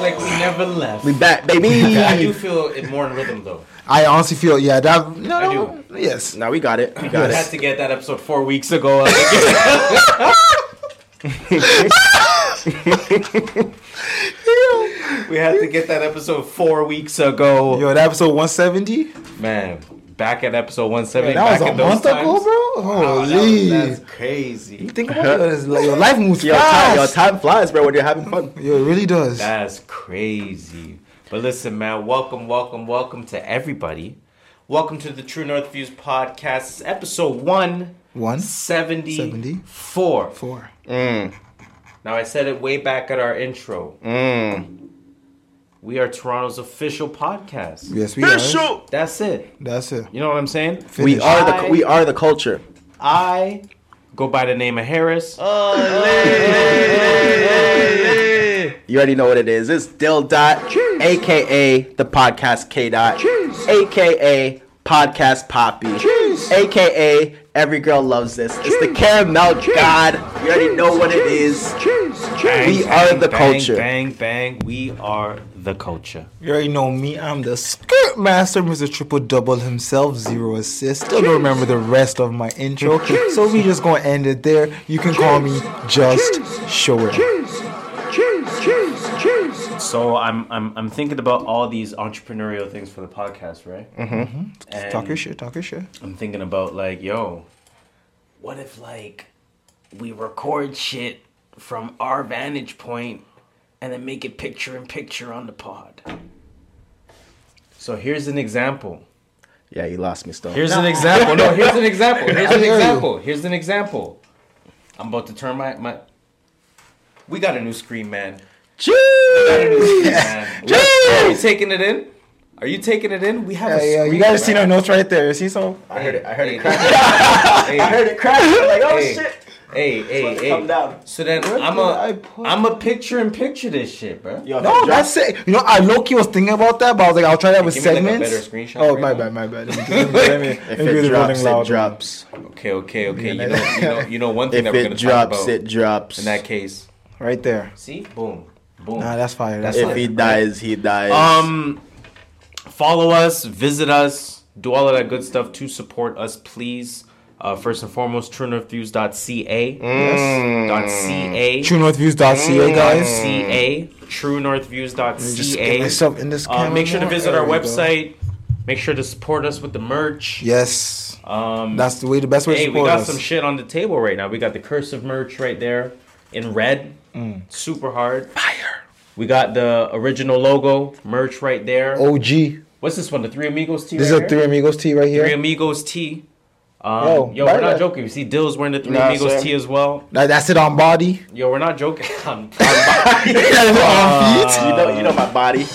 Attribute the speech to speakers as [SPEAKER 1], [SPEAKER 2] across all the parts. [SPEAKER 1] never left.
[SPEAKER 2] We back, baby.
[SPEAKER 1] I do feel it more in rhythm though.
[SPEAKER 3] I honestly feel yeah that
[SPEAKER 1] I
[SPEAKER 3] no, no yes
[SPEAKER 2] now we got it. We
[SPEAKER 1] I
[SPEAKER 2] got
[SPEAKER 1] had
[SPEAKER 2] it.
[SPEAKER 1] to get that episode four weeks ago. Like, we had to get that episode four weeks ago.
[SPEAKER 3] yo that episode one seventy
[SPEAKER 1] Man, back at episode 170.
[SPEAKER 3] that was
[SPEAKER 1] back
[SPEAKER 3] a
[SPEAKER 1] in those
[SPEAKER 3] month ago
[SPEAKER 1] times.
[SPEAKER 3] bro
[SPEAKER 1] Wow, that
[SPEAKER 3] holy
[SPEAKER 1] was- that's crazy.
[SPEAKER 3] you think about it yo, it's like, your life moves
[SPEAKER 2] Yo, time, yo,
[SPEAKER 3] fast
[SPEAKER 2] time flies, bro. When you're having fun.
[SPEAKER 3] yo it really does
[SPEAKER 1] That's crazy. But listen, man, welcome, welcome, welcome to everybody. Welcome to the True North Views podcast, It's episode one.
[SPEAKER 3] One.
[SPEAKER 1] 74.
[SPEAKER 3] four
[SPEAKER 1] Now, I said it way back at our intro.
[SPEAKER 2] Mm.
[SPEAKER 1] We are Toronto's official podcast.
[SPEAKER 3] yes we are
[SPEAKER 1] That's it.
[SPEAKER 3] that's it
[SPEAKER 1] You know what I'm saying?
[SPEAKER 2] We
[SPEAKER 3] Finish.
[SPEAKER 2] are the we are the culture.
[SPEAKER 1] I go by the name of Harris.
[SPEAKER 2] Uh, You already know what it is. It's Dill Dot, aka the podcast K Dot, aka podcast Poppy, aka Every Girl Loves This. It's the Caramel God. You already know what it is. We are the
[SPEAKER 1] bang,
[SPEAKER 2] culture.
[SPEAKER 1] Bang, bang. We are the culture.
[SPEAKER 3] You already know me. I'm the skirt master, Mr. Triple Double himself, zero assist. Still don't remember the rest of my intro, so we just gonna end it there. You can call me just Shower.
[SPEAKER 1] So I'm I'm I'm thinking about all these entrepreneurial things for the podcast, right? Mm-hmm. And
[SPEAKER 3] Talk your shit, talk your shit.
[SPEAKER 1] I'm thinking about like, yo, what if like we record shit from our vantage point and then make it picture in picture on the pod? So here's an example.
[SPEAKER 2] Yeah, you lost me, still.
[SPEAKER 1] Here's an example. No, here's an example. Here's
[SPEAKER 3] I
[SPEAKER 1] an
[SPEAKER 3] hear you.
[SPEAKER 1] example. Here's an example. I'm about to turn my my. We got a new screen, man. We got a new screen, man. Are you taking it in? Are you taking it in? We have a
[SPEAKER 3] Hey, uh,
[SPEAKER 1] screen.
[SPEAKER 3] you guys seen our notes right there. You see some?
[SPEAKER 2] I heard it. I heard
[SPEAKER 1] Hey,
[SPEAKER 2] it crack.
[SPEAKER 1] hey,
[SPEAKER 2] I heard it crack. I'm like, oh
[SPEAKER 1] Hey.
[SPEAKER 2] shit.
[SPEAKER 1] Hey, hey,
[SPEAKER 2] about to
[SPEAKER 1] hey.
[SPEAKER 2] come down.
[SPEAKER 1] So then
[SPEAKER 3] Where
[SPEAKER 1] I'm
[SPEAKER 3] did I
[SPEAKER 1] a
[SPEAKER 3] put-
[SPEAKER 1] I'm a picture in picture this shit, bro.
[SPEAKER 2] Yo,
[SPEAKER 3] No, that's it. You know, I low key was thinking about that, but I was like, I'll try that with
[SPEAKER 1] Give me, like, a
[SPEAKER 3] segments.
[SPEAKER 1] better screenshot
[SPEAKER 3] oh,
[SPEAKER 1] right
[SPEAKER 3] my
[SPEAKER 1] now.
[SPEAKER 3] bad, my bad. Let me- let me-
[SPEAKER 2] If
[SPEAKER 3] let me do
[SPEAKER 2] it
[SPEAKER 3] the
[SPEAKER 2] drops,
[SPEAKER 3] rolling loud
[SPEAKER 2] it
[SPEAKER 3] one.
[SPEAKER 2] drops.
[SPEAKER 1] Okay, okay, okay. You know, you know, you know one thing
[SPEAKER 2] If
[SPEAKER 1] that we're
[SPEAKER 2] it
[SPEAKER 1] gonna
[SPEAKER 2] drops,
[SPEAKER 1] talk about
[SPEAKER 2] it drops.
[SPEAKER 1] in that case.
[SPEAKER 3] Right there.
[SPEAKER 1] See, boom, boom.
[SPEAKER 3] Nah, that's fire. That's
[SPEAKER 1] That's
[SPEAKER 2] If
[SPEAKER 3] fire.
[SPEAKER 2] he dies, he dies.
[SPEAKER 1] Um, follow us, visit us, do all of that good stuff to support us, please. Uh, first and foremost, truenorthviews.ca.
[SPEAKER 3] Yes.
[SPEAKER 1] Dot .ca. Mm,
[SPEAKER 3] TrueNorthViews.ca, guys.
[SPEAKER 1] .ca.
[SPEAKER 3] Just get
[SPEAKER 1] Truenorthviews.ca.
[SPEAKER 3] myself in this
[SPEAKER 1] Uh,
[SPEAKER 3] camera
[SPEAKER 1] make sure to
[SPEAKER 3] more.
[SPEAKER 1] visit
[SPEAKER 3] There
[SPEAKER 1] our
[SPEAKER 3] we go.
[SPEAKER 1] website. Make sure to support us with the merch.
[SPEAKER 3] Yes.
[SPEAKER 1] Um,
[SPEAKER 3] That's the way the best way to
[SPEAKER 1] hey, we
[SPEAKER 3] support
[SPEAKER 1] got
[SPEAKER 3] us.
[SPEAKER 1] some shit on the table right now. We got the cursive merch right there in red,
[SPEAKER 3] Mm.
[SPEAKER 1] super hard. Fire. We got the original logo merch right there.
[SPEAKER 3] OG.
[SPEAKER 1] What's this one? The Three Amigos tee.
[SPEAKER 3] Oh. This is
[SPEAKER 1] right
[SPEAKER 3] a
[SPEAKER 1] here?
[SPEAKER 3] Three Amigos tea right
[SPEAKER 1] Three
[SPEAKER 3] here.
[SPEAKER 1] Amigos tee. Um,
[SPEAKER 3] Yo,
[SPEAKER 1] yo, we're
[SPEAKER 3] buy
[SPEAKER 1] not
[SPEAKER 3] that.
[SPEAKER 1] joking. You see, Dill's wearing the Three
[SPEAKER 2] Nah,
[SPEAKER 1] Amigos
[SPEAKER 2] sir.
[SPEAKER 1] tee as well.
[SPEAKER 3] That, that's it on body.
[SPEAKER 1] Yo, we're not joking. I'm-
[SPEAKER 3] on feet.
[SPEAKER 2] you know, you know my body.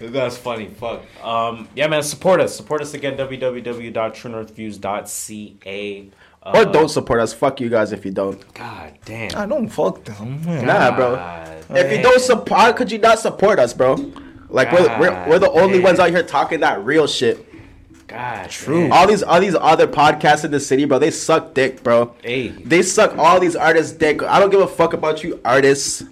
[SPEAKER 1] That's funny. Fuck. Um, yeah, man, support us. Support us again. www.truenorthviews.ca. Uh,
[SPEAKER 2] Or don't support us. Fuck you guys if you don't.
[SPEAKER 1] God damn.
[SPEAKER 3] I don't fuck them. man.
[SPEAKER 2] Nah, bro.
[SPEAKER 1] God
[SPEAKER 2] Oh, If you don't support, how could you not support us, bro? Like we're, we're, we're the only
[SPEAKER 1] God
[SPEAKER 2] ones out here talking that real shit.
[SPEAKER 1] God.
[SPEAKER 3] True.
[SPEAKER 1] damn.
[SPEAKER 2] All these all these other podcasts in the city, bro, they suck dick, bro.
[SPEAKER 1] Hey.
[SPEAKER 2] They suck all these artists dick. I don't give a fuck about you artists.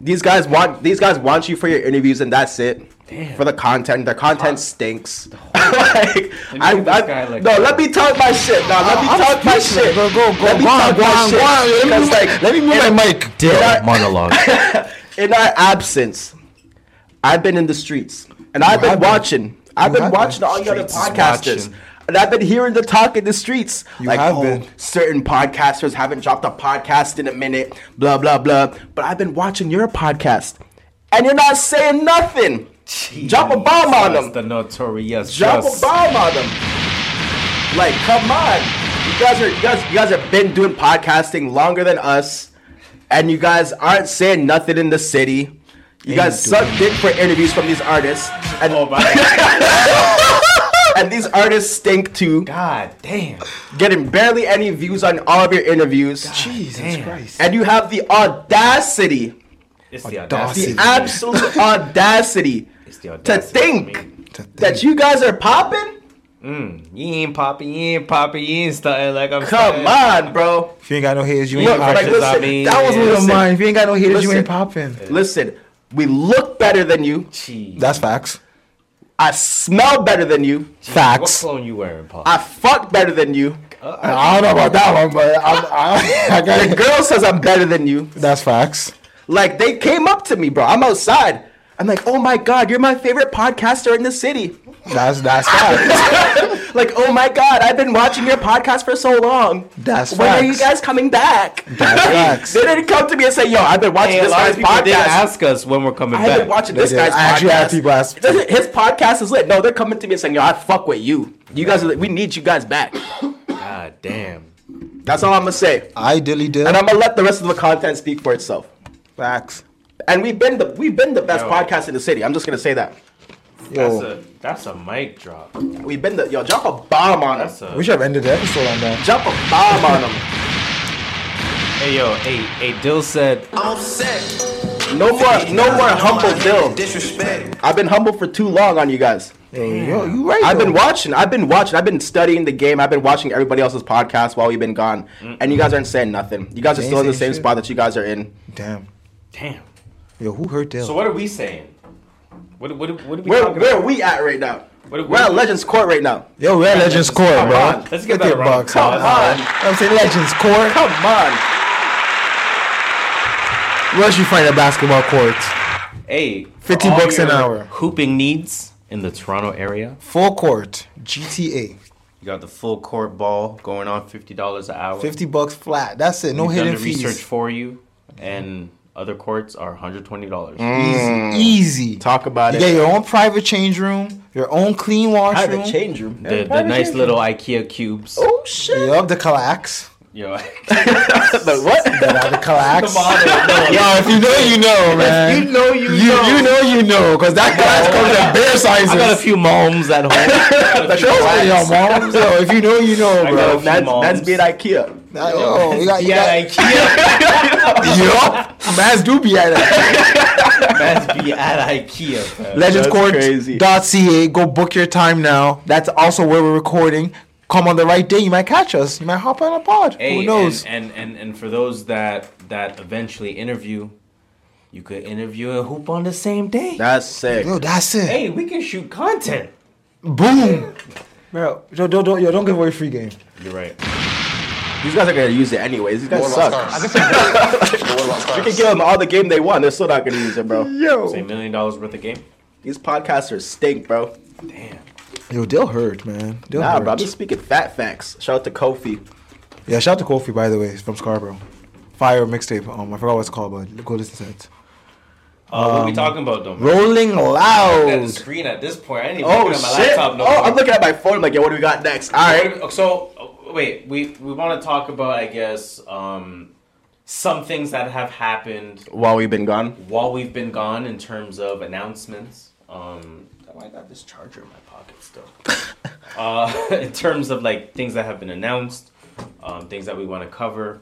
[SPEAKER 2] These guys want these guys want you for your interviews and that's it.
[SPEAKER 1] Damn.
[SPEAKER 2] For the content, the content stinks. like, I,
[SPEAKER 1] give this
[SPEAKER 2] I,
[SPEAKER 1] guy, like,
[SPEAKER 2] no, let me talk my shit. Nah, let me
[SPEAKER 3] I'm
[SPEAKER 2] talk my
[SPEAKER 3] speechless,
[SPEAKER 2] shit.
[SPEAKER 3] bro. Go, go,
[SPEAKER 2] Let me
[SPEAKER 3] go on,
[SPEAKER 2] talk
[SPEAKER 3] go
[SPEAKER 2] my
[SPEAKER 3] on,
[SPEAKER 2] shit.
[SPEAKER 3] go on. Let me
[SPEAKER 2] Because,
[SPEAKER 3] move-
[SPEAKER 2] like,
[SPEAKER 3] Let me move my mic.
[SPEAKER 2] Dill
[SPEAKER 1] monologue.
[SPEAKER 2] in our absence, I've been in the streets and I've been
[SPEAKER 3] have been.
[SPEAKER 2] watching. I've
[SPEAKER 3] You
[SPEAKER 2] been
[SPEAKER 3] have
[SPEAKER 2] watching
[SPEAKER 3] been.
[SPEAKER 2] all the other
[SPEAKER 1] Streets is
[SPEAKER 2] podcasters.
[SPEAKER 1] watching.
[SPEAKER 2] And I've been hearing the talk in the streets. like,
[SPEAKER 3] have
[SPEAKER 2] oh,
[SPEAKER 3] been.
[SPEAKER 2] certain podcasters haven't dropped a podcast in a minute, blah, blah, blah. But I've been watching your podcast and you're not saying nothing. Drop a bomb on them.
[SPEAKER 1] The notorious.
[SPEAKER 2] Drop
[SPEAKER 1] Just.
[SPEAKER 2] a bomb on them. Like, come on. You guys are you guys you guys have been doing podcasting longer than us, and you guys aren't saying nothing in the city. You guys suck dick for interviews from these artists, and
[SPEAKER 1] Oh my God.
[SPEAKER 2] and these artists stink too,
[SPEAKER 1] God damn.
[SPEAKER 2] getting barely any views on all of your interviews.
[SPEAKER 3] Jesus
[SPEAKER 1] Damn.
[SPEAKER 3] Christ.
[SPEAKER 2] And you have the audacity,
[SPEAKER 1] It's the audacity.
[SPEAKER 3] Audacity.
[SPEAKER 2] the absolute audacity,
[SPEAKER 1] It's the
[SPEAKER 2] to
[SPEAKER 1] audacity. I mean,
[SPEAKER 2] think that you guys are popping
[SPEAKER 1] You ain't poppy, you ain't poppy, you ain't starting like I'm
[SPEAKER 2] Come on, bro.
[SPEAKER 3] If you ain't got no haters, you ain't
[SPEAKER 2] Look, like,
[SPEAKER 3] popping.
[SPEAKER 1] listen,
[SPEAKER 2] listen,
[SPEAKER 1] mean,
[SPEAKER 3] That was one of
[SPEAKER 2] listen.
[SPEAKER 3] mine. If you ain't got no haters, you
[SPEAKER 2] Listen.
[SPEAKER 3] ain't popping.
[SPEAKER 2] Listen, we look better than you.
[SPEAKER 1] Jeez.
[SPEAKER 3] That's facts.
[SPEAKER 2] I smell better than you.
[SPEAKER 1] What
[SPEAKER 3] Facts.
[SPEAKER 1] clone you wearing, Pop?
[SPEAKER 2] I fuck better than you.
[SPEAKER 3] I don't know about that one, but I'm, I, I got
[SPEAKER 2] The
[SPEAKER 3] it.
[SPEAKER 2] girl says I'm better than you.
[SPEAKER 3] That's facts.
[SPEAKER 2] Like they came up to me, bro. I'm outside. I'm like, oh my god, you're my favorite podcaster in the city.
[SPEAKER 3] That's that's facts.
[SPEAKER 2] like, oh my god, I've been watching your podcast for so long.
[SPEAKER 3] That's
[SPEAKER 2] when are you
[SPEAKER 3] facts.
[SPEAKER 2] guys coming back?
[SPEAKER 3] That's facts.
[SPEAKER 2] they didn't come to me and say, yo, I've been watching
[SPEAKER 1] Hey, a
[SPEAKER 2] this
[SPEAKER 1] lot of
[SPEAKER 2] guy's
[SPEAKER 1] people did
[SPEAKER 2] podcast.
[SPEAKER 1] ask us when we're coming
[SPEAKER 2] I've
[SPEAKER 1] back.
[SPEAKER 2] been watching
[SPEAKER 3] They
[SPEAKER 2] this
[SPEAKER 3] did.
[SPEAKER 2] guy's
[SPEAKER 3] I actually had people ask-
[SPEAKER 2] podcast. Doesn't- His podcast is lit. No, they're coming to me and saying, yo, I fuck with you. You guys, are lit. we need you guys back.
[SPEAKER 1] God damn.
[SPEAKER 2] That's all I'm gonna say.
[SPEAKER 3] Ideally, did
[SPEAKER 2] And I'm gonna let the rest of the content speak for itself.
[SPEAKER 3] facts.
[SPEAKER 2] And we've been the we've been the best
[SPEAKER 1] Yo.
[SPEAKER 2] podcast in the city. I'm just gonna say that.
[SPEAKER 1] That's
[SPEAKER 3] Yo,
[SPEAKER 1] a that's a mic drop.
[SPEAKER 2] We've been the yo drop a bomb on
[SPEAKER 1] That's
[SPEAKER 2] us.
[SPEAKER 1] a
[SPEAKER 3] we should have ended the episode on that.
[SPEAKER 2] Drop a bomb on them.
[SPEAKER 1] Hey yo, hey, hey Dill said
[SPEAKER 2] Oh.
[SPEAKER 4] I'm upset.
[SPEAKER 2] No more no more humble Bill.
[SPEAKER 4] Disrespect.
[SPEAKER 2] I've been humble for too long on you guys.
[SPEAKER 3] Yo, yo, you right.
[SPEAKER 2] I've been
[SPEAKER 3] though.
[SPEAKER 2] watching. I've been watching. I've been studying the game. I've been watching everybody else's podcast while we've been gone,
[SPEAKER 1] Mm.
[SPEAKER 2] and you guys aren't saying nothing. You guys are
[SPEAKER 3] They
[SPEAKER 2] still in the
[SPEAKER 3] ain't saying
[SPEAKER 2] same
[SPEAKER 3] shit.
[SPEAKER 2] spot that you guys are in.
[SPEAKER 3] Damn.
[SPEAKER 1] Damn.
[SPEAKER 3] Yo, who hurt Dale?
[SPEAKER 1] So what are we saying? What what what are we
[SPEAKER 2] Where
[SPEAKER 1] talking
[SPEAKER 2] where are
[SPEAKER 1] about?
[SPEAKER 2] we at right now?
[SPEAKER 1] What-
[SPEAKER 2] We're at
[SPEAKER 1] what-
[SPEAKER 2] Legends Court right now.
[SPEAKER 3] Yo, we're at Legends Court,
[SPEAKER 2] come
[SPEAKER 3] bro.
[SPEAKER 2] on.
[SPEAKER 1] Let's give
[SPEAKER 3] Get
[SPEAKER 1] that
[SPEAKER 3] your
[SPEAKER 1] a round of
[SPEAKER 3] bucks.
[SPEAKER 2] Come
[SPEAKER 1] applause.
[SPEAKER 2] on,
[SPEAKER 3] I'm saying Legends Court.
[SPEAKER 2] come on.
[SPEAKER 3] Where else you find a basketball court?
[SPEAKER 1] Hey, for
[SPEAKER 3] 50
[SPEAKER 1] all
[SPEAKER 3] bucks an
[SPEAKER 1] your
[SPEAKER 3] hour.
[SPEAKER 1] Hooping needs in the Toronto area.
[SPEAKER 3] Full court. GTA.
[SPEAKER 1] You got the full court ball going on fifty dollars an hour.
[SPEAKER 3] 50 bucks flat. That's it. No
[SPEAKER 1] We've
[SPEAKER 3] hidden
[SPEAKER 1] done the research
[SPEAKER 3] fees.
[SPEAKER 1] for you, and other courts are hundred twenty dollars.
[SPEAKER 3] Mm.
[SPEAKER 1] Mm.
[SPEAKER 3] Easy. Easy.
[SPEAKER 2] Talk about
[SPEAKER 3] You
[SPEAKER 2] it.
[SPEAKER 3] get your own private change room, your own clean
[SPEAKER 2] I have
[SPEAKER 3] washroom.
[SPEAKER 2] a change room.
[SPEAKER 1] The, the nice little IKEA cubes.
[SPEAKER 2] Oh shit.
[SPEAKER 3] Yup, the Calax.
[SPEAKER 1] Yo,
[SPEAKER 2] the what?
[SPEAKER 3] Yeah, the Calax.
[SPEAKER 1] model,
[SPEAKER 3] Yo, if you know, you know, man.
[SPEAKER 2] know you,
[SPEAKER 3] You, you know, you know, because that Calax comes in bear sizes.
[SPEAKER 1] I got a few moms at home.
[SPEAKER 2] The
[SPEAKER 3] Yo, yo, mom. Yo, if you know, you know,
[SPEAKER 1] got
[SPEAKER 3] bro.
[SPEAKER 1] a
[SPEAKER 2] That's,
[SPEAKER 1] Moms.
[SPEAKER 2] that's being IKEA.
[SPEAKER 3] That- yo, you got, you got,
[SPEAKER 1] Yeah, IKEA.
[SPEAKER 3] yup. Man's do be at it.
[SPEAKER 1] Best be at IKEA. fam.
[SPEAKER 2] That's crazy.
[SPEAKER 3] legendscourt.ca. Go book your time now. That's also where we're recording. Come on the right day, you might catch us. You might hop on a pod.
[SPEAKER 1] Hey,
[SPEAKER 3] Who knows?
[SPEAKER 1] And, and and and for those that that eventually interview, you could interview and hoop on the same day.
[SPEAKER 2] That's sick.
[SPEAKER 3] yo, that's it.
[SPEAKER 1] hey, we can shoot content.
[SPEAKER 3] Boom. Bro, yo, don't, don't, yo, don't give away free game.
[SPEAKER 1] You're right.
[SPEAKER 2] These guys are gonna use it anyways. These guys
[SPEAKER 5] What
[SPEAKER 2] suck.
[SPEAKER 5] about stars? But what about
[SPEAKER 2] You can
[SPEAKER 5] stars?
[SPEAKER 2] give them all the game they want. They're still not gonna use it, bro.
[SPEAKER 1] Say a
[SPEAKER 3] Yo.
[SPEAKER 1] million dollars worth of game.
[SPEAKER 2] These podcasters stink, bro. Um,
[SPEAKER 1] Damn.
[SPEAKER 3] Yo, Dale hurt, man. Dale
[SPEAKER 2] Nah,
[SPEAKER 3] hurt.
[SPEAKER 2] bro. I'm just speaking fat facts. Shout out to Kofi.
[SPEAKER 3] Yeah, shout out to Kofi, by the way. He's from Scarborough. Fire mixtape. Um, I forgot what it's called, but go listen to it.
[SPEAKER 1] Uh, what are we talking about though? man?
[SPEAKER 3] Rolling
[SPEAKER 1] At the
[SPEAKER 3] Loud.
[SPEAKER 1] screen at this point, I ain't even
[SPEAKER 2] Oh
[SPEAKER 1] looking at my
[SPEAKER 2] shit.
[SPEAKER 1] laptop no
[SPEAKER 2] oh,
[SPEAKER 1] more.
[SPEAKER 2] I'm looking at my phone. Like, yo, what do we got next? All right.
[SPEAKER 1] Wait, So uh, wait, we we want to talk about I guess um, some things that have happened
[SPEAKER 2] While we've been gone,
[SPEAKER 1] while we've been gone in terms of announcements. Um, oh, I got this charger in my pocket still. uh, in terms of like things that have been announced, um, things that we want to cover,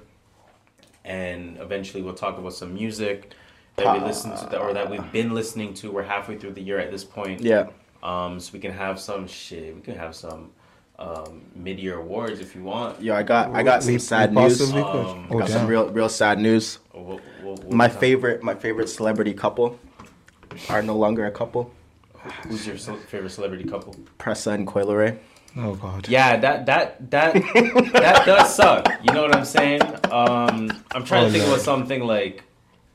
[SPEAKER 1] and eventually we'll talk about some music that we listen to or that we've been listening to. We're halfway through the year at this point.
[SPEAKER 2] yeah.
[SPEAKER 1] Um, so we can have some shit. We can have some um, mid-year awards if you want.
[SPEAKER 2] Yo, I got I got some sad news.
[SPEAKER 3] possibly
[SPEAKER 2] I
[SPEAKER 3] could.
[SPEAKER 1] Um,
[SPEAKER 3] oh,
[SPEAKER 2] got some
[SPEAKER 3] damn.
[SPEAKER 2] real real sad news.
[SPEAKER 1] Or we'll- we'll- we'll
[SPEAKER 2] My
[SPEAKER 1] talk-
[SPEAKER 2] favorite my favorite celebrity couple are no longer a couple.
[SPEAKER 1] Who's your ce- favorite celebrity couple?
[SPEAKER 2] Pressa and Coyle Ray.
[SPEAKER 3] oh God.
[SPEAKER 1] Yeah, that that that that does suck. You know what I'm saying? Um, I'm trying to
[SPEAKER 3] Oh, Mm-hmm.
[SPEAKER 1] think
[SPEAKER 3] Lord.
[SPEAKER 1] about something like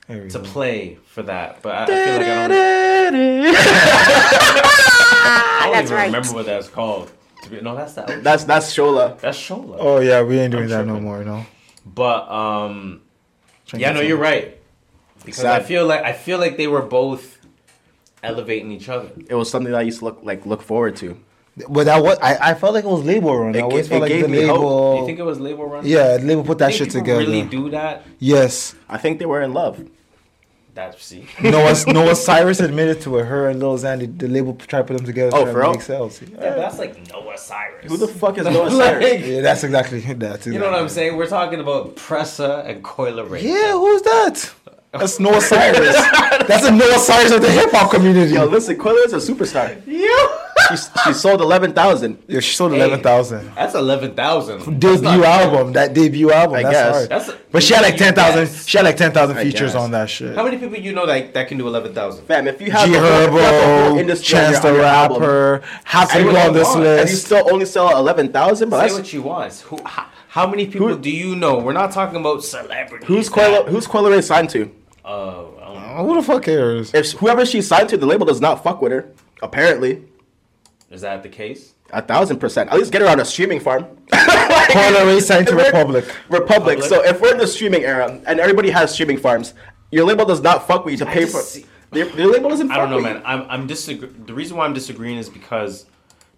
[SPEAKER 3] There we
[SPEAKER 1] to
[SPEAKER 3] go.
[SPEAKER 1] play for that, but I, I feel like I don't, I don't
[SPEAKER 6] That's
[SPEAKER 1] even
[SPEAKER 6] right.
[SPEAKER 1] remember what that's called. To be- No, that's that.
[SPEAKER 2] That's that's Shola.
[SPEAKER 1] That's Shola.
[SPEAKER 3] Oh yeah, we ain't doing
[SPEAKER 1] I'm
[SPEAKER 3] that
[SPEAKER 1] tripping.
[SPEAKER 3] no more. No.
[SPEAKER 1] But um,
[SPEAKER 3] Trying
[SPEAKER 1] yeah,
[SPEAKER 3] to
[SPEAKER 1] no,
[SPEAKER 3] get
[SPEAKER 1] you're
[SPEAKER 3] some-
[SPEAKER 1] right. Because I
[SPEAKER 2] Sad.
[SPEAKER 1] feel like I feel like they were both elevating each other.
[SPEAKER 2] It was something that I used to look like look forward to.
[SPEAKER 3] But that was I, I felt like it was label run.
[SPEAKER 2] It
[SPEAKER 3] I always
[SPEAKER 2] ga-
[SPEAKER 3] felt
[SPEAKER 2] it
[SPEAKER 3] like
[SPEAKER 2] gave
[SPEAKER 3] the
[SPEAKER 2] me hope.
[SPEAKER 1] Do
[SPEAKER 3] label.
[SPEAKER 1] you think it was label run?
[SPEAKER 3] yeah, label put that
[SPEAKER 1] Think
[SPEAKER 3] shit
[SPEAKER 1] people
[SPEAKER 3] together.
[SPEAKER 1] Really do that?
[SPEAKER 3] yes.
[SPEAKER 2] I think they were in love.
[SPEAKER 1] That's see.
[SPEAKER 3] Noah Noah Cyrus admitted to it. Her and Lil Xandy, the label tried to put them together.
[SPEAKER 2] Oh,
[SPEAKER 3] to
[SPEAKER 2] for real?
[SPEAKER 3] make sales.
[SPEAKER 1] Yeah,
[SPEAKER 3] Yeah.
[SPEAKER 1] but that's like Noah Cyrus.
[SPEAKER 2] Who the fuck is Noah Cyrus?
[SPEAKER 1] Like-
[SPEAKER 3] Yeah, that's exactly that.
[SPEAKER 1] You know what I'm saying? We're talking about Pressa and Coila Ray.
[SPEAKER 3] Yeah, who's that? That's Noah Cyrus. that's a Noah Cyrus of the hip hop community.
[SPEAKER 2] Yo, listen, Quilla is a superstar.
[SPEAKER 1] You?
[SPEAKER 2] she, she sold eleven thousand.
[SPEAKER 3] Yeah, she sold
[SPEAKER 1] Hey,
[SPEAKER 3] eleven thousand.
[SPEAKER 1] That's eleven thousand.
[SPEAKER 3] Debut album, that debut album.
[SPEAKER 2] I
[SPEAKER 3] that's
[SPEAKER 2] guess.
[SPEAKER 3] hard.
[SPEAKER 1] That's-
[SPEAKER 3] but she had like ten thousand.
[SPEAKER 1] Yes.
[SPEAKER 3] She had like ten thousand
[SPEAKER 2] I
[SPEAKER 3] features
[SPEAKER 2] guess.
[SPEAKER 3] on that shit.
[SPEAKER 1] How many people you know that that can do eleven thousand?
[SPEAKER 2] Fam, if you have
[SPEAKER 3] G
[SPEAKER 2] the whole- you have the whole
[SPEAKER 3] Herbo,
[SPEAKER 2] industry on
[SPEAKER 3] Chance
[SPEAKER 2] your-
[SPEAKER 3] the
[SPEAKER 2] on your album,
[SPEAKER 3] Rapper, have to
[SPEAKER 1] Say
[SPEAKER 3] go
[SPEAKER 1] what
[SPEAKER 3] on
[SPEAKER 1] you
[SPEAKER 3] this
[SPEAKER 1] want.
[SPEAKER 2] and you
[SPEAKER 3] list.
[SPEAKER 2] still only sell eleven thousand, but
[SPEAKER 1] Say
[SPEAKER 2] that's,
[SPEAKER 1] what you want. Who? How, how many people do you know? We're not talking about celebrities.
[SPEAKER 2] who's
[SPEAKER 1] that-
[SPEAKER 2] Coil who's Coil Ray signed to?
[SPEAKER 1] Oh, I don't know.
[SPEAKER 3] Who the fuck cares?
[SPEAKER 2] If whoever she's signed to, the label does not fuck with her. Apparently,
[SPEAKER 1] is that the case?
[SPEAKER 2] a thousand percent. At least get her on a streaming farm.
[SPEAKER 3] Coil Ray signed to
[SPEAKER 2] If we're-
[SPEAKER 3] Republic.
[SPEAKER 2] Republic. So if we're in the streaming era and everybody has streaming farms, your label does not fuck with you to pay
[SPEAKER 1] just
[SPEAKER 2] for.
[SPEAKER 1] see-
[SPEAKER 2] Your, your label doesn't.
[SPEAKER 1] I don't
[SPEAKER 2] fuck
[SPEAKER 1] know,
[SPEAKER 2] with
[SPEAKER 1] man.
[SPEAKER 2] you.
[SPEAKER 1] I'm I'm disagre- The reason why I'm disagreeing is because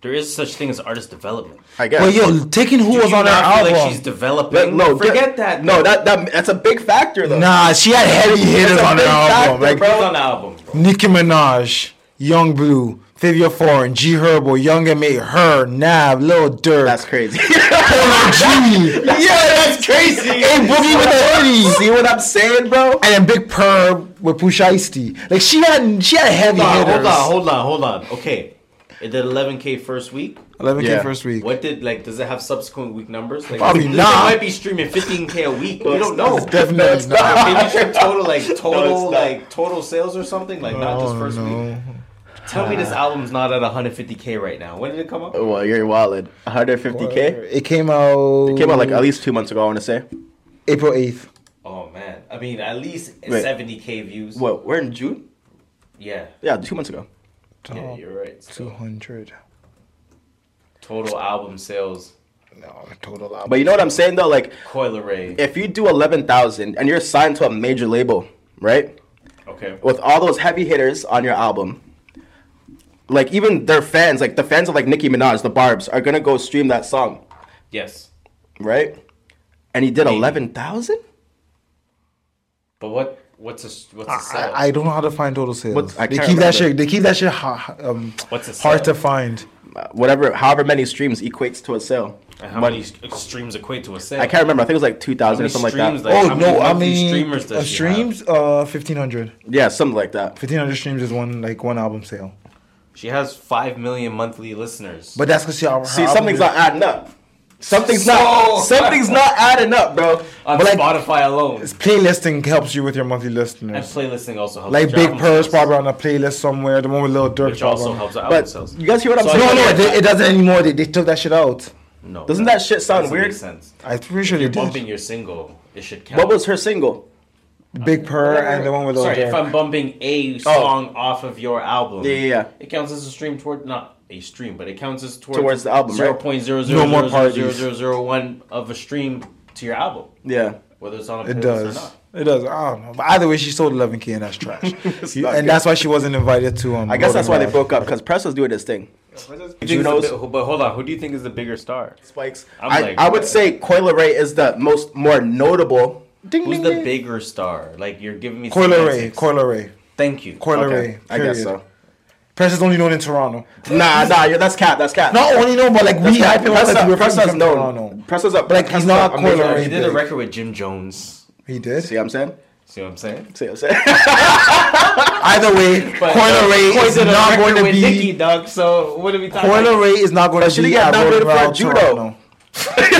[SPEAKER 1] there is such thing as artist development.
[SPEAKER 2] I guess.
[SPEAKER 3] Well, yo, taking who
[SPEAKER 1] Do
[SPEAKER 3] was
[SPEAKER 1] you
[SPEAKER 3] on her
[SPEAKER 1] not feel
[SPEAKER 3] album.
[SPEAKER 1] like she's
[SPEAKER 2] But
[SPEAKER 1] developing.
[SPEAKER 2] no,
[SPEAKER 1] forget
[SPEAKER 2] get-
[SPEAKER 1] that.
[SPEAKER 2] No,
[SPEAKER 1] though.
[SPEAKER 2] that, that that's a big factor though.
[SPEAKER 3] Nah, she had heavy hitters
[SPEAKER 2] That's a
[SPEAKER 3] on her
[SPEAKER 2] big
[SPEAKER 3] album.
[SPEAKER 2] factor,
[SPEAKER 3] like
[SPEAKER 2] bro.
[SPEAKER 1] It's on the album. Bro.
[SPEAKER 3] Nicki Minaj, Young Blue, Fivia Foreign, G Herbo, Young and Me, Her, Nav, Lil Durk,
[SPEAKER 2] that's crazy.
[SPEAKER 3] Polo G,
[SPEAKER 2] that's crazy.
[SPEAKER 3] and Boogie with the Hoodie,
[SPEAKER 2] See what I'm saying, bro?
[SPEAKER 3] and then Big Perb with Pusha T. Like she had, she had heavy
[SPEAKER 1] Hold on,
[SPEAKER 3] hitters.
[SPEAKER 1] hold on, hold on, hold on. Okay, it did 11k first week.
[SPEAKER 3] 11k
[SPEAKER 2] Yeah.
[SPEAKER 3] first week.
[SPEAKER 1] What did like? Does it have subsequent week numbers? Like,
[SPEAKER 3] Probably
[SPEAKER 1] this nigga
[SPEAKER 3] not.
[SPEAKER 1] Might be streaming 15k a week. We don't know.
[SPEAKER 3] Definitely not.
[SPEAKER 1] Can you check total like
[SPEAKER 2] it's
[SPEAKER 1] total
[SPEAKER 2] not.
[SPEAKER 1] like total sales or something? Like not just
[SPEAKER 3] Oh,
[SPEAKER 1] first
[SPEAKER 3] no.
[SPEAKER 1] week. Tell me this album's not at 150k right now. When did it come out?
[SPEAKER 2] Well, you're wallet. 150k.
[SPEAKER 3] It came out.
[SPEAKER 2] Came out like at least two months ago. I want to say.
[SPEAKER 3] April 8th.
[SPEAKER 1] Oh man, I mean at least
[SPEAKER 2] Wait.
[SPEAKER 1] 70k views.
[SPEAKER 2] What? We're in June.
[SPEAKER 1] Yeah,
[SPEAKER 2] Yeah, two months ago.
[SPEAKER 1] yeah, you're right. So,
[SPEAKER 3] 200.
[SPEAKER 1] total album sales,
[SPEAKER 3] No, total album.
[SPEAKER 2] But you know what I'm saying though, like
[SPEAKER 1] Coil Ray.
[SPEAKER 2] if you do 11,000 and you're signed to a major label, right?
[SPEAKER 1] Okay.
[SPEAKER 2] With all those heavy hitters on your album, like even their fans, like the fans of like Nicki Minaj, the Barb's, are gonna go stream that song,
[SPEAKER 1] Yes.
[SPEAKER 2] right? And he did
[SPEAKER 1] Maybe.
[SPEAKER 2] 11,000?
[SPEAKER 1] But what? What's a what's a sell?
[SPEAKER 3] I, I don't know how to find total sales.
[SPEAKER 2] What- I
[SPEAKER 3] they keep
[SPEAKER 2] can't
[SPEAKER 3] that
[SPEAKER 2] remember.
[SPEAKER 3] shit. They keep that shit ha, um,
[SPEAKER 1] What's a
[SPEAKER 3] hard
[SPEAKER 1] sale?
[SPEAKER 3] to find.
[SPEAKER 2] Uh, Whatever, however many streams equates to a sale.
[SPEAKER 1] And how
[SPEAKER 2] But
[SPEAKER 1] many s- streams equate to a sale?
[SPEAKER 2] I can't remember. I think it was like
[SPEAKER 1] How
[SPEAKER 2] 2,000 or
[SPEAKER 1] many
[SPEAKER 2] something like
[SPEAKER 1] streams,
[SPEAKER 2] that.
[SPEAKER 1] like-
[SPEAKER 3] oh
[SPEAKER 1] how many
[SPEAKER 3] no, I
[SPEAKER 1] monthly
[SPEAKER 3] mean
[SPEAKER 1] streamers does
[SPEAKER 3] uh,
[SPEAKER 1] she
[SPEAKER 3] streams. Uh, fifteen hundred.
[SPEAKER 2] yeah, something like that.
[SPEAKER 3] Fifteen hundred streams is one like one album sale.
[SPEAKER 1] She has five million monthly listeners.
[SPEAKER 3] But that's because she. her
[SPEAKER 2] See,
[SPEAKER 3] album
[SPEAKER 2] something's
[SPEAKER 3] is-
[SPEAKER 2] not adding up. Something's not.
[SPEAKER 1] So-
[SPEAKER 2] Something's not adding up, bro.
[SPEAKER 1] on
[SPEAKER 3] but, like-
[SPEAKER 1] Spotify alone,
[SPEAKER 3] Playlisting helps you with your monthly
[SPEAKER 1] and
[SPEAKER 3] listeners.
[SPEAKER 1] playlisting also helps.
[SPEAKER 3] Like
[SPEAKER 1] with
[SPEAKER 3] Big
[SPEAKER 1] album
[SPEAKER 3] Purse
[SPEAKER 1] sales,
[SPEAKER 3] probably on a playlist somewhere. The one with Lil Durk
[SPEAKER 1] which also
[SPEAKER 3] probably.
[SPEAKER 1] helps with album
[SPEAKER 2] But
[SPEAKER 1] sales.
[SPEAKER 2] you guys hear what I'm
[SPEAKER 1] So I
[SPEAKER 2] saying?
[SPEAKER 3] No,
[SPEAKER 1] helps-
[SPEAKER 3] no, it, it doesn't anymore. They, they took that shit out.
[SPEAKER 1] No,
[SPEAKER 2] Doesn't that shit sound
[SPEAKER 1] doesn't make
[SPEAKER 2] weird?
[SPEAKER 1] sense.
[SPEAKER 3] I'm pretty sure
[SPEAKER 1] If
[SPEAKER 3] they
[SPEAKER 1] you're
[SPEAKER 3] did.
[SPEAKER 1] bumping your single, it should count.
[SPEAKER 2] What was her single?
[SPEAKER 3] Big Purr and the one with Lil
[SPEAKER 1] Sorry,
[SPEAKER 3] Durk.
[SPEAKER 1] if I'm bumping a song off of your album,
[SPEAKER 2] Yeah, yeah, yeah.
[SPEAKER 1] it counts as a stream toward not a stream, but it counts as towards,
[SPEAKER 2] Towards the album, right?
[SPEAKER 1] zero point zero zero
[SPEAKER 3] No more
[SPEAKER 1] zero
[SPEAKER 3] parties.
[SPEAKER 1] zero zero zero one of a stream to your album,
[SPEAKER 2] Yeah.
[SPEAKER 1] whether it's on a
[SPEAKER 3] It
[SPEAKER 1] playlist
[SPEAKER 3] does.
[SPEAKER 1] or not.
[SPEAKER 3] It does. I don't know. But either way, she sold 11k and that's trash. You-
[SPEAKER 2] not
[SPEAKER 3] and
[SPEAKER 2] good.
[SPEAKER 3] that's why she wasn't invited to. Um,
[SPEAKER 2] I guess that's why they
[SPEAKER 3] Golden
[SPEAKER 2] broke up because Press was doing his thing.
[SPEAKER 1] Who do you
[SPEAKER 2] Junos.
[SPEAKER 1] think is the bi- but hold on, who do you think is the bigger star?
[SPEAKER 2] Spikes.
[SPEAKER 1] I'm
[SPEAKER 2] I,
[SPEAKER 1] like-
[SPEAKER 2] I would say Coil Ray is the most more notable. Ding,
[SPEAKER 1] Who's
[SPEAKER 2] ding,
[SPEAKER 1] the
[SPEAKER 2] ding.
[SPEAKER 1] bigger star? Like you're giving me
[SPEAKER 3] Coil Ray.
[SPEAKER 1] semantics.
[SPEAKER 3] Coil Ray.
[SPEAKER 1] Thank you.
[SPEAKER 3] Coil
[SPEAKER 2] Okay,
[SPEAKER 3] Ray.
[SPEAKER 2] I guess so.
[SPEAKER 3] Press is only known in Toronto.
[SPEAKER 2] Nah, nah, yeah, that's cat. That's cat.
[SPEAKER 3] Not only known, but like we hype him up
[SPEAKER 2] Press
[SPEAKER 3] like
[SPEAKER 2] up,
[SPEAKER 3] we're
[SPEAKER 2] press
[SPEAKER 3] fucking
[SPEAKER 2] up's
[SPEAKER 3] from
[SPEAKER 2] known.
[SPEAKER 3] Toronto.
[SPEAKER 2] Press is up.
[SPEAKER 3] But, like,
[SPEAKER 2] Press
[SPEAKER 3] he's not
[SPEAKER 2] up, amazing.
[SPEAKER 3] Coil
[SPEAKER 1] He
[SPEAKER 3] Ray.
[SPEAKER 1] did a record with Jim Jones.
[SPEAKER 3] He did.
[SPEAKER 2] See what I'm saying?
[SPEAKER 1] See what I'm saying?
[SPEAKER 2] See what I'm saying?
[SPEAKER 3] Either way,
[SPEAKER 1] But,
[SPEAKER 3] Coil Ray
[SPEAKER 1] Coil
[SPEAKER 3] is
[SPEAKER 1] did a
[SPEAKER 3] not
[SPEAKER 1] record
[SPEAKER 3] going to
[SPEAKER 1] with
[SPEAKER 3] be.
[SPEAKER 1] Nicki, dog. So what are we talking?
[SPEAKER 3] Coil
[SPEAKER 1] about?
[SPEAKER 3] Ray is not going
[SPEAKER 2] But
[SPEAKER 3] to
[SPEAKER 2] she
[SPEAKER 3] be
[SPEAKER 2] didn't get
[SPEAKER 3] at Rolling
[SPEAKER 2] nominated for
[SPEAKER 3] Loud
[SPEAKER 2] judo.
[SPEAKER 3] Toronto.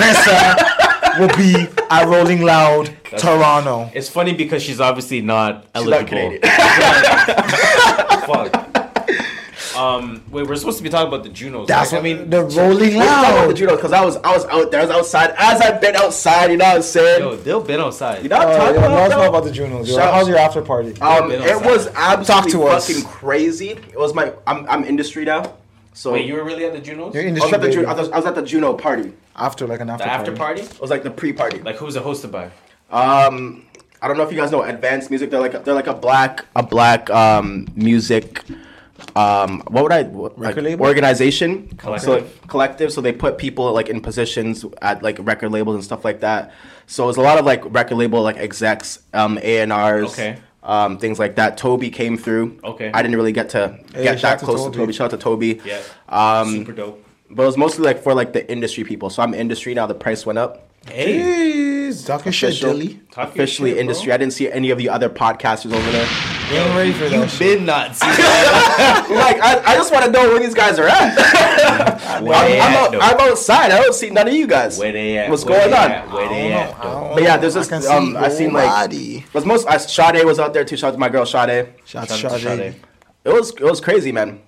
[SPEAKER 3] Pressa will be at Rolling Loud Toronto.
[SPEAKER 1] It's funny because she's obviously not
[SPEAKER 2] not
[SPEAKER 1] eligible.
[SPEAKER 2] Canadian.
[SPEAKER 1] Fuck. Um, wait, we're supposed to be talking about the Junos.
[SPEAKER 3] That's
[SPEAKER 1] right?
[SPEAKER 3] what I mean. The Rolling
[SPEAKER 2] We talking about the
[SPEAKER 3] Loud.
[SPEAKER 2] judo because I was, I was out there. I was outside. As I've been outside, you know what I'm saying?
[SPEAKER 1] Yo, they'll been outside.
[SPEAKER 2] you know what I'm
[SPEAKER 3] Uh,
[SPEAKER 2] talking
[SPEAKER 3] yeah, no,
[SPEAKER 2] about?
[SPEAKER 3] it's
[SPEAKER 2] bro?
[SPEAKER 3] not about the Junos. yo.
[SPEAKER 2] Shout-
[SPEAKER 3] How's your after party?
[SPEAKER 2] Um,
[SPEAKER 1] Middle
[SPEAKER 2] it was
[SPEAKER 1] side.
[SPEAKER 2] absolutely
[SPEAKER 3] to us.
[SPEAKER 2] fucking crazy. It was my I'm, I'm industry now, so
[SPEAKER 1] Wait, you were really at the Junos?
[SPEAKER 3] You're in
[SPEAKER 2] I was at the Ju-
[SPEAKER 3] baby.
[SPEAKER 2] I was, I was at the Juno party.
[SPEAKER 3] after like an after,
[SPEAKER 1] the after party?
[SPEAKER 2] It was like the pre-party.
[SPEAKER 1] Like, who was it hosted by?
[SPEAKER 2] Um, I don't know if you guys know Advanced Music. They're like a, they're like a black a black um music. Um, what would I what, like,
[SPEAKER 3] label?
[SPEAKER 2] organization
[SPEAKER 1] Collective.
[SPEAKER 2] So like, collective. So they put people like in positions at like record labels and stuff like that. So it was a lot of like record label like execs, um, A and R's,
[SPEAKER 1] Okay.
[SPEAKER 2] um, things like that. Toby came through.
[SPEAKER 1] Okay.
[SPEAKER 2] I didn't really get to
[SPEAKER 3] Hey,
[SPEAKER 2] get
[SPEAKER 3] shout
[SPEAKER 2] that
[SPEAKER 3] out to
[SPEAKER 2] close to
[SPEAKER 3] Toby.
[SPEAKER 2] Toby. Shout out to Toby.
[SPEAKER 1] Yeah.
[SPEAKER 2] Um,
[SPEAKER 1] Super dope.
[SPEAKER 2] but it was mostly like for like the industry people. So I'm industry now. The price went up.
[SPEAKER 1] Hey.
[SPEAKER 3] Jeez, talking shit,
[SPEAKER 2] Official-
[SPEAKER 3] Dilly.
[SPEAKER 1] Talk your
[SPEAKER 2] officially
[SPEAKER 1] shit, bro.
[SPEAKER 2] industry. I didn't see any of the other podcasters over there.
[SPEAKER 3] You ain't ready for that shit.
[SPEAKER 1] Did not see that.
[SPEAKER 2] like I, I just want to know where these guys are at. I'm,
[SPEAKER 1] Where they
[SPEAKER 2] I'm
[SPEAKER 1] at,
[SPEAKER 2] out-
[SPEAKER 1] though?
[SPEAKER 2] I'm outside. I don't see none of you guys.
[SPEAKER 1] Where they at?
[SPEAKER 2] What's
[SPEAKER 1] Where
[SPEAKER 2] going
[SPEAKER 1] they
[SPEAKER 2] on?
[SPEAKER 1] At? Where they at? though?
[SPEAKER 2] But yeah, there's this.
[SPEAKER 3] I
[SPEAKER 2] I,
[SPEAKER 3] can
[SPEAKER 2] um,
[SPEAKER 3] see
[SPEAKER 2] I seen like
[SPEAKER 3] nobody.
[SPEAKER 2] was most. I, Sade was out there too. Shout out to my girl Sade. It
[SPEAKER 3] Shout
[SPEAKER 1] Shout out to
[SPEAKER 3] Sade.
[SPEAKER 1] Sade.
[SPEAKER 2] was it was crazy, man.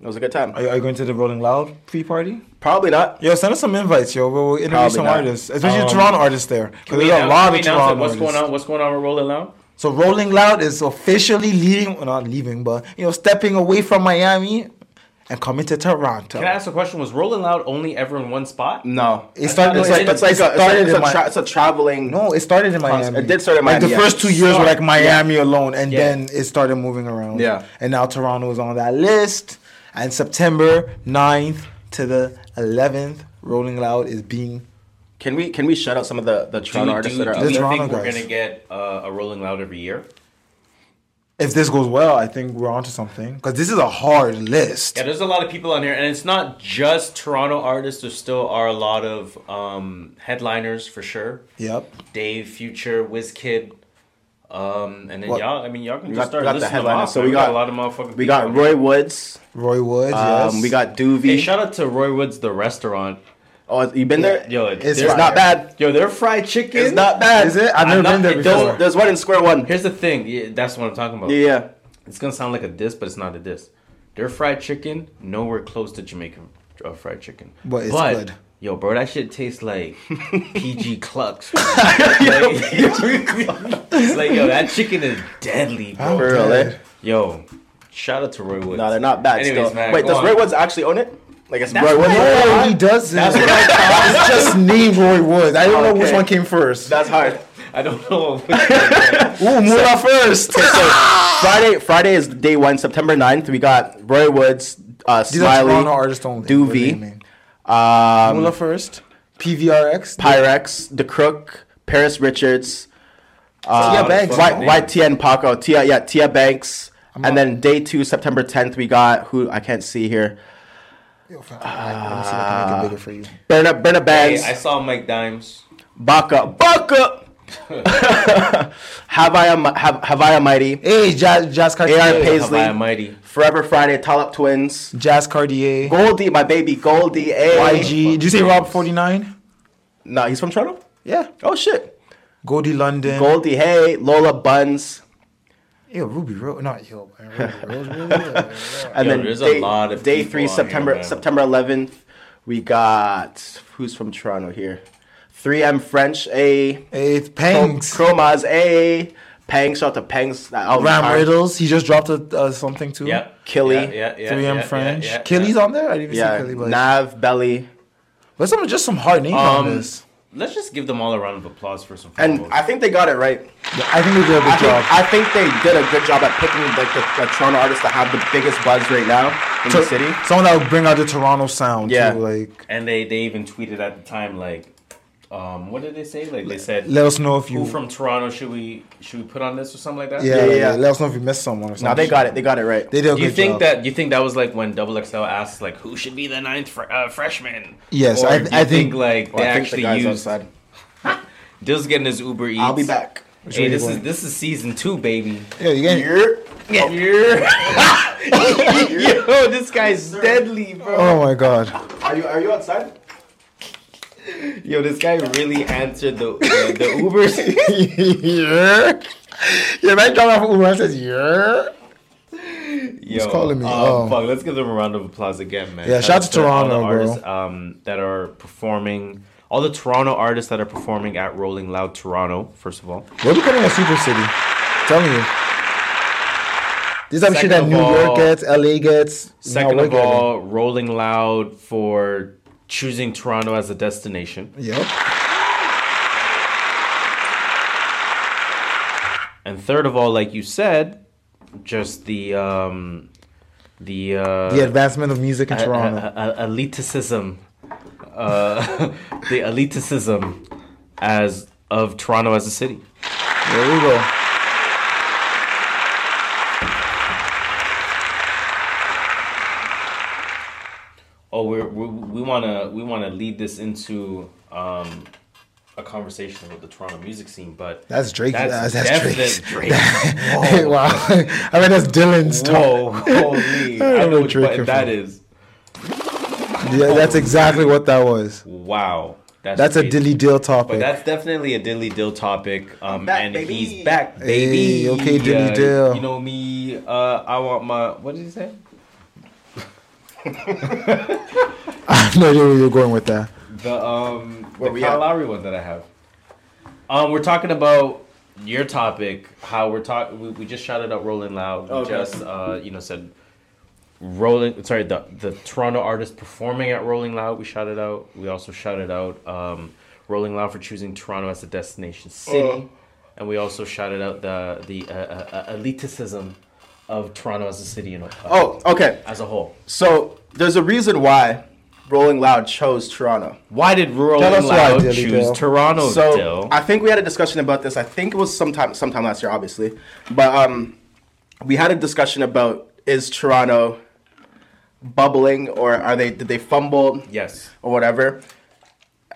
[SPEAKER 2] It was a good time.
[SPEAKER 3] Are you, are you going to the Rolling Loud pre-party?
[SPEAKER 2] Probably not.
[SPEAKER 3] Yo, send us some invites, yo. We'll, we'll interview
[SPEAKER 2] Probably
[SPEAKER 3] some
[SPEAKER 2] not.
[SPEAKER 3] artists, especially
[SPEAKER 1] Um,
[SPEAKER 3] Toronto artists there. Because
[SPEAKER 1] We
[SPEAKER 3] there's a
[SPEAKER 1] announce-
[SPEAKER 3] lot
[SPEAKER 1] we
[SPEAKER 3] of
[SPEAKER 1] announce it. What's
[SPEAKER 3] Toronto artists.
[SPEAKER 1] going on? What's going on with Rolling Loud?
[SPEAKER 3] So Rolling Loud is officially leading, well, not leaving, but you know, stepping away from Miami and coming to Toronto.
[SPEAKER 1] Can I ask a question? Was Rolling Loud only ever in one spot?
[SPEAKER 2] No.
[SPEAKER 3] It started-
[SPEAKER 2] It's like
[SPEAKER 3] it
[SPEAKER 2] it's like a, it's, like,
[SPEAKER 3] started
[SPEAKER 2] it's,
[SPEAKER 3] in
[SPEAKER 2] a
[SPEAKER 3] my-
[SPEAKER 2] tra- it's a traveling.
[SPEAKER 3] No, it started in Miami.
[SPEAKER 2] It did start in
[SPEAKER 3] Like
[SPEAKER 2] Miami,
[SPEAKER 3] the
[SPEAKER 2] yeah.
[SPEAKER 3] first two years were
[SPEAKER 1] Start.
[SPEAKER 3] like Miami alone, and
[SPEAKER 1] Yeah.
[SPEAKER 3] then it started moving around.
[SPEAKER 2] Yeah.
[SPEAKER 3] And now Toronto was on that list. And September 9th to the 11th, Rolling Loud is being.
[SPEAKER 2] Can we can we shout out some of the the
[SPEAKER 1] Do,
[SPEAKER 2] Toronto
[SPEAKER 1] do,
[SPEAKER 2] artists
[SPEAKER 1] do,
[SPEAKER 2] that are out
[SPEAKER 1] we
[SPEAKER 3] This
[SPEAKER 2] there?
[SPEAKER 3] Toronto
[SPEAKER 1] think we're
[SPEAKER 3] guys.
[SPEAKER 1] gonna get uh, a Rolling Loud every year?
[SPEAKER 3] If this goes well, I think we're onto something. Because this is a hard list.
[SPEAKER 1] Yeah, there's a lot of people on here, and it's not just Toronto artists. There still are a lot of um, headliners for sure.
[SPEAKER 3] Yep.
[SPEAKER 1] Dave, Future, Wizkid, um, and then
[SPEAKER 3] What-
[SPEAKER 1] y'all. I mean, y'all can
[SPEAKER 2] We
[SPEAKER 1] just
[SPEAKER 2] got-
[SPEAKER 1] start
[SPEAKER 2] we got the
[SPEAKER 1] listening. to
[SPEAKER 2] headliners.
[SPEAKER 1] Mob,
[SPEAKER 2] So
[SPEAKER 1] man.
[SPEAKER 2] we
[SPEAKER 1] a
[SPEAKER 2] got-
[SPEAKER 1] lot of motherfucking.
[SPEAKER 2] We
[SPEAKER 1] people
[SPEAKER 2] got
[SPEAKER 1] on
[SPEAKER 2] Roy Woods.
[SPEAKER 3] Roy Woods,
[SPEAKER 2] Um,
[SPEAKER 3] yes.
[SPEAKER 2] we got
[SPEAKER 1] here.
[SPEAKER 2] Doovie.
[SPEAKER 1] Hey, shout out to Roy Woods, the restaurant.
[SPEAKER 2] oh, you been there?
[SPEAKER 1] Yo,
[SPEAKER 3] It's
[SPEAKER 1] they're-
[SPEAKER 2] it's not bad.
[SPEAKER 1] Yo, their fried chicken.
[SPEAKER 2] It's not bad.
[SPEAKER 3] Is it? I've never
[SPEAKER 1] I'm not-
[SPEAKER 3] been there
[SPEAKER 1] it
[SPEAKER 3] before.
[SPEAKER 1] doesn't-
[SPEAKER 2] There's, there's one in square one.
[SPEAKER 1] Here's the thing. Yeah, that's what I'm talking about.
[SPEAKER 2] Yeah, yeah.
[SPEAKER 1] It's gonna sound like a diss, but it's not a diss. Their fried chicken nowhere close to Jamaican uh, fried chicken.
[SPEAKER 3] But it's good.
[SPEAKER 1] Yo, bro, that shit tastes like PG Clux. It's like, yo, that chicken is deadly, bro.
[SPEAKER 2] For real, eh?
[SPEAKER 1] Yo, shout out to Roy Woods.
[SPEAKER 2] No, they're not bad.
[SPEAKER 1] Anyways,
[SPEAKER 2] still.
[SPEAKER 1] man,
[SPEAKER 2] Wait,
[SPEAKER 1] go
[SPEAKER 2] does
[SPEAKER 1] on.
[SPEAKER 2] Roy Woods actually own it? Like it's
[SPEAKER 1] That's
[SPEAKER 2] Roy
[SPEAKER 1] what
[SPEAKER 2] Woods.
[SPEAKER 1] I-
[SPEAKER 3] Oh, he does it. It's just named Roy Woods. I don't know which
[SPEAKER 2] Okay.
[SPEAKER 3] one came first.
[SPEAKER 2] That's hard.
[SPEAKER 1] I don't know. What
[SPEAKER 3] Ooh, Mula first.
[SPEAKER 2] Okay, so Friday, Friday is day one, September 9th. We got Roy Woods, uh,
[SPEAKER 3] These are
[SPEAKER 2] Smiley,
[SPEAKER 3] Toronto artists only.
[SPEAKER 2] Doovie.
[SPEAKER 3] What they mean.
[SPEAKER 2] um,
[SPEAKER 3] Mula first. PVRX.
[SPEAKER 2] Pyrex, The Crook, Paris Richards, uh,
[SPEAKER 3] Tia Banks.
[SPEAKER 2] Y- YTN Paco, Tia, yeah, Tia Banks.
[SPEAKER 3] not-
[SPEAKER 2] and then day two, September 10th, we got who I can't see here.
[SPEAKER 3] Yo, fam, alright, let me see if I can
[SPEAKER 2] Ah.
[SPEAKER 3] make it bigger for you.
[SPEAKER 2] Berna, Berna
[SPEAKER 1] hey,
[SPEAKER 2] Banks,
[SPEAKER 1] I saw Mike Dimes.
[SPEAKER 2] Baka, Baka, Havaya, Hav- Havaya Mighty,
[SPEAKER 3] Hey, Jazz, Jazz
[SPEAKER 2] AR
[SPEAKER 3] Cartier.
[SPEAKER 2] Paisley,
[SPEAKER 1] Havaya
[SPEAKER 3] Hmm?
[SPEAKER 1] Mighty.
[SPEAKER 2] Forever Friday, Tallup Twins,
[SPEAKER 3] Jazz Cartier.
[SPEAKER 2] Goldie, my baby Goldie, A.
[SPEAKER 3] YG. Did you say Rob 49?
[SPEAKER 2] No, he's from Toronto?
[SPEAKER 3] Yeah.
[SPEAKER 2] Oh shit.
[SPEAKER 3] Goldie London.
[SPEAKER 2] Goldie, hey, Lola Buns.
[SPEAKER 3] Yo, Ruby Rose. Not yo. man, Ruby Rose, Ruby Rose.
[SPEAKER 2] And
[SPEAKER 1] Yo,
[SPEAKER 2] then
[SPEAKER 1] there's a
[SPEAKER 2] day,
[SPEAKER 1] lot of
[SPEAKER 2] day
[SPEAKER 1] people
[SPEAKER 2] three,
[SPEAKER 1] on here,
[SPEAKER 2] September
[SPEAKER 1] man.
[SPEAKER 2] September eleventh, we got who's from Toronto here? 3M French A
[SPEAKER 3] Hey, it's Pangs.
[SPEAKER 2] Chromas A Pangs shout out to Pangs uh, out
[SPEAKER 3] Ram
[SPEAKER 2] Ram
[SPEAKER 3] Riddles. He just dropped a, uh, something too.
[SPEAKER 1] Yeah.
[SPEAKER 2] Killy.
[SPEAKER 1] Yeah, yeah, yeah.
[SPEAKER 3] 3M
[SPEAKER 1] yeah,
[SPEAKER 3] French.
[SPEAKER 1] yeah, yeah,
[SPEAKER 3] Killy's
[SPEAKER 1] yeah.
[SPEAKER 3] on there? I didn't even
[SPEAKER 2] Yeah,
[SPEAKER 3] see Killy. But,
[SPEAKER 2] Nav Belly.
[SPEAKER 3] but some, just some hard names on
[SPEAKER 1] Um,
[SPEAKER 3] this.
[SPEAKER 1] Let's just give them all a round of applause for some.
[SPEAKER 2] And I think they got it right.
[SPEAKER 3] Yeah, I think they did a good
[SPEAKER 2] I think,
[SPEAKER 3] job.
[SPEAKER 2] I think they did a good job at picking like the, the Toronto artists that have the biggest buzz right now in
[SPEAKER 3] So-
[SPEAKER 2] the city.
[SPEAKER 3] Someone that would bring out the Toronto sound.
[SPEAKER 2] Yeah.
[SPEAKER 3] Too, like,
[SPEAKER 1] And they, they even tweeted at the time like, um, what did they say? Like they said,
[SPEAKER 3] let us know if you.
[SPEAKER 1] who from Toronto should we should we put on this or something like that?
[SPEAKER 3] yeah, yeah,
[SPEAKER 2] yeah, yeah.
[SPEAKER 3] yeah. Let us know if you missed someone or something.
[SPEAKER 2] Now they got it. They got it right.
[SPEAKER 3] They did a
[SPEAKER 1] Do you
[SPEAKER 3] good
[SPEAKER 1] think
[SPEAKER 3] job.
[SPEAKER 1] that you think that was like when Double XL asked like who should be the ninth fr- uh, freshman?
[SPEAKER 3] Yes,
[SPEAKER 1] Or
[SPEAKER 3] I-
[SPEAKER 1] do you
[SPEAKER 3] I think-
[SPEAKER 1] like they
[SPEAKER 2] Well, I think the
[SPEAKER 1] actually
[SPEAKER 2] guy's
[SPEAKER 1] used.
[SPEAKER 2] outside.
[SPEAKER 1] Dill's getting his Uber Eats.
[SPEAKER 2] I'll be back.
[SPEAKER 1] Hey,
[SPEAKER 3] way
[SPEAKER 1] this
[SPEAKER 3] you
[SPEAKER 1] is
[SPEAKER 3] going?
[SPEAKER 1] this is season two, baby.
[SPEAKER 3] Yeah, you get
[SPEAKER 2] Here.
[SPEAKER 1] Yo, this guy's deadly, bro.
[SPEAKER 3] Oh my god.
[SPEAKER 2] Are you are you outside?
[SPEAKER 1] Yo, this guy really answered the the, the Uber.
[SPEAKER 3] yeah. Yeah, man, drop off Uber and says, yeah.
[SPEAKER 1] Yo,
[SPEAKER 3] calling me?
[SPEAKER 1] um,
[SPEAKER 3] Oh.
[SPEAKER 1] fuck, let's give them a round of applause again, man.
[SPEAKER 3] Yeah, shout out to
[SPEAKER 1] all the
[SPEAKER 3] Toronto, bro.
[SPEAKER 1] artists, um, that are performing, all the Toronto artists that are performing at Rolling Loud Toronto. First of all,
[SPEAKER 3] We're becoming a super city. telling you. This is shit that
[SPEAKER 1] Second
[SPEAKER 3] New
[SPEAKER 1] of all-
[SPEAKER 3] York gets, LA gets. now
[SPEAKER 1] second
[SPEAKER 3] we're
[SPEAKER 1] of
[SPEAKER 3] getting.
[SPEAKER 1] all, Rolling Loud for choosing Toronto as a destination,
[SPEAKER 3] Yep.
[SPEAKER 1] and third of all, like you said, just the um, the uh,
[SPEAKER 3] The advancement of music in
[SPEAKER 1] uh,
[SPEAKER 3] Toronto.
[SPEAKER 1] uh, uh, eliticism, uh, the eliticism as of Toronto as a city.
[SPEAKER 3] there we go.
[SPEAKER 1] Oh, we're, we we want to we want to lead this into um, a conversation about the Toronto music scene, but
[SPEAKER 3] That's Drake. That's, that's,
[SPEAKER 1] definite
[SPEAKER 3] Drake's.
[SPEAKER 1] Drake. Oh.
[SPEAKER 3] wow. I mean, that's Dylan's talk.
[SPEAKER 1] Whoa, holy!
[SPEAKER 3] I
[SPEAKER 1] I,
[SPEAKER 3] don't know
[SPEAKER 1] know which
[SPEAKER 3] Drake
[SPEAKER 1] button
[SPEAKER 3] you're
[SPEAKER 1] that
[SPEAKER 3] from.
[SPEAKER 1] is.
[SPEAKER 3] Yeah, that's exactly what that was.
[SPEAKER 1] Wow,
[SPEAKER 3] That's a
[SPEAKER 1] crazy.
[SPEAKER 3] dilly dill
[SPEAKER 1] But
[SPEAKER 3] topic.
[SPEAKER 1] that's definitely a dilly dill topic. Um,
[SPEAKER 2] back,
[SPEAKER 1] and
[SPEAKER 2] baby.
[SPEAKER 1] he's back, baby.
[SPEAKER 3] Hey, okay,
[SPEAKER 1] Uh,
[SPEAKER 3] dilly dill.
[SPEAKER 1] You know me. Uh, I want my. What did he say?
[SPEAKER 3] I have no idea where you're going with that.
[SPEAKER 1] The um,
[SPEAKER 2] Where
[SPEAKER 1] the
[SPEAKER 2] we
[SPEAKER 1] Kyle
[SPEAKER 2] at?
[SPEAKER 1] Lowry one that I have. Um, we're talking about your topic. How we're talking. We, we just shouted out Rolling Loud. We
[SPEAKER 2] Oh, Okay.
[SPEAKER 1] just uh, you know, said Rolling. Sorry, the the Toronto artist performing at Rolling Loud. We shouted out. We also shouted out um, Rolling Loud for choosing Toronto as a
[SPEAKER 2] Uh.
[SPEAKER 1] destination city. And we also shouted out the the uh, uh, uh, elitism of Toronto as a city and uh,
[SPEAKER 2] Oh, okay.
[SPEAKER 1] as a whole.
[SPEAKER 2] So there's a reason why Rolling Loud chose Toronto.
[SPEAKER 1] Why did Rolling
[SPEAKER 3] us why,
[SPEAKER 1] Loud
[SPEAKER 3] Dilly
[SPEAKER 1] choose
[SPEAKER 3] Dill.
[SPEAKER 1] Toronto?
[SPEAKER 2] so
[SPEAKER 1] Dill?
[SPEAKER 2] I think we had a discussion about this. I think it was sometime sometime last year, obviously, but um, we had a discussion about is Toronto bubbling or are they did they fumble
[SPEAKER 1] yes.
[SPEAKER 2] or whatever.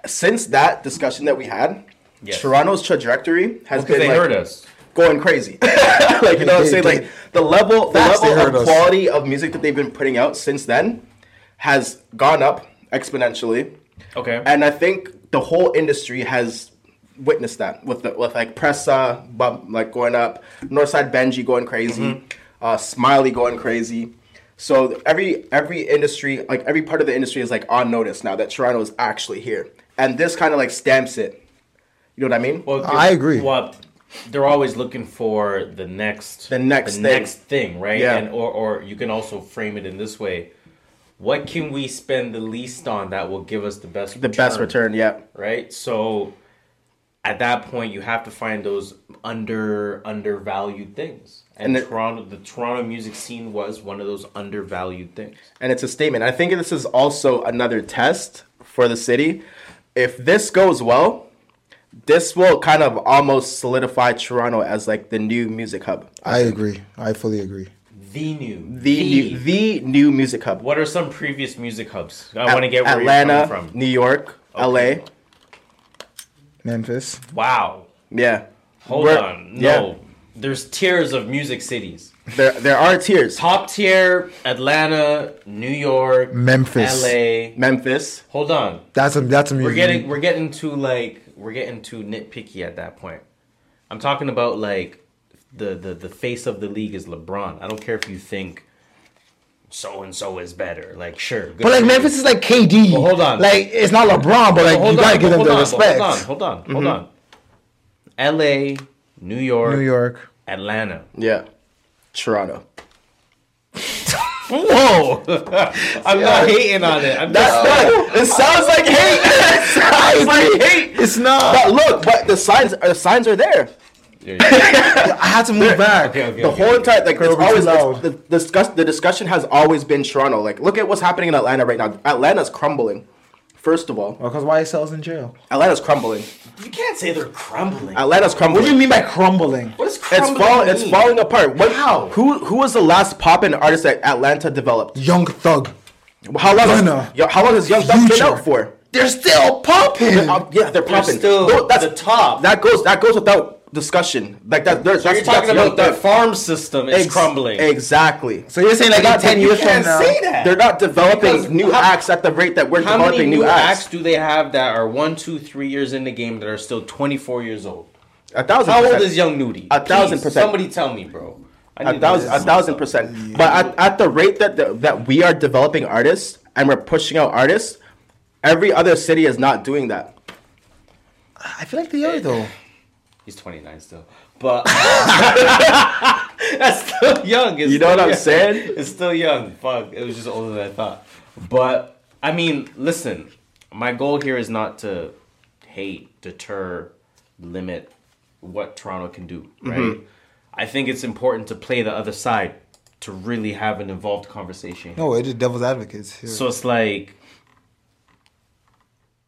[SPEAKER 2] Since that discussion that we had,
[SPEAKER 1] Yes.
[SPEAKER 2] Toronto's trajectory has
[SPEAKER 1] Because
[SPEAKER 2] been
[SPEAKER 1] they
[SPEAKER 2] like,
[SPEAKER 1] heard us.
[SPEAKER 2] going crazy. like you know what I'm
[SPEAKER 3] They-
[SPEAKER 2] saying?
[SPEAKER 3] they-
[SPEAKER 2] Like the level, the
[SPEAKER 3] Facts, they
[SPEAKER 2] level
[SPEAKER 3] heard
[SPEAKER 2] of
[SPEAKER 3] us.
[SPEAKER 2] quality of music that they've been putting out since then has gone up exponentially,
[SPEAKER 1] Okay.
[SPEAKER 2] and I think the whole industry has witnessed that with the, with like Pressa bump like going up, Northside Benji going crazy,
[SPEAKER 3] Mm-hmm.
[SPEAKER 2] uh, Smiley going crazy. So every every industry, like every part of the industry, is like on notice now that Toronto is actually here, and this kind of like stamps it. You know what I mean?
[SPEAKER 1] well,
[SPEAKER 3] I agree.
[SPEAKER 1] Well, they're always looking for the next,
[SPEAKER 2] The next thing.
[SPEAKER 1] next thing, right?
[SPEAKER 2] Yeah.
[SPEAKER 1] And or or you can also frame it in this way: what can we spend the least on that will give us the best,
[SPEAKER 2] the best return, yeah.
[SPEAKER 1] right? So, at that point, you have to find those under undervalued things. And,
[SPEAKER 2] And it-
[SPEAKER 1] Toronto, the Toronto music scene was one of those undervalued things.
[SPEAKER 2] and it's a statement. I think this is also another test for the city. If this goes well, this will kind of almost solidify Toronto as like the new music hub.
[SPEAKER 3] I agree. I fully agree.
[SPEAKER 1] The new,
[SPEAKER 2] The new, the new music hub.
[SPEAKER 1] What are some previous music hubs? I want to get where
[SPEAKER 2] Atlanta,
[SPEAKER 1] you're coming from.
[SPEAKER 2] New York, LA.
[SPEAKER 3] Memphis.
[SPEAKER 1] Wow.
[SPEAKER 2] Yeah.
[SPEAKER 1] Hold
[SPEAKER 2] We're-
[SPEAKER 1] on. No.
[SPEAKER 2] yeah.
[SPEAKER 1] There's tiers of music cities.
[SPEAKER 2] There there are tiers.
[SPEAKER 1] Top tier Atlanta, New York,
[SPEAKER 3] Memphis.
[SPEAKER 1] LA.
[SPEAKER 3] Mm-hmm.
[SPEAKER 2] Memphis.
[SPEAKER 1] Hold on.
[SPEAKER 3] That's a that's a music.
[SPEAKER 1] We're getting we're getting too like we're getting too nitpicky at that point. I'm talking about like the the the face of the league is LeBron. I don't care if you think so and so is better. Like sure. good
[SPEAKER 3] but like
[SPEAKER 1] for you.
[SPEAKER 3] Memphis is like KD.
[SPEAKER 1] But hold on.
[SPEAKER 3] Like it's not LeBron, but
[SPEAKER 1] But
[SPEAKER 3] like
[SPEAKER 1] hold
[SPEAKER 3] you
[SPEAKER 1] on,
[SPEAKER 3] gotta give
[SPEAKER 1] but hold
[SPEAKER 3] them the
[SPEAKER 1] on, but
[SPEAKER 3] respect. Mm-hmm.
[SPEAKER 1] Hold on. Hold on. Hold on. LA, New York,
[SPEAKER 3] New York.
[SPEAKER 1] Atlanta.
[SPEAKER 2] Yeah. Toronto.
[SPEAKER 1] Whoa! I'm not hating on it. I'm just,
[SPEAKER 2] it sounds like hate. it sounds like hate.
[SPEAKER 3] It's not.
[SPEAKER 2] But look, but the signs the signs are there.
[SPEAKER 3] I had to move back.
[SPEAKER 1] Okay, okay,
[SPEAKER 2] the
[SPEAKER 1] okay.
[SPEAKER 2] whole entire like it's
[SPEAKER 3] we're too
[SPEAKER 2] always
[SPEAKER 3] loud.
[SPEAKER 2] the, the discuss the discussion has always been Toronto. Like look at what's happening in Atlanta right now. Atlanta's crumbling. First of all,
[SPEAKER 3] Because YSL's in jail.
[SPEAKER 2] Atlanta's crumbling.
[SPEAKER 1] you can't say they're crumbling.
[SPEAKER 2] Atlanta's crumbling.
[SPEAKER 3] What do you mean by crumbling?
[SPEAKER 1] What is crumbling?
[SPEAKER 2] It's falling. It's
[SPEAKER 1] mean?
[SPEAKER 2] falling apart. What?
[SPEAKER 1] How?
[SPEAKER 2] Who? Who was the last poppin' artist that Atlanta developed?
[SPEAKER 3] Young Thug.
[SPEAKER 2] How long?
[SPEAKER 3] Gunna.
[SPEAKER 2] Has, yo- how long has Young Thug been
[SPEAKER 3] Future.
[SPEAKER 2] out for?
[SPEAKER 3] They're still popping.
[SPEAKER 2] Uh, yeah, they're popping.
[SPEAKER 1] still
[SPEAKER 2] Tho- that's
[SPEAKER 1] the top.
[SPEAKER 2] That goes. That goes without discussion. Like that. There's.
[SPEAKER 1] So you're
[SPEAKER 2] that's,
[SPEAKER 1] talking
[SPEAKER 2] that's Young
[SPEAKER 1] about their
[SPEAKER 2] Thug.
[SPEAKER 1] farm system is
[SPEAKER 2] Ex-
[SPEAKER 1] crumbling.
[SPEAKER 2] Exactly.
[SPEAKER 3] So you're saying like in
[SPEAKER 2] not-
[SPEAKER 3] ten
[SPEAKER 2] you
[SPEAKER 3] years from
[SPEAKER 1] can't
[SPEAKER 3] now?
[SPEAKER 1] say that.
[SPEAKER 2] They're not developing
[SPEAKER 1] Because
[SPEAKER 2] new
[SPEAKER 1] how-
[SPEAKER 2] acts at the rate that we're
[SPEAKER 1] How
[SPEAKER 2] developing
[SPEAKER 1] many new,
[SPEAKER 2] acts.
[SPEAKER 1] acts do they have that are one, two, three years in the game that are still 24 years old?
[SPEAKER 2] A thousand.
[SPEAKER 1] How old
[SPEAKER 2] percent.
[SPEAKER 1] is Young Nudie?
[SPEAKER 2] A thousand
[SPEAKER 1] Please,
[SPEAKER 2] percent.
[SPEAKER 1] Somebody tell me, bro. I
[SPEAKER 2] A
[SPEAKER 1] need
[SPEAKER 2] thousand,
[SPEAKER 1] this.
[SPEAKER 2] a thousand percent. But at, at the rate that the, that we are developing artists and we're pushing out artists, every other city is not doing that.
[SPEAKER 3] I feel like they are though.
[SPEAKER 1] He's 29 still, but uh, that's still young. It's
[SPEAKER 2] You know
[SPEAKER 1] still
[SPEAKER 2] what I'm
[SPEAKER 1] young.
[SPEAKER 2] saying?
[SPEAKER 1] It's still young. Fuck, it was just older than I thought. But I mean, listen, my goal here is not to hate, deter, limit what Toronto can do.
[SPEAKER 2] Mm-hmm.
[SPEAKER 1] Right? I think it's important to play the other side to really have an involved conversation.
[SPEAKER 3] No, it's just devil's advocates. Here.
[SPEAKER 1] So it's like,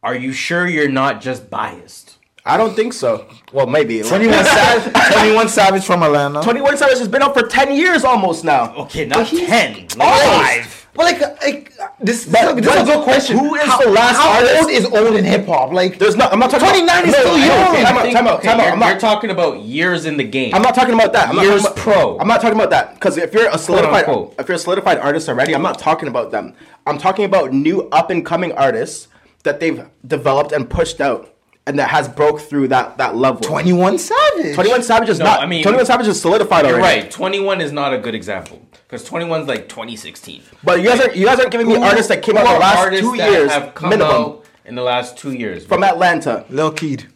[SPEAKER 1] are you sure you're not just biased?
[SPEAKER 2] I don't think so. Well, maybe. Like,
[SPEAKER 3] 21 Savage, 21 Savage from Atlanta.
[SPEAKER 2] Twenty One Savage has been out for ten years almost now.
[SPEAKER 1] Okay, not ten, like
[SPEAKER 2] Almost.
[SPEAKER 1] five.
[SPEAKER 3] But like, uh, like this, this
[SPEAKER 2] But-
[SPEAKER 3] is a
[SPEAKER 2] but
[SPEAKER 3] good question.
[SPEAKER 2] who is
[SPEAKER 3] How-
[SPEAKER 2] the last
[SPEAKER 3] How
[SPEAKER 2] artist-
[SPEAKER 3] old is old in hip hop? Like,
[SPEAKER 2] There's not. I'm not talking.
[SPEAKER 3] 29
[SPEAKER 2] about,
[SPEAKER 3] is still
[SPEAKER 2] I
[SPEAKER 3] young.
[SPEAKER 2] know, okay, Time
[SPEAKER 3] I
[SPEAKER 2] out.
[SPEAKER 1] think-
[SPEAKER 2] Time out.
[SPEAKER 1] okay,
[SPEAKER 2] Time out.
[SPEAKER 1] You're,
[SPEAKER 2] I'm
[SPEAKER 1] you're
[SPEAKER 2] not.
[SPEAKER 1] talking about years in the game.
[SPEAKER 2] I'm not talking about that. I'm not
[SPEAKER 1] Years
[SPEAKER 2] talking about,
[SPEAKER 1] pro.
[SPEAKER 2] I'm not talking about that because if you're a solidified,
[SPEAKER 1] unquote.
[SPEAKER 2] if you're a solidified artist already, I'm not talking about them. I'm talking about new up and coming artists that they've developed and pushed out, and that has broke through that that level.
[SPEAKER 3] Twenty One Savage.
[SPEAKER 2] 21 Savage is
[SPEAKER 1] No,
[SPEAKER 2] not.
[SPEAKER 1] I mean-
[SPEAKER 2] 21 Savage is solidified
[SPEAKER 1] You're
[SPEAKER 2] already.
[SPEAKER 1] right. 21 is not a good example because 21's like 2016.
[SPEAKER 2] But you guys are you guys aren't giving me
[SPEAKER 1] Who-
[SPEAKER 2] artists that came out
[SPEAKER 1] who
[SPEAKER 2] in the
[SPEAKER 1] are
[SPEAKER 2] last
[SPEAKER 1] artists
[SPEAKER 2] two
[SPEAKER 1] that
[SPEAKER 2] years
[SPEAKER 1] have come
[SPEAKER 2] minimum
[SPEAKER 1] out in the last two years
[SPEAKER 2] from Atlanta.
[SPEAKER 3] Lil Keed.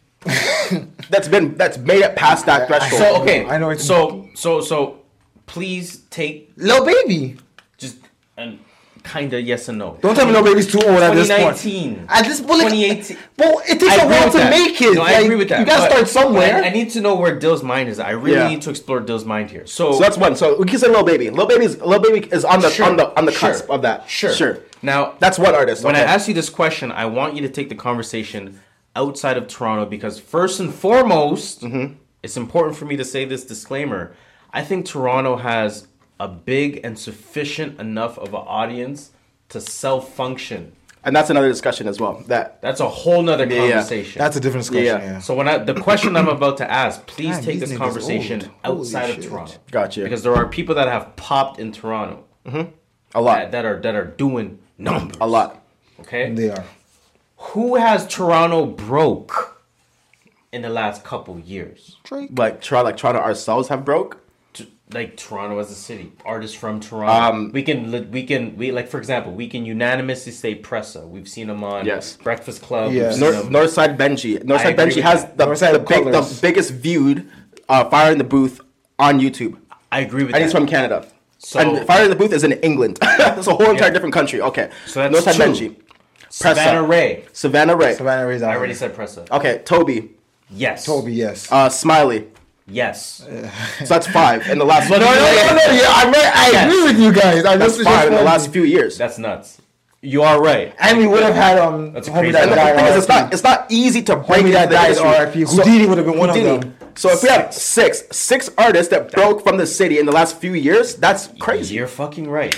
[SPEAKER 2] That's been that's made it past that threshold.
[SPEAKER 1] So okay,
[SPEAKER 3] I know it's-
[SPEAKER 1] so so so, please take
[SPEAKER 3] Lil Baby.
[SPEAKER 1] just and kind of yes and no.
[SPEAKER 3] Don't tell me no baby's too old at this point.
[SPEAKER 1] 2019.
[SPEAKER 3] At this point, like,
[SPEAKER 1] 2018.
[SPEAKER 3] Well, it takes
[SPEAKER 1] agree
[SPEAKER 3] a while
[SPEAKER 1] with
[SPEAKER 3] to
[SPEAKER 1] that.
[SPEAKER 3] make it.
[SPEAKER 1] No, I
[SPEAKER 3] Like,
[SPEAKER 1] agree with that.
[SPEAKER 3] You gotta
[SPEAKER 1] but-
[SPEAKER 3] start somewhere.
[SPEAKER 1] but I, I need to know where Dill's mind is. I really
[SPEAKER 2] Yeah.
[SPEAKER 1] need to explore Dill's mind here. So,
[SPEAKER 2] So that's one. So we can say Lil Baby. Lil Baby's Lil Baby is on the
[SPEAKER 1] Sure.
[SPEAKER 2] on the on the
[SPEAKER 1] Sure.
[SPEAKER 2] cusp of that.
[SPEAKER 1] Sure.
[SPEAKER 2] Sure.
[SPEAKER 1] Now-
[SPEAKER 2] that's one artist.
[SPEAKER 1] when I
[SPEAKER 2] okay.
[SPEAKER 1] ask you this question, I want you to take the conversation outside of Toronto because first and foremost,
[SPEAKER 3] Mm-hmm.
[SPEAKER 1] it's important for me to say this disclaimer. I think Toronto has a big and sufficient enough of an audience to self function.
[SPEAKER 2] and that's another discussion as well. That
[SPEAKER 1] That's a whole nother
[SPEAKER 2] Yeah, yeah.
[SPEAKER 1] conversation.
[SPEAKER 3] That's a different discussion.
[SPEAKER 2] Yeah.
[SPEAKER 3] Yeah.
[SPEAKER 1] So when I, the question I'm about to ask, please
[SPEAKER 3] Damn,
[SPEAKER 1] take
[SPEAKER 3] these
[SPEAKER 1] this
[SPEAKER 3] niggas
[SPEAKER 1] conversation
[SPEAKER 3] old. Holy
[SPEAKER 1] outside of
[SPEAKER 3] shit.
[SPEAKER 1] Toronto.
[SPEAKER 2] Gotcha.
[SPEAKER 1] Because there are people that have popped in Toronto
[SPEAKER 2] a
[SPEAKER 1] that,
[SPEAKER 2] lot,
[SPEAKER 1] that are that are doing numbers.
[SPEAKER 2] a lot.
[SPEAKER 1] Okay.
[SPEAKER 3] They are.
[SPEAKER 1] Who has Toronto broke in the last couple years?
[SPEAKER 2] Like try like Toronto ourselves have broke.
[SPEAKER 1] T- Like Toronto as a city, artists from Toronto.
[SPEAKER 2] Um,
[SPEAKER 1] we can li- we can we like for example we can unanimously say Pressa. We've seen them on
[SPEAKER 2] Yes.
[SPEAKER 1] Breakfast Club.
[SPEAKER 3] Yeah.
[SPEAKER 1] We've seen
[SPEAKER 2] North,
[SPEAKER 1] them-
[SPEAKER 2] Northside Benji. Northside
[SPEAKER 1] agree
[SPEAKER 2] Benji
[SPEAKER 1] with
[SPEAKER 2] has
[SPEAKER 1] that.
[SPEAKER 2] the,
[SPEAKER 3] Northside
[SPEAKER 2] the, big, the
[SPEAKER 3] Colors.
[SPEAKER 2] biggest viewed uh, Fire in the Booth on YouTube,
[SPEAKER 1] I agree with
[SPEAKER 2] and
[SPEAKER 1] that.
[SPEAKER 2] he's from Canada.
[SPEAKER 1] So-
[SPEAKER 2] and Fire in the Booth is in England. it's a whole entire
[SPEAKER 1] Yeah.
[SPEAKER 2] different country. Okay.
[SPEAKER 1] So that's
[SPEAKER 2] Northside
[SPEAKER 1] two.
[SPEAKER 2] Benji, Pressa, Um,
[SPEAKER 1] Savannah Ray.
[SPEAKER 2] Savannah Ray.
[SPEAKER 3] Savannah Ray's
[SPEAKER 1] I
[SPEAKER 3] out.
[SPEAKER 1] already
[SPEAKER 3] Already.
[SPEAKER 1] said Pressa.
[SPEAKER 2] Okay, Toby,
[SPEAKER 1] Yes.
[SPEAKER 3] Toby, yes.
[SPEAKER 2] uh, Smiley.
[SPEAKER 1] Yes.
[SPEAKER 2] So that's five in the last.
[SPEAKER 1] No, no,
[SPEAKER 3] no, no, no, no, yeah, I, re- I agree with you guys. I
[SPEAKER 2] That's
[SPEAKER 3] just
[SPEAKER 2] five in the
[SPEAKER 3] just-
[SPEAKER 2] last few years.
[SPEAKER 1] That's nuts. You are right.
[SPEAKER 3] And we would have had um.
[SPEAKER 1] That's
[SPEAKER 3] homie
[SPEAKER 1] crazy.
[SPEAKER 3] that
[SPEAKER 2] And the
[SPEAKER 3] died.
[SPEAKER 2] thing is, it's
[SPEAKER 3] RIP.
[SPEAKER 2] not it's not easy to break
[SPEAKER 3] Homie
[SPEAKER 2] into
[SPEAKER 3] that
[SPEAKER 2] the
[SPEAKER 3] died.
[SPEAKER 2] industry.
[SPEAKER 3] RIP.
[SPEAKER 2] So-
[SPEAKER 3] Houdini would have been one of
[SPEAKER 2] Houdini.
[SPEAKER 3] them.
[SPEAKER 2] So if we have six six artists that broke from the city in the last few years, that's crazy.
[SPEAKER 1] You're fucking right.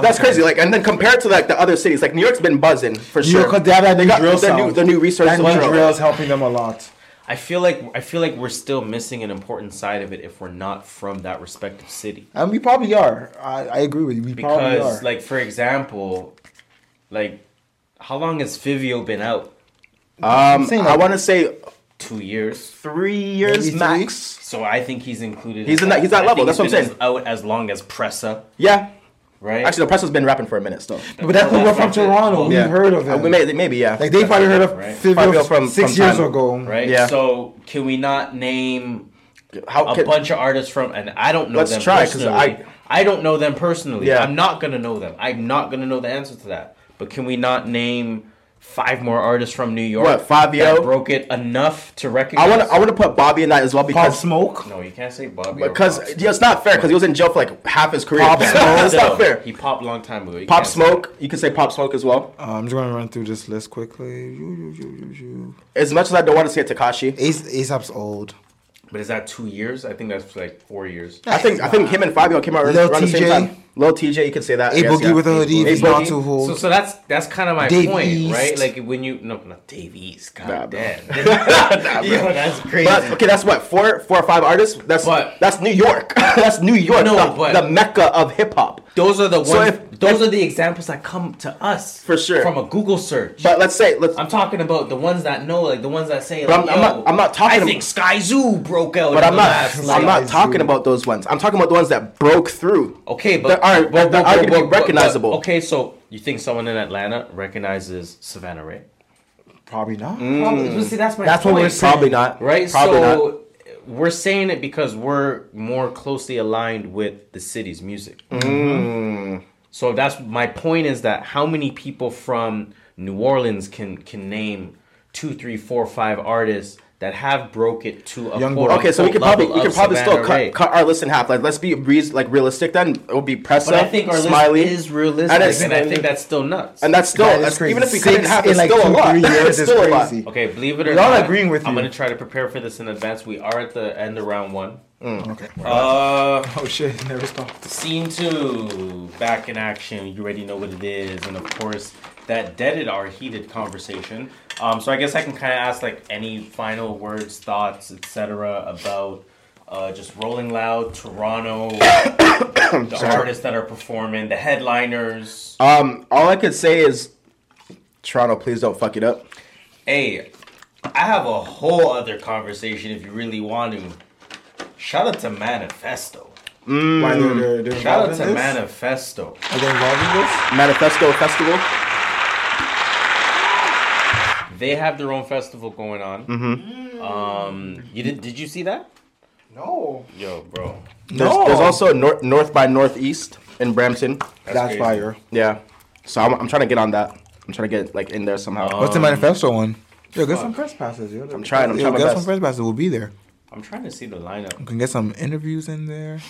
[SPEAKER 2] That's crazy. Like, and then compared to like the other cities, like New York's been buzzing for
[SPEAKER 3] Sure.
[SPEAKER 2] sure.
[SPEAKER 3] Because they have that new
[SPEAKER 2] got
[SPEAKER 3] drill
[SPEAKER 2] the new-
[SPEAKER 3] sound.
[SPEAKER 2] the new research
[SPEAKER 3] That
[SPEAKER 2] drill.
[SPEAKER 3] new drill's helping them a lot.
[SPEAKER 1] I feel like I feel like we're still missing an important side of it if we're not from that respective city.
[SPEAKER 3] And we probably are. I, I agree with you. We probably are.
[SPEAKER 1] Because like for example, like how long has Fivio been out?
[SPEAKER 2] Um,
[SPEAKER 3] saying,
[SPEAKER 2] I
[SPEAKER 3] like-
[SPEAKER 2] want to say
[SPEAKER 1] Two years.
[SPEAKER 2] three years
[SPEAKER 3] Maybe three?
[SPEAKER 2] max.
[SPEAKER 1] So I think he's included.
[SPEAKER 2] He's in that- he's that
[SPEAKER 1] I
[SPEAKER 2] level,
[SPEAKER 1] think
[SPEAKER 2] that's
[SPEAKER 1] he's
[SPEAKER 2] what I'm
[SPEAKER 1] been
[SPEAKER 2] saying.
[SPEAKER 1] as Out as long as Pressa,
[SPEAKER 2] Yeah.
[SPEAKER 1] right?
[SPEAKER 2] Actually, the press has been rapping for a minute still.
[SPEAKER 3] but that's when we're from
[SPEAKER 1] that's right.
[SPEAKER 3] Toronto. We've
[SPEAKER 2] Yeah.
[SPEAKER 3] heard of
[SPEAKER 2] Uh,
[SPEAKER 3] it.
[SPEAKER 2] we may, maybe yeah.
[SPEAKER 3] Like they probably heard of
[SPEAKER 1] Right.
[SPEAKER 3] Fivio
[SPEAKER 2] Fabio
[SPEAKER 3] from
[SPEAKER 2] from-
[SPEAKER 3] six
[SPEAKER 2] from
[SPEAKER 3] years
[SPEAKER 2] time.
[SPEAKER 3] ago.
[SPEAKER 1] right.
[SPEAKER 2] yeah.
[SPEAKER 1] So can we not name
[SPEAKER 2] How
[SPEAKER 1] a
[SPEAKER 2] can-
[SPEAKER 1] bunch of artists from, and I don't know
[SPEAKER 2] Let's
[SPEAKER 1] them
[SPEAKER 2] try, 'cause
[SPEAKER 1] personally.
[SPEAKER 2] I-
[SPEAKER 1] I, don't know them personally.
[SPEAKER 2] Yeah.
[SPEAKER 1] I'm not gonna know them. I'm not gonna know the answer to that. But can we not name five more artists from New York?
[SPEAKER 2] What, Fabio?
[SPEAKER 1] that broke it enough to recognize.
[SPEAKER 2] I want to I want to put Bobby in that as well
[SPEAKER 3] Pop
[SPEAKER 2] because
[SPEAKER 3] Smoke.
[SPEAKER 1] No, you can't say Bobby. or
[SPEAKER 2] because
[SPEAKER 1] Pop
[SPEAKER 2] yeah, it's not fair because he was in jail for like half his career.
[SPEAKER 3] Pop
[SPEAKER 2] That's
[SPEAKER 1] Still,
[SPEAKER 2] not fair.
[SPEAKER 1] He popped a long time ago. You
[SPEAKER 2] Pop
[SPEAKER 1] can't say-
[SPEAKER 2] Smoke, you can say Pop Smoke as well.
[SPEAKER 3] Uh, I'm just gonna run through this list quickly. Ace
[SPEAKER 2] As much as I don't want to say Takashi,
[SPEAKER 3] ASAP's old.
[SPEAKER 1] But is that two years? I think that's like four years.
[SPEAKER 2] I think I think him and Fabio came out
[SPEAKER 3] Lil
[SPEAKER 2] around the same
[SPEAKER 3] TJ.
[SPEAKER 2] time. Lil TJ, you can say that.
[SPEAKER 3] A boogie with a hoodie.
[SPEAKER 2] A
[SPEAKER 3] if he's not
[SPEAKER 2] Boogie.
[SPEAKER 3] too old.
[SPEAKER 1] So, so that's that's kind of my
[SPEAKER 3] Dave
[SPEAKER 1] point,
[SPEAKER 3] East.
[SPEAKER 1] right? Like when you no, not Dave East, God
[SPEAKER 2] Nah, bro.
[SPEAKER 1] damn, Yo, that's crazy.
[SPEAKER 2] But okay, that's what four, four or five artists. That's
[SPEAKER 1] But-
[SPEAKER 2] that's New York. that's New York,
[SPEAKER 1] No,
[SPEAKER 2] the,
[SPEAKER 1] but-
[SPEAKER 2] the mecca of hip hop.
[SPEAKER 1] Those are the ones.
[SPEAKER 2] So if-
[SPEAKER 1] those
[SPEAKER 2] if-
[SPEAKER 1] are the examples that come to us
[SPEAKER 2] For sure.
[SPEAKER 1] from a Google search.
[SPEAKER 2] But let's say let's.
[SPEAKER 1] I'm talking about the ones that know, like the ones that say,
[SPEAKER 2] But
[SPEAKER 1] like,
[SPEAKER 2] I'm- I'm not-
[SPEAKER 1] "Yo,
[SPEAKER 2] I'm not talking
[SPEAKER 1] I
[SPEAKER 2] ab-
[SPEAKER 1] think Sky Zoo broke out.
[SPEAKER 2] but
[SPEAKER 1] in
[SPEAKER 2] I'm
[SPEAKER 1] the
[SPEAKER 2] not.
[SPEAKER 1] last,
[SPEAKER 2] I'm
[SPEAKER 1] like-
[SPEAKER 2] not
[SPEAKER 3] Slice
[SPEAKER 2] talking
[SPEAKER 3] you.
[SPEAKER 2] about those ones. I'm talking about the ones that broke through.
[SPEAKER 1] Okay, but
[SPEAKER 2] That are-
[SPEAKER 1] but-
[SPEAKER 2] that
[SPEAKER 1] but-
[SPEAKER 2] are
[SPEAKER 1] but-
[SPEAKER 2] gonna be
[SPEAKER 1] but- but-
[SPEAKER 2] recognizable.
[SPEAKER 1] okay, so you think someone in Atlanta recognizes Savannah Ray?
[SPEAKER 3] probably not.
[SPEAKER 2] Mm.
[SPEAKER 1] Probably, see, that's my
[SPEAKER 3] That's what
[SPEAKER 1] point.
[SPEAKER 3] we're saying.
[SPEAKER 2] Probably not.
[SPEAKER 1] right?
[SPEAKER 2] Probably
[SPEAKER 1] so
[SPEAKER 2] not.
[SPEAKER 1] we're saying it because we're more closely aligned with the city's music.
[SPEAKER 2] Mm-hmm.
[SPEAKER 1] Mm-hmm. So that's my point is that how many people from New Orleans can can name two, three, four, five artists that have broke it to a
[SPEAKER 3] Young
[SPEAKER 1] quote,
[SPEAKER 3] boy.
[SPEAKER 2] Okay, so we
[SPEAKER 1] unquote
[SPEAKER 2] can probably
[SPEAKER 1] level
[SPEAKER 2] we can
[SPEAKER 1] of
[SPEAKER 2] probably
[SPEAKER 1] Savannah
[SPEAKER 2] still
[SPEAKER 1] Ray.
[SPEAKER 2] cut, cut our list in half. Like let's be re- like realistic. Then it would be Pressa,
[SPEAKER 1] But I think our
[SPEAKER 2] Smiley
[SPEAKER 1] list is realistic,
[SPEAKER 2] and
[SPEAKER 1] and,
[SPEAKER 2] it's-
[SPEAKER 1] I think that's still nuts.
[SPEAKER 2] And that's still
[SPEAKER 3] That is
[SPEAKER 2] that's,
[SPEAKER 3] crazy.
[SPEAKER 2] even if we cut it in
[SPEAKER 3] Six
[SPEAKER 2] half,
[SPEAKER 3] in
[SPEAKER 2] it's
[SPEAKER 3] like
[SPEAKER 2] still
[SPEAKER 3] two,
[SPEAKER 2] a lot.
[SPEAKER 3] three years
[SPEAKER 2] It's
[SPEAKER 3] is
[SPEAKER 2] still a lot.
[SPEAKER 3] crazy.
[SPEAKER 1] okay, believe it or
[SPEAKER 3] Y'all
[SPEAKER 1] not,
[SPEAKER 3] agreeing with
[SPEAKER 1] I'm
[SPEAKER 3] you.
[SPEAKER 1] gonna try to prepare for this in advance. We are at the end of round one.
[SPEAKER 3] Okay.
[SPEAKER 1] Uh,
[SPEAKER 3] Oh shit! it Never stopped.
[SPEAKER 1] Scene two, back in action. You already know what it is, and of course, that deaded our heated conversation. Um, so I guess I can kind of ask like any final words, thoughts, etc. about uh, just Rolling Loud, Toronto, the artists that are performing, the headliners.
[SPEAKER 2] Um, all I could say is, Toronto, please don't fuck it up.
[SPEAKER 1] Hey, I have a whole other conversation if you really want to. Shout out to Manifesto.
[SPEAKER 3] Why they're, they're, they're
[SPEAKER 1] Shout out
[SPEAKER 3] involved
[SPEAKER 1] to
[SPEAKER 3] in this?
[SPEAKER 1] Manifesto.
[SPEAKER 3] Are they involved in this?
[SPEAKER 2] Manifesto Festival.
[SPEAKER 1] They have their own festival going on. Um, you did? Did you see that?
[SPEAKER 3] No.
[SPEAKER 1] Yo, bro,
[SPEAKER 2] There's,
[SPEAKER 3] No.
[SPEAKER 2] there's also North North by Northeast in Brampton.
[SPEAKER 3] That's,
[SPEAKER 1] crazy.
[SPEAKER 3] fire.
[SPEAKER 2] Yeah. So I'm, I'm trying to get on that. I'm trying to get like in there somehow.
[SPEAKER 3] What's the
[SPEAKER 1] Um,
[SPEAKER 3] manifesto one? Yo, get some press passes. Yo. I'm
[SPEAKER 2] trying, I'm
[SPEAKER 3] yo,
[SPEAKER 2] trying my
[SPEAKER 3] get some
[SPEAKER 2] best.
[SPEAKER 3] press passes. We'll be there.
[SPEAKER 1] I'm trying to see the lineup.
[SPEAKER 3] We can get some interviews in there.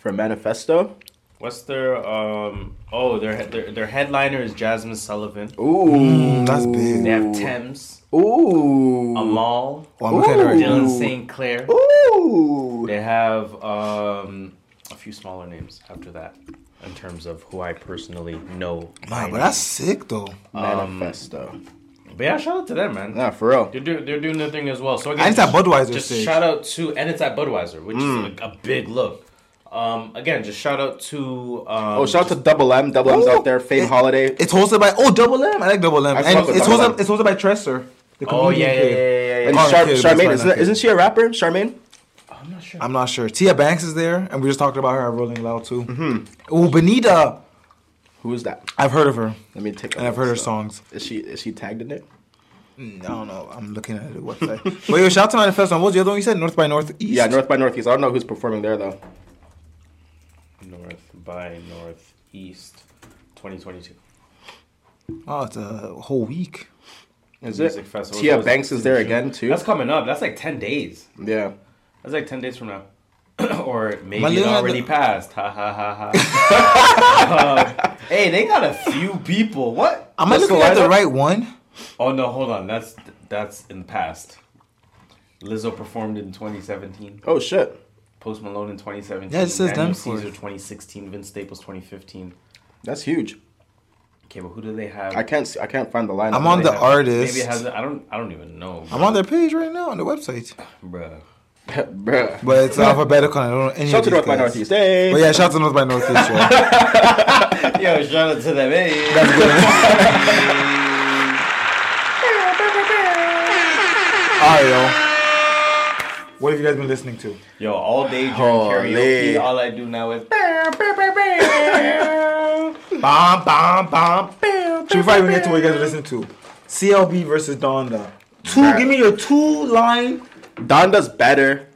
[SPEAKER 2] For Manifesto.
[SPEAKER 1] What's their um? Oh, their their their headliner is Jasmine Sullivan.
[SPEAKER 2] Ooh.
[SPEAKER 3] Mm, That's big.
[SPEAKER 1] They have Thames,
[SPEAKER 2] Ooh.
[SPEAKER 1] Amal,
[SPEAKER 3] Oh, I'm looking at it right now.
[SPEAKER 1] Dylan
[SPEAKER 2] Ooh.
[SPEAKER 1] St. Clair.
[SPEAKER 2] Ooh.
[SPEAKER 1] They have um a few smaller names after that in terms of who I personally know.
[SPEAKER 3] Nah, but that's sick though.
[SPEAKER 1] um,
[SPEAKER 2] Manifesto.
[SPEAKER 1] But yeah, shout out to them, man.
[SPEAKER 2] nah, for real.
[SPEAKER 1] They're, do, they're doing their thing as well. So again,
[SPEAKER 3] And it's at
[SPEAKER 1] just-
[SPEAKER 3] Budweiser
[SPEAKER 1] Just
[SPEAKER 3] stage. Mm.
[SPEAKER 1] shout out to and it's at Budweiser, which is a, a big look. Um, again, just shout out to um,
[SPEAKER 2] Oh, shout out to Double M. Double M's
[SPEAKER 3] Ooh.
[SPEAKER 2] out there. Fame
[SPEAKER 3] It-
[SPEAKER 2] Holiday.
[SPEAKER 3] It's hosted by oh Double M. I like Double M.
[SPEAKER 2] I
[SPEAKER 3] And
[SPEAKER 2] fuck with
[SPEAKER 3] it's
[SPEAKER 2] Double
[SPEAKER 3] hosted
[SPEAKER 2] M.
[SPEAKER 3] it's hosted by Tresser. The
[SPEAKER 1] Oh
[SPEAKER 3] comedian
[SPEAKER 1] yeah, yeah,
[SPEAKER 3] kid.
[SPEAKER 1] yeah, yeah,
[SPEAKER 2] And
[SPEAKER 1] yeah.
[SPEAKER 3] Oh,
[SPEAKER 2] Char-
[SPEAKER 3] okay, that's
[SPEAKER 2] Charmaine,
[SPEAKER 3] fine,
[SPEAKER 2] isn't,
[SPEAKER 3] okay.
[SPEAKER 2] isn't she a rapper? Charmaine?
[SPEAKER 1] I'm not sure.
[SPEAKER 3] I'm not sure. Tia Banks is there, and we just talked about her at Rolling Loud too.
[SPEAKER 2] Mm-hmm.
[SPEAKER 3] Oh Benita,
[SPEAKER 2] Who is that?
[SPEAKER 3] I've heard of her,
[SPEAKER 2] Let me take. a
[SPEAKER 3] and I've
[SPEAKER 2] look,
[SPEAKER 3] heard her
[SPEAKER 2] so.
[SPEAKER 3] songs.
[SPEAKER 2] Is she is she tagged in it?
[SPEAKER 3] I don't know. I'm looking at the website. but yo, shout out to Manifesto. What was the other one you said? North by Northeast.
[SPEAKER 2] Yeah, North by Northeast. I don't know who's performing there though.
[SPEAKER 1] North by Northeast, 2022
[SPEAKER 3] Oh, it's a whole week.
[SPEAKER 2] Is
[SPEAKER 1] music
[SPEAKER 2] it?
[SPEAKER 1] festival.
[SPEAKER 2] Tia
[SPEAKER 1] Those-
[SPEAKER 2] Banks is there again too.
[SPEAKER 1] That's coming up. That's like ten days.
[SPEAKER 2] yeah.
[SPEAKER 1] That's like ten days from now. or maybe
[SPEAKER 3] My
[SPEAKER 1] it
[SPEAKER 3] little-
[SPEAKER 1] already passed. Ha ha ha ha. Um, hey, they got a few people. What?
[SPEAKER 3] Am I
[SPEAKER 2] That's the
[SPEAKER 3] looking at the
[SPEAKER 2] lineup?
[SPEAKER 3] right one?
[SPEAKER 1] Oh no, hold on. That's that's in the past. Lizzo performed in 2017.
[SPEAKER 2] Oh shit.
[SPEAKER 1] Post Malone in 2017.
[SPEAKER 3] Yeah, it says
[SPEAKER 1] Daniel
[SPEAKER 3] them for
[SPEAKER 1] Caesar
[SPEAKER 3] it.
[SPEAKER 1] 2016. Vince Staples 2015.
[SPEAKER 2] That's huge.
[SPEAKER 1] Okay, but who do they have?
[SPEAKER 2] I can't see, I can't find the lineup.
[SPEAKER 3] I'm on
[SPEAKER 1] They
[SPEAKER 3] the
[SPEAKER 1] have-
[SPEAKER 3] artist.
[SPEAKER 1] Maybe it has. I don't. I don't even know.
[SPEAKER 3] I'm on their page right now on the website.
[SPEAKER 1] Bruh.
[SPEAKER 2] Bruh.
[SPEAKER 3] But it's alphabetical. and I don't know any
[SPEAKER 2] Shout
[SPEAKER 3] of
[SPEAKER 2] out
[SPEAKER 3] these
[SPEAKER 2] to North by
[SPEAKER 3] guys. Oh,
[SPEAKER 2] Northeast. Hey.
[SPEAKER 3] But yeah, shout out to North by Northeast. Yeah.
[SPEAKER 1] Yo, shout out to them. Hey.
[SPEAKER 3] All right, yo. What have you guys been listening to?
[SPEAKER 1] Yo, all day during karaoke,
[SPEAKER 2] Holy.
[SPEAKER 1] all I do now is.
[SPEAKER 3] Bomb, bomb, bomb, bam. Should we probably even get to what you guys are listening to? CLB versus Donda. Two.
[SPEAKER 2] Bruh.
[SPEAKER 3] Give me your two line.
[SPEAKER 2] Donda's better.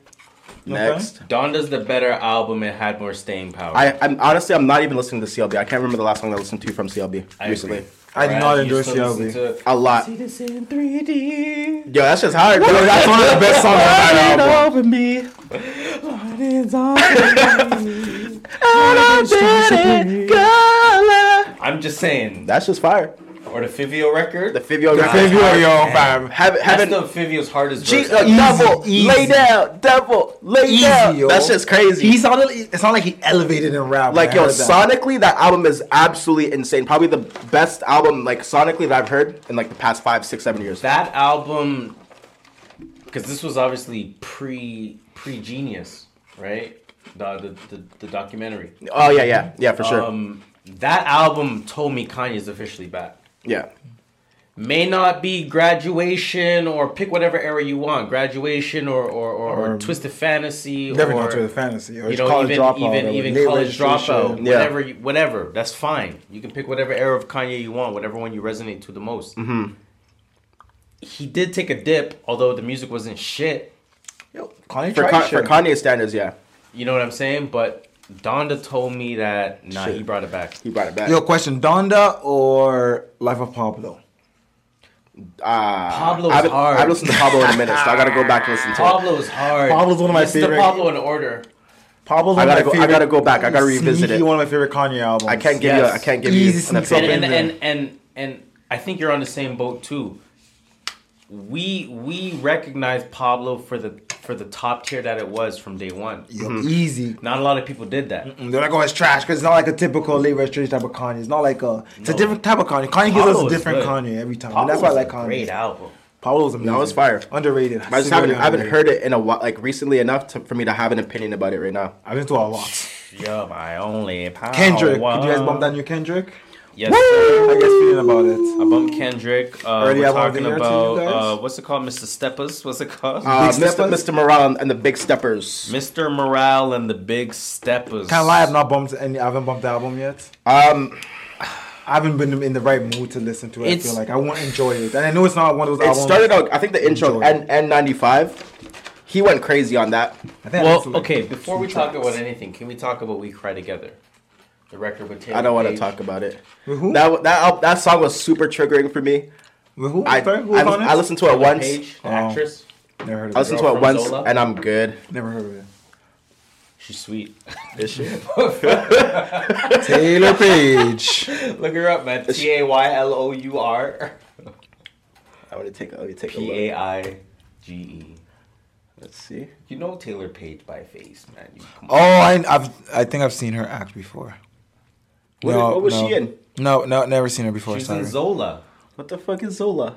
[SPEAKER 2] Next.
[SPEAKER 1] Donda's the better album and had more staying power.
[SPEAKER 2] I, I'm honestly I'm not even listening to CLB. I can't remember the last song I listened to from CLB
[SPEAKER 1] I
[SPEAKER 2] recently.
[SPEAKER 1] agree.
[SPEAKER 3] I did
[SPEAKER 1] Or
[SPEAKER 3] not
[SPEAKER 1] I
[SPEAKER 3] endorse
[SPEAKER 1] used to listen
[SPEAKER 3] CLB.
[SPEAKER 1] to-
[SPEAKER 2] A lot.
[SPEAKER 1] See this in 3D.
[SPEAKER 2] Yo, that's just hard, bro.
[SPEAKER 3] That's one of the best songs on that album.
[SPEAKER 2] over me.
[SPEAKER 1] I'm just saying.
[SPEAKER 2] That's just fire.
[SPEAKER 1] Or the Fivio record.
[SPEAKER 2] The Fivio
[SPEAKER 3] The
[SPEAKER 2] guy.
[SPEAKER 3] Fivio, yo, fam.
[SPEAKER 2] Have,
[SPEAKER 1] That's
[SPEAKER 2] haven't
[SPEAKER 1] the Fivio's hardest
[SPEAKER 2] G-
[SPEAKER 1] verse.
[SPEAKER 2] uh, double
[SPEAKER 3] easy.
[SPEAKER 2] lay down, double lay
[SPEAKER 3] Easy,
[SPEAKER 2] down.
[SPEAKER 3] yo.
[SPEAKER 2] That's just crazy.
[SPEAKER 3] He sounded. It sounded like he elevated in rap.
[SPEAKER 2] like
[SPEAKER 3] when I
[SPEAKER 2] yo,
[SPEAKER 3] heard that.
[SPEAKER 2] sonically that album is absolutely insane. Probably the best album like sonically that I've heard in like the past five, six, seven years.
[SPEAKER 1] that album because this was obviously pre pre genius right the, the the the documentary
[SPEAKER 2] Oh yeah, yeah, yeah, for sure.
[SPEAKER 1] um that album told me kanye's officially back
[SPEAKER 2] yeah,
[SPEAKER 1] may not be graduation or pick whatever era you want graduation or or, or, or twisted fantasy
[SPEAKER 3] Definitely
[SPEAKER 1] or
[SPEAKER 3] not to the fantasy. Or
[SPEAKER 1] you know,
[SPEAKER 3] college
[SPEAKER 1] even
[SPEAKER 3] dropout.
[SPEAKER 1] even
[SPEAKER 3] or
[SPEAKER 1] even
[SPEAKER 3] late
[SPEAKER 1] college
[SPEAKER 3] registration.
[SPEAKER 1] dropout,
[SPEAKER 2] Yeah.
[SPEAKER 1] whatever, you, whatever. That's fine. You can pick whatever era of Kanye you want, whatever one you resonate to the most.
[SPEAKER 3] Mm-hmm.
[SPEAKER 1] He did take a dip, although the music wasn't shit.
[SPEAKER 3] Yo, Kanye
[SPEAKER 2] for,
[SPEAKER 3] tried
[SPEAKER 2] Con- for
[SPEAKER 3] shit.
[SPEAKER 2] Kanye standards, yeah,
[SPEAKER 1] You know what I'm saying? But Donda told me that nah, he
[SPEAKER 2] Shit.
[SPEAKER 1] brought it back.
[SPEAKER 2] he brought it back.
[SPEAKER 3] Yo, question: Donda or Life of Pablo?
[SPEAKER 2] uh,
[SPEAKER 1] Pablo's
[SPEAKER 2] I've,
[SPEAKER 1] hard.
[SPEAKER 2] I've listened to Pablo in a minute, so I gotta go back and listen to it.
[SPEAKER 1] Pablo's hard.
[SPEAKER 3] Pablo's one of my
[SPEAKER 1] Listen to
[SPEAKER 3] favorite-
[SPEAKER 1] Pablo in order.
[SPEAKER 3] Pablo's
[SPEAKER 2] I
[SPEAKER 3] one of
[SPEAKER 2] gotta
[SPEAKER 3] my
[SPEAKER 2] go. I
[SPEAKER 3] favorite-
[SPEAKER 2] gotta go back. I gotta revisit
[SPEAKER 3] sneaky
[SPEAKER 2] it.
[SPEAKER 3] One of my favorite Kanye albums.
[SPEAKER 2] I can't give you. A, I
[SPEAKER 1] Yes.
[SPEAKER 2] can't give
[SPEAKER 3] Easy
[SPEAKER 2] you an
[SPEAKER 3] sneaks up
[SPEAKER 1] and
[SPEAKER 2] opinion.
[SPEAKER 3] in
[SPEAKER 1] and,
[SPEAKER 3] there.
[SPEAKER 1] and and and I think you're on the same boat too. We we recognize Pablo for the for the top tier that it was from day one.
[SPEAKER 3] Yo, Mm-hmm. Easy.
[SPEAKER 1] Not a lot of people did that.
[SPEAKER 3] They're like, oh, it's trash because it's not like a typical late registration type of Kanye. It's not like a. It's a
[SPEAKER 1] No.
[SPEAKER 3] different type of Kanye. Kanye gives us
[SPEAKER 1] Pablo
[SPEAKER 3] a
[SPEAKER 1] is
[SPEAKER 3] different
[SPEAKER 1] good.
[SPEAKER 3] Kanye every time. and
[SPEAKER 1] Pablo
[SPEAKER 3] that's why I
[SPEAKER 1] was
[SPEAKER 3] like
[SPEAKER 1] a Great
[SPEAKER 3] Kanye.
[SPEAKER 1] album.
[SPEAKER 3] Pablo's amazing.
[SPEAKER 2] was fire.
[SPEAKER 3] Underrated.
[SPEAKER 2] I just haven't, I haven't heard it in a while, like recently enough to, for me to have an opinion about it right now.
[SPEAKER 3] I've been through a lot.
[SPEAKER 1] You're my only power.
[SPEAKER 3] Kendrick. Could you guys bump down your Kendrick?
[SPEAKER 1] Yes. sir.
[SPEAKER 3] I guess feeling about it.
[SPEAKER 1] I bumped Kendrick. Uh,
[SPEAKER 3] Early
[SPEAKER 1] we're
[SPEAKER 3] album of the
[SPEAKER 1] talking
[SPEAKER 3] year to
[SPEAKER 1] about
[SPEAKER 3] you guys?
[SPEAKER 1] uh, what's it called, Mr. Steppers? What's it called?
[SPEAKER 2] Uh,
[SPEAKER 3] Big
[SPEAKER 2] Mr.
[SPEAKER 3] Steppers?
[SPEAKER 2] Mr. Morale and the Big Steppers.
[SPEAKER 1] Mr. Morale and the Big Steppers.
[SPEAKER 3] Can't lie, I've not bumped any. I haven't bumped the album yet.
[SPEAKER 2] Um,
[SPEAKER 3] I haven't been in the right mood to listen to it. I
[SPEAKER 1] It's-
[SPEAKER 3] feel like I won't enjoy it, and I know it's not one of those.
[SPEAKER 2] it
[SPEAKER 3] albums.
[SPEAKER 2] started out. I think the intro
[SPEAKER 3] Enjoy.
[SPEAKER 2] N N95. He went crazy on that.
[SPEAKER 3] I think I listened
[SPEAKER 1] Well,
[SPEAKER 3] to, like,
[SPEAKER 1] okay. Before we
[SPEAKER 3] two
[SPEAKER 1] talk
[SPEAKER 3] tracks.
[SPEAKER 1] about anything, can we talk about "We Cry Together"? The record with Taylor.
[SPEAKER 2] I don't want to
[SPEAKER 1] Page.
[SPEAKER 2] talk about it.
[SPEAKER 3] With who?
[SPEAKER 2] That that al- that song was super triggering for me.
[SPEAKER 3] With who?
[SPEAKER 2] I
[SPEAKER 3] Sorry, who
[SPEAKER 2] I,
[SPEAKER 3] was on it?
[SPEAKER 2] I listened to it
[SPEAKER 1] Taylor
[SPEAKER 2] once.
[SPEAKER 1] Page, the
[SPEAKER 3] Oh.
[SPEAKER 1] actress.
[SPEAKER 3] Never heard
[SPEAKER 2] I
[SPEAKER 3] of it.
[SPEAKER 2] listened to it
[SPEAKER 1] from
[SPEAKER 2] once
[SPEAKER 1] Zola?
[SPEAKER 2] and I'm good.
[SPEAKER 3] Never heard of it.
[SPEAKER 1] She's sweet.
[SPEAKER 2] Is she?
[SPEAKER 3] Taylor Page.
[SPEAKER 1] Look her up, man. T a y l o u r
[SPEAKER 2] I want to take. Let me take
[SPEAKER 1] p
[SPEAKER 2] a
[SPEAKER 1] a
[SPEAKER 2] look.
[SPEAKER 1] i g e.
[SPEAKER 2] Let's see.
[SPEAKER 1] You know Taylor Page by face, man. You, come
[SPEAKER 3] Oh,
[SPEAKER 1] on.
[SPEAKER 3] I, I've I think I've seen her act before.
[SPEAKER 2] What, what was she in?
[SPEAKER 3] No, no, never seen her before.
[SPEAKER 1] she's
[SPEAKER 3] sorry,
[SPEAKER 1] in Zola.
[SPEAKER 2] What the fuck is Zola?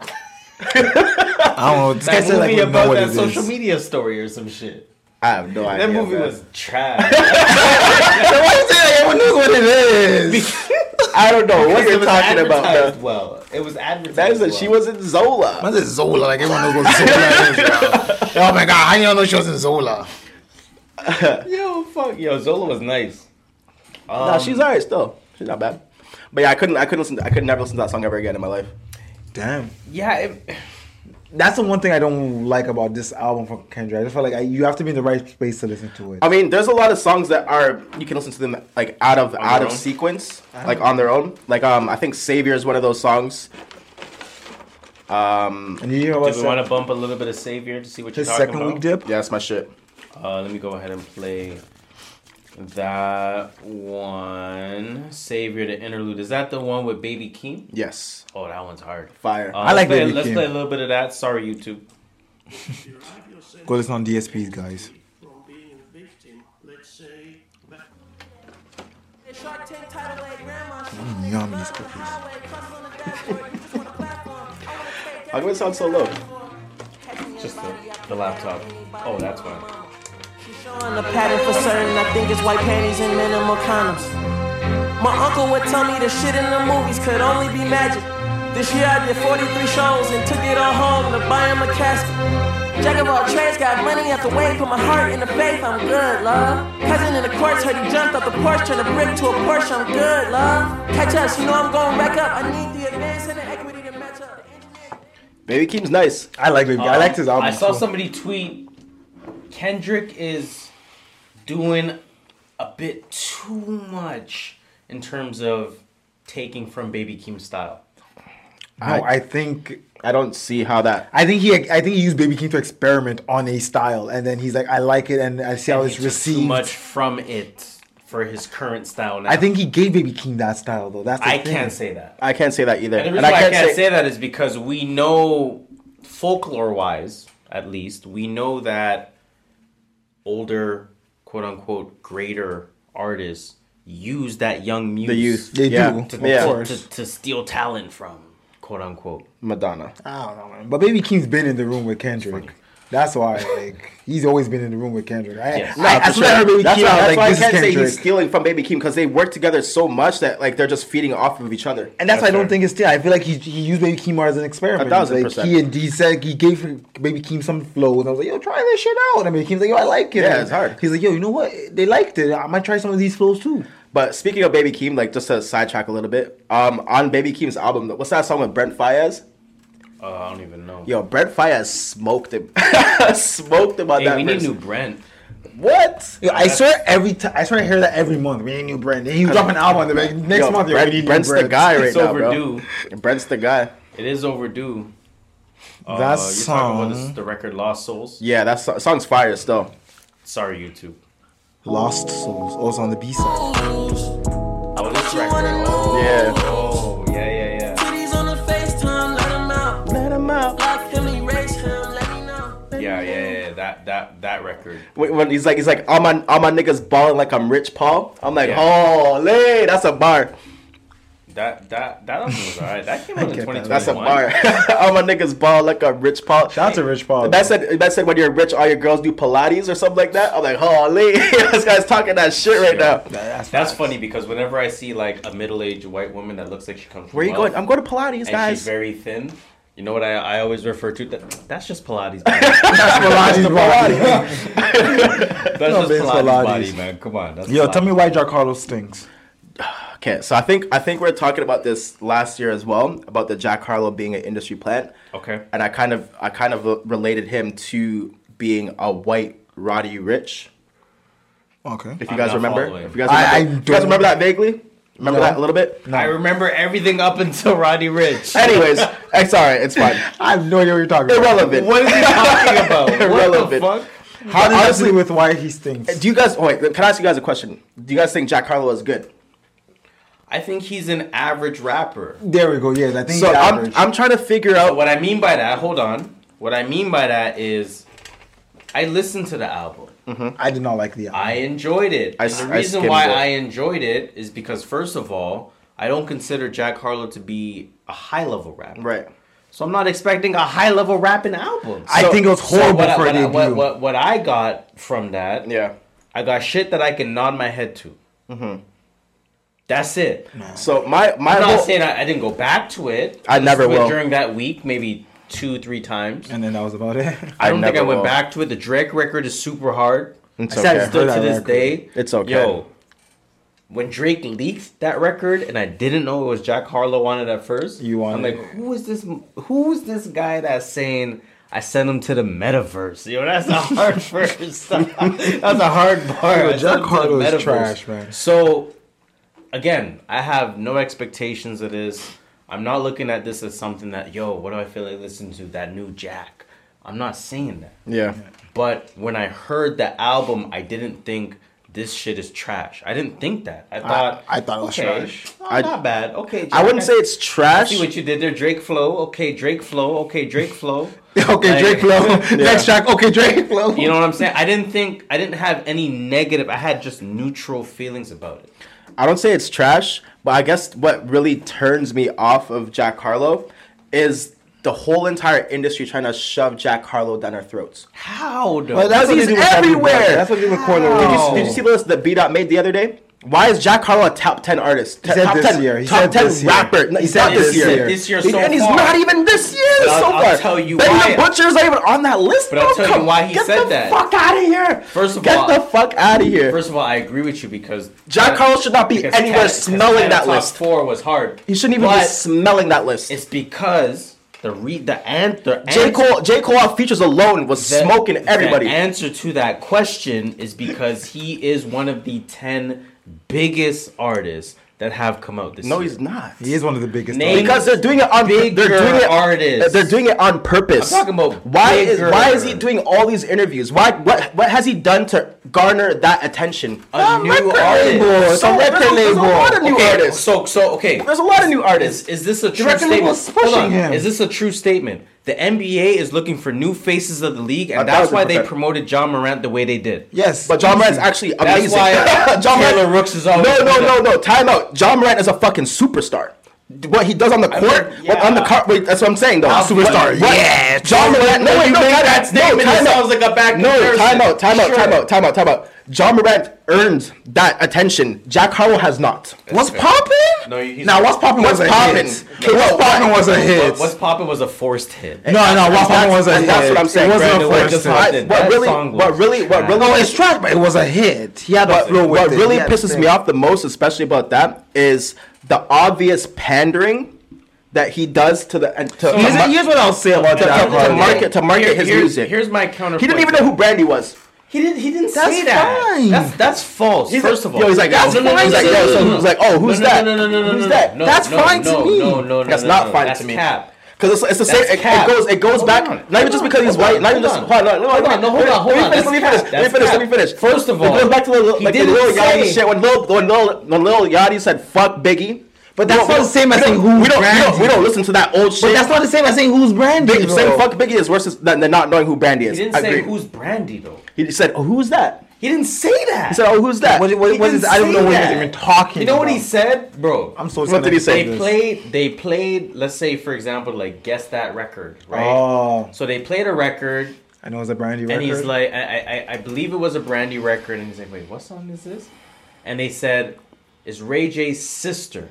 [SPEAKER 3] I don't know. This guy
[SPEAKER 1] That
[SPEAKER 3] said like
[SPEAKER 1] movie
[SPEAKER 3] we know
[SPEAKER 1] about
[SPEAKER 3] what
[SPEAKER 1] that
[SPEAKER 3] it is.
[SPEAKER 1] social media story or some shit.
[SPEAKER 2] I have no idea.
[SPEAKER 1] That movie
[SPEAKER 2] man.
[SPEAKER 1] was trash.
[SPEAKER 2] Everyone knows what it is. I don't know what
[SPEAKER 1] It
[SPEAKER 2] you're
[SPEAKER 1] was
[SPEAKER 2] talking about.
[SPEAKER 1] advertised
[SPEAKER 2] though.
[SPEAKER 1] Well, it was advertised.
[SPEAKER 2] That is it. She
[SPEAKER 1] well.
[SPEAKER 2] was in Zola.
[SPEAKER 3] Man said Zola, like everyone knows what Zola is. bro. Oh my god, how you don't know she was in Zola?
[SPEAKER 1] Yo, fuck. Yo, Zola was nice. Um,
[SPEAKER 2] No, she's alright still. She's not bad. But yeah, I couldn't. I couldn't listen. To, I could never listen to that song ever again in my life.
[SPEAKER 3] Damn.
[SPEAKER 1] yeah. It,
[SPEAKER 3] That's the one thing I don't like about this album from Kendrick. I just feel like I, you have to be in the right space to listen to it.
[SPEAKER 2] I mean, there's a lot of songs that are you can listen to them like out of out
[SPEAKER 1] their
[SPEAKER 2] of
[SPEAKER 1] own?
[SPEAKER 2] sequence, like on their own. Like um, I think Savior is one of those songs. Um,
[SPEAKER 3] And you hear
[SPEAKER 1] do
[SPEAKER 3] what
[SPEAKER 1] we want to bump a little bit of Savior to see what
[SPEAKER 3] his
[SPEAKER 1] you're talking
[SPEAKER 3] second
[SPEAKER 1] about?
[SPEAKER 3] week dip?
[SPEAKER 2] yeah, that's my shit.
[SPEAKER 1] Uh, let me go ahead and play that one. Savior the interlude. Is that the one with Baby Keem?
[SPEAKER 2] Yes,
[SPEAKER 1] Oh, that one's hard.
[SPEAKER 2] fire.
[SPEAKER 1] Uh,
[SPEAKER 3] I
[SPEAKER 1] let's
[SPEAKER 3] like
[SPEAKER 1] play,
[SPEAKER 3] Baby
[SPEAKER 1] Let's
[SPEAKER 3] Keem.
[SPEAKER 1] play a little bit of that. Sorry, YouTube.
[SPEAKER 3] Go listen on DSPs, guys.
[SPEAKER 7] from being a victim, let's say, back
[SPEAKER 8] Shark Tank title A grandma.
[SPEAKER 2] Mm,
[SPEAKER 3] Yum, these cookies.
[SPEAKER 2] How come it sound so low?
[SPEAKER 1] Just the, the laptop. Oh, that's fine.
[SPEAKER 8] Showing the pattern for certain, I think it's white panties and minimal condoms. My uncle would tell me the shit in the movies could only be magic. This year I did 43 shows and took it all home to buy him a casket. Jack of all trades, got money out the way, put my heart in the faith, I'm good, love. Cousin in the courts, heard he jumped off the porch, turned a brick to a Porsche, I'm good, love. Catch us, you know I'm going back up, I need the advance and the equity to match up.
[SPEAKER 2] Baby Keem's nice.
[SPEAKER 3] I like Baby. I liked his album.
[SPEAKER 1] Um, I saw
[SPEAKER 3] too.
[SPEAKER 1] somebody tweet Kendrick is doing a bit too much in terms of taking from Baby Keem style.
[SPEAKER 3] No, I think
[SPEAKER 2] I don't see how that.
[SPEAKER 3] I think he I think he used Baby King to experiment on a style, and then he's like, I like it, and I see how
[SPEAKER 1] He
[SPEAKER 3] it's
[SPEAKER 1] took too
[SPEAKER 3] received.
[SPEAKER 1] much from it for his current style. Now.
[SPEAKER 3] I think he gave Baby King that style though. That's the
[SPEAKER 1] I
[SPEAKER 3] thing.
[SPEAKER 1] can't say that.
[SPEAKER 2] I can't say that either.
[SPEAKER 1] And the reason why I can't say, that is because we know, folklore wise, at least, we know that older, quote unquote, greater artists use that young muse
[SPEAKER 2] the youth.
[SPEAKER 3] They
[SPEAKER 2] yeah.
[SPEAKER 3] do, of
[SPEAKER 2] yeah.
[SPEAKER 3] course.
[SPEAKER 1] to, to steal talent from, quote unquote.
[SPEAKER 2] Madonna.
[SPEAKER 3] I don't know, man. But Baby King's been in the room with Kendrick. That's why, like, he's always been in the room with Kendrick. I,
[SPEAKER 1] Yes.
[SPEAKER 3] I, I
[SPEAKER 2] Nah,
[SPEAKER 3] swear,
[SPEAKER 2] for sure.
[SPEAKER 3] I heard Baby
[SPEAKER 2] that's
[SPEAKER 3] King.
[SPEAKER 2] why,
[SPEAKER 3] I was
[SPEAKER 2] that's
[SPEAKER 3] like,
[SPEAKER 2] why I
[SPEAKER 3] this is
[SPEAKER 2] can't say
[SPEAKER 3] Kendrick.
[SPEAKER 2] he's stealing from Baby Keem because they work together so much that like they're just feeding off of each other.
[SPEAKER 3] and that's, why I don't
[SPEAKER 1] fair.
[SPEAKER 3] think it's still. I feel like he, he used Baby Keem as an experiment.
[SPEAKER 2] A thousand
[SPEAKER 3] like,
[SPEAKER 2] percent.
[SPEAKER 3] He, and he said he gave Baby Keem some flows. I was like, yo, try this shit out. And Baby Keem's like, yo, I like it.
[SPEAKER 2] Yeah,
[SPEAKER 3] And
[SPEAKER 2] it's hard.
[SPEAKER 3] He's like, yo, you know what? They liked it. I might try some of these flows too.
[SPEAKER 2] But speaking of Baby Keem, like just to sidetrack a little bit, um, on Baby Keem's album, what's that song with Brent Fayez?
[SPEAKER 1] Uh, I don't even know.
[SPEAKER 2] Yo, Brent Fayez smoked him, smoked him on
[SPEAKER 1] hey,
[SPEAKER 2] that.
[SPEAKER 1] we need
[SPEAKER 2] verse.
[SPEAKER 1] new Brent.
[SPEAKER 2] what?
[SPEAKER 3] Yo, I swear every time. I swear I hear that every month. We need new brand. He drop an album. The back- next
[SPEAKER 2] Yo,
[SPEAKER 3] month, yo,
[SPEAKER 2] Brent-
[SPEAKER 3] we need
[SPEAKER 2] Brent's
[SPEAKER 3] new
[SPEAKER 2] the
[SPEAKER 3] brand.
[SPEAKER 2] guy right
[SPEAKER 1] It's
[SPEAKER 2] now,
[SPEAKER 1] overdue.
[SPEAKER 2] bro. Brent's the guy.
[SPEAKER 1] It is overdue.
[SPEAKER 2] Oh,
[SPEAKER 1] Uh,
[SPEAKER 3] That
[SPEAKER 1] you're
[SPEAKER 3] song.
[SPEAKER 1] talking about this, the record Lost Souls.
[SPEAKER 2] Yeah, that so- song's fire still.
[SPEAKER 1] Sorry, YouTube.
[SPEAKER 3] Lost Souls. Also on the B side.
[SPEAKER 1] Oh, this record. Oh,
[SPEAKER 2] Yeah.
[SPEAKER 1] oh, yeah, yeah, yeah.
[SPEAKER 8] Titties on the FaceTime, let 'em out.
[SPEAKER 2] Let him out.
[SPEAKER 8] Block him, erase him, let me know.
[SPEAKER 1] Yeah, yeah, yeah. That that that that record.
[SPEAKER 2] When when he's like, he's like, all my all my niggas balling like I'm Rich Paul. I'm like,
[SPEAKER 1] Yeah.
[SPEAKER 2] holy, that's a bar.
[SPEAKER 1] That that that album was alright. That came out in
[SPEAKER 3] get that.
[SPEAKER 1] 2021.
[SPEAKER 2] That's a bar. all my niggas ball like I'm Rich Paul.
[SPEAKER 3] Shout out to Rich Paul.
[SPEAKER 2] That said, that said, when you're rich, all your girls do Pilates or something like that. I'm like, holy, this guy's talking that shit right now.
[SPEAKER 3] That's
[SPEAKER 1] That's funny because whenever I see like a middle-aged white woman that looks like she comes from
[SPEAKER 2] Where you
[SPEAKER 1] wealth
[SPEAKER 2] going? I'm going to Pilates,
[SPEAKER 1] and she's
[SPEAKER 2] guys.
[SPEAKER 1] very thin, you know what I, I always refer to that, that's just Pilates. Body.
[SPEAKER 2] Pilates, Pilates.
[SPEAKER 1] That's
[SPEAKER 3] No,
[SPEAKER 1] just
[SPEAKER 3] but
[SPEAKER 1] Pilates,
[SPEAKER 3] it's Pilates.
[SPEAKER 1] body, man. Come on. That's
[SPEAKER 3] Yo,
[SPEAKER 1] Pilates.
[SPEAKER 3] tell me why Giancarlo stinks.
[SPEAKER 2] Okay, so I think I think we are talking about this last year as well about the Jack Harlow being an industry plant.
[SPEAKER 1] Okay.
[SPEAKER 2] and I kind of I kind of related him to being a white Roddy Rich.
[SPEAKER 3] Okay.
[SPEAKER 2] If you
[SPEAKER 1] I'm
[SPEAKER 2] guys
[SPEAKER 1] not
[SPEAKER 2] remember,
[SPEAKER 1] following.
[SPEAKER 2] if you guys remember,
[SPEAKER 3] I- I
[SPEAKER 2] you guys remember that vaguely, remember
[SPEAKER 3] No.
[SPEAKER 2] that a little bit.
[SPEAKER 1] I remember everything up until Roddy Rich.
[SPEAKER 2] Anyways, it's all right. It's fine.
[SPEAKER 3] I have no idea what you're talking about.
[SPEAKER 2] Irrelevant.
[SPEAKER 1] what is he talking about? What the
[SPEAKER 2] Irrelevant.
[SPEAKER 1] fuck?
[SPEAKER 3] How does
[SPEAKER 2] Honestly-
[SPEAKER 3] that do with why he stinks?
[SPEAKER 2] Do you guys? Oh wait, can I ask you guys a question? Do you guys think Jack Harlow is good?
[SPEAKER 1] I think he's an average rapper.
[SPEAKER 3] There we go. Yeah, I think
[SPEAKER 2] So
[SPEAKER 3] he's
[SPEAKER 2] I'm
[SPEAKER 3] average.
[SPEAKER 2] I'm trying to figure
[SPEAKER 1] But
[SPEAKER 2] out.
[SPEAKER 1] what I mean by that, hold on. What I mean by that is, I listened to the album.
[SPEAKER 3] I did not like the.
[SPEAKER 1] I enjoyed it.
[SPEAKER 2] I
[SPEAKER 1] and
[SPEAKER 2] s-
[SPEAKER 1] the
[SPEAKER 2] I
[SPEAKER 1] reason
[SPEAKER 2] skimmed
[SPEAKER 1] why
[SPEAKER 2] it.
[SPEAKER 1] I enjoyed it is because first of all, I don't consider Jack Harlow to be a high level rapper.
[SPEAKER 2] Right.
[SPEAKER 1] So I'm not expecting a high level rapping album.
[SPEAKER 3] I think it was horrible
[SPEAKER 1] what, I-
[SPEAKER 3] for a
[SPEAKER 1] what, I-
[SPEAKER 3] debut.
[SPEAKER 1] what, what, what I got from that,
[SPEAKER 2] Yeah. Mm-hmm.
[SPEAKER 1] I got shit that I can nod my head to. That's it.
[SPEAKER 2] So my my
[SPEAKER 1] I'm not
[SPEAKER 2] whole-
[SPEAKER 1] saying I, I didn't go back to it.
[SPEAKER 2] I never
[SPEAKER 1] listened to it
[SPEAKER 2] will.
[SPEAKER 1] during that week, maybe two, three times.
[SPEAKER 3] and then that was about it.
[SPEAKER 1] I don't think
[SPEAKER 2] never
[SPEAKER 1] I went
[SPEAKER 2] will.
[SPEAKER 1] back to it. The Drake record is super hard.
[SPEAKER 2] It's
[SPEAKER 3] I said
[SPEAKER 2] okay.
[SPEAKER 3] it's
[SPEAKER 1] Still
[SPEAKER 3] Heard
[SPEAKER 1] to
[SPEAKER 3] that
[SPEAKER 1] this
[SPEAKER 3] record.
[SPEAKER 1] day,
[SPEAKER 2] It's okay.
[SPEAKER 1] Yo, when Drake leaked that record, and I didn't know it was Jack Harlow on it at first,
[SPEAKER 3] You on
[SPEAKER 1] I'm
[SPEAKER 3] it.
[SPEAKER 1] like, who is this? Who is this guy that's saying? I sent him to the metaverse. Yo, that's a hard first. that's a hard bar.
[SPEAKER 3] Yo,
[SPEAKER 1] I sent
[SPEAKER 3] Jack
[SPEAKER 1] him to the
[SPEAKER 3] Harlow is
[SPEAKER 1] metaverse.
[SPEAKER 3] trash, man.
[SPEAKER 1] So, again, I have no expectations of this. I'm not looking at this as something that, yo, what do I feel like listening to? That new Jack. I'm not saying that.
[SPEAKER 2] yeah.
[SPEAKER 1] But when I heard the album, I didn't think this shit is trash. I didn't think that. I thought
[SPEAKER 3] I thought it was
[SPEAKER 1] okay,
[SPEAKER 3] trash.
[SPEAKER 1] Not,
[SPEAKER 2] I-
[SPEAKER 1] not bad. Okay,
[SPEAKER 2] I wouldn't say it's trash.
[SPEAKER 1] see what you did there, Drake flow. Okay, Drake flow. Okay, Drake flow.
[SPEAKER 3] okay,
[SPEAKER 1] Like-
[SPEAKER 3] Drake Flow. Next track. Okay, Drake Flow.
[SPEAKER 1] You know what I'm saying? I didn't think I didn't have any negative. I had just neutral feelings about it.
[SPEAKER 2] I don't say it's trash, but I guess what really turns me off of Jack Harlow is the whole entire industry trying to shove Jack Harlow down our throats.
[SPEAKER 1] How though?
[SPEAKER 3] But that's what
[SPEAKER 2] He's
[SPEAKER 3] they do with everybody.
[SPEAKER 2] everywhere.
[SPEAKER 3] That's what they do with Cornel.
[SPEAKER 2] Did you, did you see the list that B Dot made the other day? Why is Jack Harlow a top ten artist? T-
[SPEAKER 3] said
[SPEAKER 2] top
[SPEAKER 3] this
[SPEAKER 2] ten,
[SPEAKER 3] year. He
[SPEAKER 2] top
[SPEAKER 3] said
[SPEAKER 2] ten
[SPEAKER 3] this year.
[SPEAKER 2] rapper. No,
[SPEAKER 3] He
[SPEAKER 2] he's
[SPEAKER 3] said
[SPEAKER 2] not this
[SPEAKER 3] this
[SPEAKER 2] year.
[SPEAKER 3] year.
[SPEAKER 1] This year
[SPEAKER 2] and,
[SPEAKER 1] so
[SPEAKER 2] and he's
[SPEAKER 1] far.
[SPEAKER 2] not even this year
[SPEAKER 1] I'll-
[SPEAKER 2] so
[SPEAKER 1] I'll
[SPEAKER 2] far.
[SPEAKER 1] tell you
[SPEAKER 2] Benny
[SPEAKER 1] why.
[SPEAKER 2] the Butcher's not even on that list.
[SPEAKER 1] But I'll
[SPEAKER 2] bro.
[SPEAKER 1] tell you
[SPEAKER 2] Come-
[SPEAKER 1] why he
[SPEAKER 2] get
[SPEAKER 1] said
[SPEAKER 2] the
[SPEAKER 1] that.
[SPEAKER 2] Fuck out of here.
[SPEAKER 1] First of
[SPEAKER 2] get
[SPEAKER 1] all-
[SPEAKER 2] the fuck out of here.
[SPEAKER 1] First of all, I agree with you because
[SPEAKER 2] Jack Harlow should not be
[SPEAKER 1] because
[SPEAKER 2] anywhere
[SPEAKER 1] Canada-
[SPEAKER 2] smelling
[SPEAKER 1] Canada
[SPEAKER 2] that
[SPEAKER 1] top
[SPEAKER 2] list.
[SPEAKER 1] Four was hard.
[SPEAKER 2] he shouldn't even be
[SPEAKER 1] But
[SPEAKER 2] smelling that list.
[SPEAKER 1] It's because the re the ant the
[SPEAKER 2] J.
[SPEAKER 1] ans-
[SPEAKER 2] Cole, J. Cole off features alone was
[SPEAKER 1] the-
[SPEAKER 2] smoking everybody.
[SPEAKER 1] The answer to that question is because he is one of the ten biggest artists that have come out this
[SPEAKER 2] no,
[SPEAKER 1] year.
[SPEAKER 2] he's not.
[SPEAKER 3] He is one of the biggest.
[SPEAKER 1] Name-
[SPEAKER 2] because they're doing it on they're
[SPEAKER 1] Bigger
[SPEAKER 2] doing it uh,
[SPEAKER 1] artists.
[SPEAKER 2] They're doing it on purpose.
[SPEAKER 1] I'm talking about
[SPEAKER 2] why is
[SPEAKER 1] bigger.
[SPEAKER 2] why is he doing all these interviews? Why what what has he done to garner that attention?
[SPEAKER 1] A new artist.
[SPEAKER 2] It's
[SPEAKER 3] So
[SPEAKER 2] a record
[SPEAKER 3] there's a- there's a
[SPEAKER 2] label.
[SPEAKER 3] lot of
[SPEAKER 2] new
[SPEAKER 1] Okay,
[SPEAKER 2] artists.
[SPEAKER 1] So so okay.
[SPEAKER 2] There's a lot of new artists.
[SPEAKER 1] Is, is this a true
[SPEAKER 2] record
[SPEAKER 1] statement?
[SPEAKER 2] label's
[SPEAKER 1] Hold on.
[SPEAKER 3] pushing him.
[SPEAKER 1] Is this a true statement? The NBA is looking for new faces of the league, and
[SPEAKER 2] A
[SPEAKER 1] that's
[SPEAKER 2] thousand
[SPEAKER 1] why they
[SPEAKER 2] percent.
[SPEAKER 1] promoted John Morant the way they did.
[SPEAKER 3] Yes,
[SPEAKER 2] but John Morant's
[SPEAKER 3] easy. uh,
[SPEAKER 2] actually
[SPEAKER 1] That's
[SPEAKER 2] amazing.
[SPEAKER 1] why
[SPEAKER 2] Morant-
[SPEAKER 1] Taylor Rooks is always
[SPEAKER 2] No, no,
[SPEAKER 1] good.
[SPEAKER 2] no, no. Time out. John Morant is a fucking superstar. What he does on the court,
[SPEAKER 1] mean,
[SPEAKER 2] what on the
[SPEAKER 1] yeah.
[SPEAKER 2] court. Wait, that's what I'm saying though.
[SPEAKER 3] superstar,
[SPEAKER 2] What-
[SPEAKER 3] yeah.
[SPEAKER 2] John Morant. No, wait, no, time out. No, time out.
[SPEAKER 1] like a back.
[SPEAKER 2] No, time out, time out,
[SPEAKER 1] Sure.
[SPEAKER 2] time out, time out, time out. John Morant earned that attention. Jack Harlow has not. what's
[SPEAKER 1] fair.
[SPEAKER 2] poppin'?
[SPEAKER 1] No, he's-
[SPEAKER 2] now what's poppin'
[SPEAKER 3] What's
[SPEAKER 2] was a poppin'?
[SPEAKER 3] poppin'? What's poppin' was a hit.
[SPEAKER 1] What's popping was a forced hit.
[SPEAKER 3] No, no, What's
[SPEAKER 2] That's,
[SPEAKER 3] poppin' was a hit.
[SPEAKER 2] that's what I'm saying.
[SPEAKER 3] It wasn't
[SPEAKER 2] Brandon.
[SPEAKER 3] a
[SPEAKER 2] Like,
[SPEAKER 3] forced
[SPEAKER 1] just
[SPEAKER 3] hit.
[SPEAKER 2] I-
[SPEAKER 1] hit.
[SPEAKER 2] what
[SPEAKER 1] That
[SPEAKER 2] really,
[SPEAKER 1] song
[SPEAKER 2] what
[SPEAKER 1] was
[SPEAKER 2] really, what
[SPEAKER 1] trash.
[SPEAKER 2] really,
[SPEAKER 3] No, it's trash, but it was a hit. He had
[SPEAKER 2] what,
[SPEAKER 3] to roll with
[SPEAKER 2] what
[SPEAKER 3] it.
[SPEAKER 2] really
[SPEAKER 3] He had to
[SPEAKER 2] pisses
[SPEAKER 3] stay.
[SPEAKER 2] me off the most, especially about that, is the obvious pandering that he does to the and to, to,
[SPEAKER 3] Here's,
[SPEAKER 2] mar-
[SPEAKER 3] here's what I'll say about
[SPEAKER 2] to-
[SPEAKER 3] Jack
[SPEAKER 2] to- to
[SPEAKER 3] Harlow.
[SPEAKER 2] market to market
[SPEAKER 1] Here-
[SPEAKER 2] his
[SPEAKER 1] here's-
[SPEAKER 2] music.
[SPEAKER 1] Here's my counter.
[SPEAKER 2] he didn't even know who Brandy was.
[SPEAKER 1] He didn't. He didn't
[SPEAKER 3] That's
[SPEAKER 1] say that.
[SPEAKER 3] fine.
[SPEAKER 1] That's that's false.
[SPEAKER 2] He's
[SPEAKER 1] first
[SPEAKER 2] like-
[SPEAKER 1] of all,
[SPEAKER 2] yo, he's like,
[SPEAKER 1] No,
[SPEAKER 2] that's
[SPEAKER 1] no, no, no,
[SPEAKER 2] fine to
[SPEAKER 1] no, no,
[SPEAKER 2] me.
[SPEAKER 1] no, no.
[SPEAKER 2] He's like, oh, who's
[SPEAKER 1] No, no,
[SPEAKER 2] that?
[SPEAKER 1] No, no, no, no,
[SPEAKER 2] Who's
[SPEAKER 1] no,
[SPEAKER 2] that?
[SPEAKER 1] no,
[SPEAKER 2] That's
[SPEAKER 1] no,
[SPEAKER 2] fine to
[SPEAKER 1] no,
[SPEAKER 2] me.
[SPEAKER 1] No, no, no,
[SPEAKER 2] That's
[SPEAKER 1] no,
[SPEAKER 2] not
[SPEAKER 1] no,
[SPEAKER 2] fine
[SPEAKER 1] that's
[SPEAKER 2] to me.
[SPEAKER 1] Cap.
[SPEAKER 2] Because it's, it's the
[SPEAKER 1] That's
[SPEAKER 2] same. It,
[SPEAKER 1] cap.
[SPEAKER 2] it goes. It goes
[SPEAKER 1] Hold
[SPEAKER 2] back.
[SPEAKER 1] on.
[SPEAKER 2] Not even just because he's
[SPEAKER 1] Hold
[SPEAKER 2] white.
[SPEAKER 1] on.
[SPEAKER 2] Not even
[SPEAKER 1] Hold
[SPEAKER 2] just.
[SPEAKER 1] on.
[SPEAKER 2] Hold on. No, no,
[SPEAKER 1] Hold on. No, hold on. Hold on.
[SPEAKER 2] Let me
[SPEAKER 1] That's
[SPEAKER 2] finish.
[SPEAKER 1] cap.
[SPEAKER 2] Let me
[SPEAKER 1] That's
[SPEAKER 2] finish. Let me finish. Let
[SPEAKER 1] cap.
[SPEAKER 2] me finish.
[SPEAKER 1] First of
[SPEAKER 2] it
[SPEAKER 1] all,
[SPEAKER 2] goes back to the,
[SPEAKER 1] he
[SPEAKER 2] like, the
[SPEAKER 1] didn't
[SPEAKER 2] little Yachty
[SPEAKER 1] say-
[SPEAKER 2] shit when little when little when little Yachty said fuck Biggie.
[SPEAKER 9] But that's
[SPEAKER 2] We
[SPEAKER 9] not the
[SPEAKER 2] don't-
[SPEAKER 9] same as
[SPEAKER 2] we
[SPEAKER 9] saying
[SPEAKER 2] don't-
[SPEAKER 9] who's
[SPEAKER 2] we don't, we don't.
[SPEAKER 9] Brandy.
[SPEAKER 2] We don't listen to that old shit.
[SPEAKER 9] But that's not the same as saying who's Brandy.
[SPEAKER 2] Big- saying
[SPEAKER 9] though.
[SPEAKER 2] fuck Biggie is worse than, than not knowing who Brandy is.
[SPEAKER 1] He didn't
[SPEAKER 2] I
[SPEAKER 1] say
[SPEAKER 2] agree.
[SPEAKER 1] who's Brandy though.
[SPEAKER 2] He said, oh, "Who's that?"
[SPEAKER 1] He didn't say that.
[SPEAKER 2] He said, "Oh, who's that?"
[SPEAKER 3] What, what,
[SPEAKER 1] He
[SPEAKER 3] what
[SPEAKER 1] didn't
[SPEAKER 3] is, I
[SPEAKER 1] say
[SPEAKER 3] don't know what
[SPEAKER 1] that.
[SPEAKER 3] he's even talking
[SPEAKER 1] You know what he
[SPEAKER 3] about.
[SPEAKER 1] said, bro?
[SPEAKER 3] I'm so
[SPEAKER 2] What did he say?
[SPEAKER 3] disconnected.
[SPEAKER 1] they played. They played. Let's say, for example, like guess that record, right?
[SPEAKER 3] Oh,
[SPEAKER 1] So they played a record,
[SPEAKER 3] I know it's a brandy record.
[SPEAKER 1] and he's like, I, I- I, I believe it was a Brandy record, and he's like, wait, what song is this? And they said, it's Ray J's sister.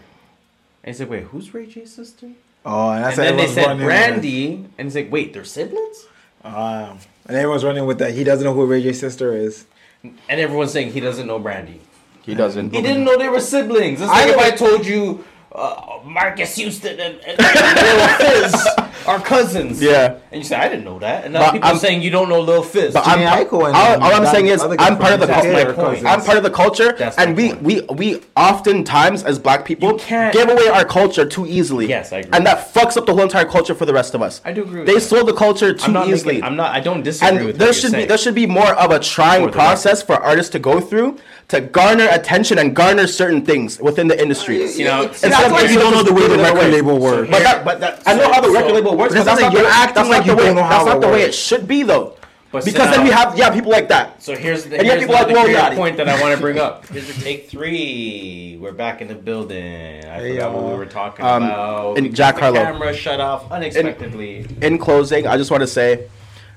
[SPEAKER 1] And he's like, wait, who's Ray J's sister?
[SPEAKER 3] oh, and, that's
[SPEAKER 1] And then they
[SPEAKER 3] everyone's
[SPEAKER 1] said
[SPEAKER 3] running with
[SPEAKER 1] Brandy, and he's like, wait, they're siblings?
[SPEAKER 3] it. Um, and everyone's running with that. He doesn't know who Ray J's sister is.
[SPEAKER 1] And everyone's saying he doesn't know Brandy.
[SPEAKER 2] He doesn't.
[SPEAKER 1] He didn't know they were siblings. It's
[SPEAKER 3] I
[SPEAKER 1] like if
[SPEAKER 3] know-
[SPEAKER 1] I told you uh, Marcus Houston and, and Lil Fizz are cousins.
[SPEAKER 2] Yeah.
[SPEAKER 1] And you say, I didn't know that. And now
[SPEAKER 2] But
[SPEAKER 1] people are
[SPEAKER 2] I'm-
[SPEAKER 1] saying you don't know Lil Fizz.
[SPEAKER 2] But I'm,
[SPEAKER 3] Jhené Aiko and
[SPEAKER 2] all, all I'm
[SPEAKER 3] that
[SPEAKER 2] saying is
[SPEAKER 3] other
[SPEAKER 2] I'm
[SPEAKER 3] guy
[SPEAKER 2] part of the
[SPEAKER 3] from
[SPEAKER 2] culture.
[SPEAKER 1] Japan
[SPEAKER 2] I'm
[SPEAKER 1] are cousins.
[SPEAKER 2] part of the culture,
[SPEAKER 1] That's my
[SPEAKER 2] and we,
[SPEAKER 1] point.
[SPEAKER 2] we we oftentimes as black people
[SPEAKER 1] You can't-
[SPEAKER 2] give away our culture too easily.
[SPEAKER 1] Yes, I agree.
[SPEAKER 2] And that fucks up the whole entire culture for the rest of us.
[SPEAKER 1] I do agree with
[SPEAKER 2] They
[SPEAKER 1] that.
[SPEAKER 2] sold the culture too
[SPEAKER 1] I'm not
[SPEAKER 2] easily.
[SPEAKER 1] making, I'm not I don't disagree
[SPEAKER 2] and
[SPEAKER 1] with
[SPEAKER 2] there
[SPEAKER 1] what
[SPEAKER 2] should
[SPEAKER 1] you're
[SPEAKER 2] be there
[SPEAKER 1] saying.
[SPEAKER 2] should be more of a trying
[SPEAKER 1] the
[SPEAKER 2] process for artists to go through to garner attention and garner certain things within the industry.
[SPEAKER 1] you know,
[SPEAKER 2] Instead of
[SPEAKER 3] like
[SPEAKER 2] just
[SPEAKER 3] you don't
[SPEAKER 2] just
[SPEAKER 3] know the way
[SPEAKER 2] doing
[SPEAKER 3] the
[SPEAKER 2] it
[SPEAKER 3] record label works.
[SPEAKER 2] But that, but that, I know how the
[SPEAKER 1] so-
[SPEAKER 2] record label works.
[SPEAKER 3] Because
[SPEAKER 2] But
[SPEAKER 3] that's
[SPEAKER 2] that's not
[SPEAKER 3] like
[SPEAKER 2] the,
[SPEAKER 3] you're
[SPEAKER 2] that's
[SPEAKER 3] acting
[SPEAKER 2] not
[SPEAKER 3] like
[SPEAKER 2] the
[SPEAKER 3] you
[SPEAKER 2] way.
[SPEAKER 3] don't know
[SPEAKER 2] That's
[SPEAKER 3] how
[SPEAKER 2] not
[SPEAKER 3] it
[SPEAKER 2] the way it
[SPEAKER 3] works.
[SPEAKER 2] should be though.
[SPEAKER 1] But
[SPEAKER 2] Because
[SPEAKER 1] so
[SPEAKER 2] then we
[SPEAKER 1] now-
[SPEAKER 2] have yeah people like that.
[SPEAKER 1] So here's the,
[SPEAKER 2] And yet
[SPEAKER 1] here's
[SPEAKER 2] people
[SPEAKER 1] another
[SPEAKER 2] like,
[SPEAKER 1] clear
[SPEAKER 2] well, yeah.
[SPEAKER 1] point that I want to bring up. Here's your take three. We're back in the building. I forgot what we were talking
[SPEAKER 2] Um,
[SPEAKER 1] about.
[SPEAKER 2] and Jack
[SPEAKER 1] the
[SPEAKER 2] Harlow.
[SPEAKER 1] camera shut off unexpectedly.
[SPEAKER 2] in closing, I just want to say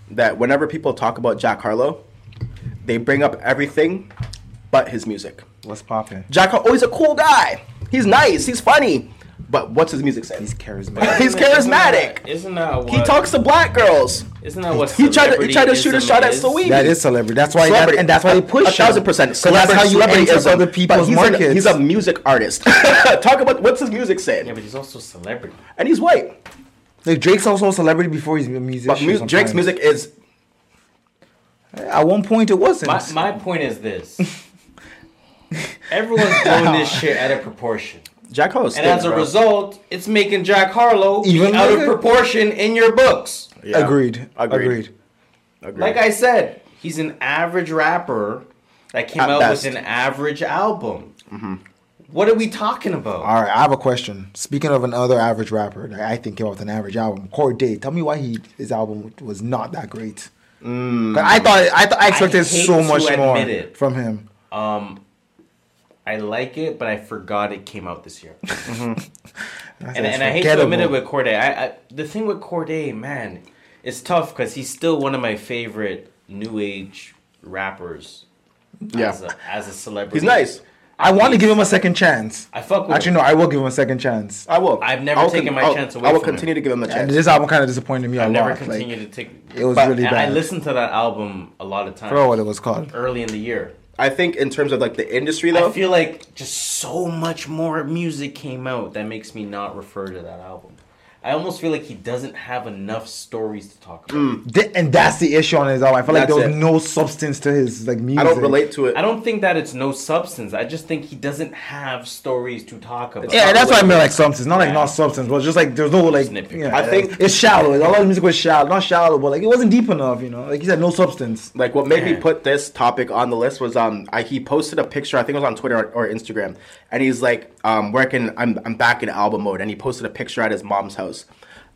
[SPEAKER 2] that whenever people talk about Jack Harlow, they bring up everything but his music.
[SPEAKER 3] What's popping?
[SPEAKER 2] Jack Harlow, oh, he's a cool guy. He's nice. He's funny. But what's his music say?
[SPEAKER 3] He's
[SPEAKER 2] He's,
[SPEAKER 3] charismatic.
[SPEAKER 2] charismatic.
[SPEAKER 1] Isn't that what?
[SPEAKER 2] He talks to black girls.
[SPEAKER 1] Isn't that what?
[SPEAKER 2] He tried to he tried to shoot a
[SPEAKER 1] celebrityism
[SPEAKER 2] shot at
[SPEAKER 1] is?
[SPEAKER 2] Saweetie.
[SPEAKER 3] That is celebrity. That's why. That,
[SPEAKER 2] Celebrity.
[SPEAKER 3] and that's why they
[SPEAKER 2] A-
[SPEAKER 3] push
[SPEAKER 2] a thousand
[SPEAKER 3] him.
[SPEAKER 2] percent.
[SPEAKER 3] 'Cause that's how you
[SPEAKER 2] Celebrity-
[SPEAKER 3] enter
[SPEAKER 2] celebrityism.
[SPEAKER 3] other
[SPEAKER 2] But
[SPEAKER 3] people's
[SPEAKER 2] he's
[SPEAKER 3] markets.
[SPEAKER 2] A, he's a music artist. Talk about what's his music
[SPEAKER 1] Yeah,
[SPEAKER 2] saying,
[SPEAKER 1] but he's also a celebrity.
[SPEAKER 2] and he's white.
[SPEAKER 3] like Drake's also a celebrity before he's a musician.
[SPEAKER 2] But mu- Drake's
[SPEAKER 3] sometimes.
[SPEAKER 2] music is
[SPEAKER 3] At one point, it wasn't.
[SPEAKER 1] My, my point is this. Everyone's blowing this shit out of proportion.
[SPEAKER 2] Jack Harlow.
[SPEAKER 1] And as a result, it's making Jack Harlow
[SPEAKER 3] Even
[SPEAKER 1] Even out of
[SPEAKER 3] bigger.
[SPEAKER 1] proportion in your books.
[SPEAKER 3] Agreed.
[SPEAKER 2] Agreed.
[SPEAKER 3] Agreed.
[SPEAKER 1] Like I said, he's an average rapper that came
[SPEAKER 2] At
[SPEAKER 1] out
[SPEAKER 2] best. Mm-hmm.
[SPEAKER 1] with an average album. What are we talking about?
[SPEAKER 3] All right, I have a question. Speaking of another average rapper that I think came out with an average album, Corey Day. Tell me why he his album was not that great. 'Cause I thought I thought I expected
[SPEAKER 1] hate
[SPEAKER 3] so
[SPEAKER 1] to
[SPEAKER 3] much more
[SPEAKER 1] admit it.
[SPEAKER 3] from him.
[SPEAKER 1] I like it, but I forgot it came out this year.
[SPEAKER 3] That's-
[SPEAKER 1] and,
[SPEAKER 3] that's
[SPEAKER 1] and I hate to admit it
[SPEAKER 3] forgettable.
[SPEAKER 1] with Corday. I, I the thing with Corday, man, it's tough because he's still one of my favorite new age rappers.
[SPEAKER 2] Yeah.
[SPEAKER 1] as a, as a celebrity,
[SPEAKER 2] He's nice.
[SPEAKER 3] I want to give him a second chance.
[SPEAKER 1] I fuck with.
[SPEAKER 3] Actually,
[SPEAKER 1] him.
[SPEAKER 3] no, I will give him a second chance.
[SPEAKER 2] I will.
[SPEAKER 1] I've never
[SPEAKER 2] I will
[SPEAKER 1] taken
[SPEAKER 2] con-
[SPEAKER 1] my
[SPEAKER 2] I'll-
[SPEAKER 1] chance away
[SPEAKER 2] I will
[SPEAKER 1] from him.
[SPEAKER 2] continue to give him a
[SPEAKER 3] And
[SPEAKER 2] chance.
[SPEAKER 3] this album kind of disappointed me a
[SPEAKER 1] I
[SPEAKER 3] lot.
[SPEAKER 1] never
[SPEAKER 3] like,
[SPEAKER 1] continue to take.
[SPEAKER 3] it was
[SPEAKER 2] but-
[SPEAKER 3] really
[SPEAKER 1] and
[SPEAKER 3] bad.
[SPEAKER 1] I listened to that album a lot of
[SPEAKER 3] I forgot
[SPEAKER 1] times
[SPEAKER 3] what it was called.
[SPEAKER 1] early in the year.
[SPEAKER 2] I think in terms of like the industry though,
[SPEAKER 1] I feel like just so much more music came out that makes me not refer to that album. I almost feel like he doesn't have enough stories to talk about.
[SPEAKER 3] Th- and that's the issue on his album. I felt like
[SPEAKER 2] That's
[SPEAKER 3] there was
[SPEAKER 2] it.
[SPEAKER 3] no substance to his like music.
[SPEAKER 2] I don't relate to it.
[SPEAKER 1] I don't think that it's no substance. I just think he doesn't have stories to talk about.
[SPEAKER 3] Yeah,
[SPEAKER 2] not
[SPEAKER 3] that's what I
[SPEAKER 2] relate.
[SPEAKER 3] meant like substance, not like
[SPEAKER 1] Yeah.
[SPEAKER 3] not substance, but just like there's no like.
[SPEAKER 1] nitpick.
[SPEAKER 3] Yeah,
[SPEAKER 2] I think-
[SPEAKER 3] it's shallow. A lot of music was shallow, not shallow, but like it wasn't deep enough. You know, like he said, no substance.
[SPEAKER 2] like what made me
[SPEAKER 1] Yeah.
[SPEAKER 2] put this topic on the list was um I, he posted a picture I think it was on Twitter or, or Instagram and he's like um working I'm I'm back in album mode and he posted a picture at his mom's house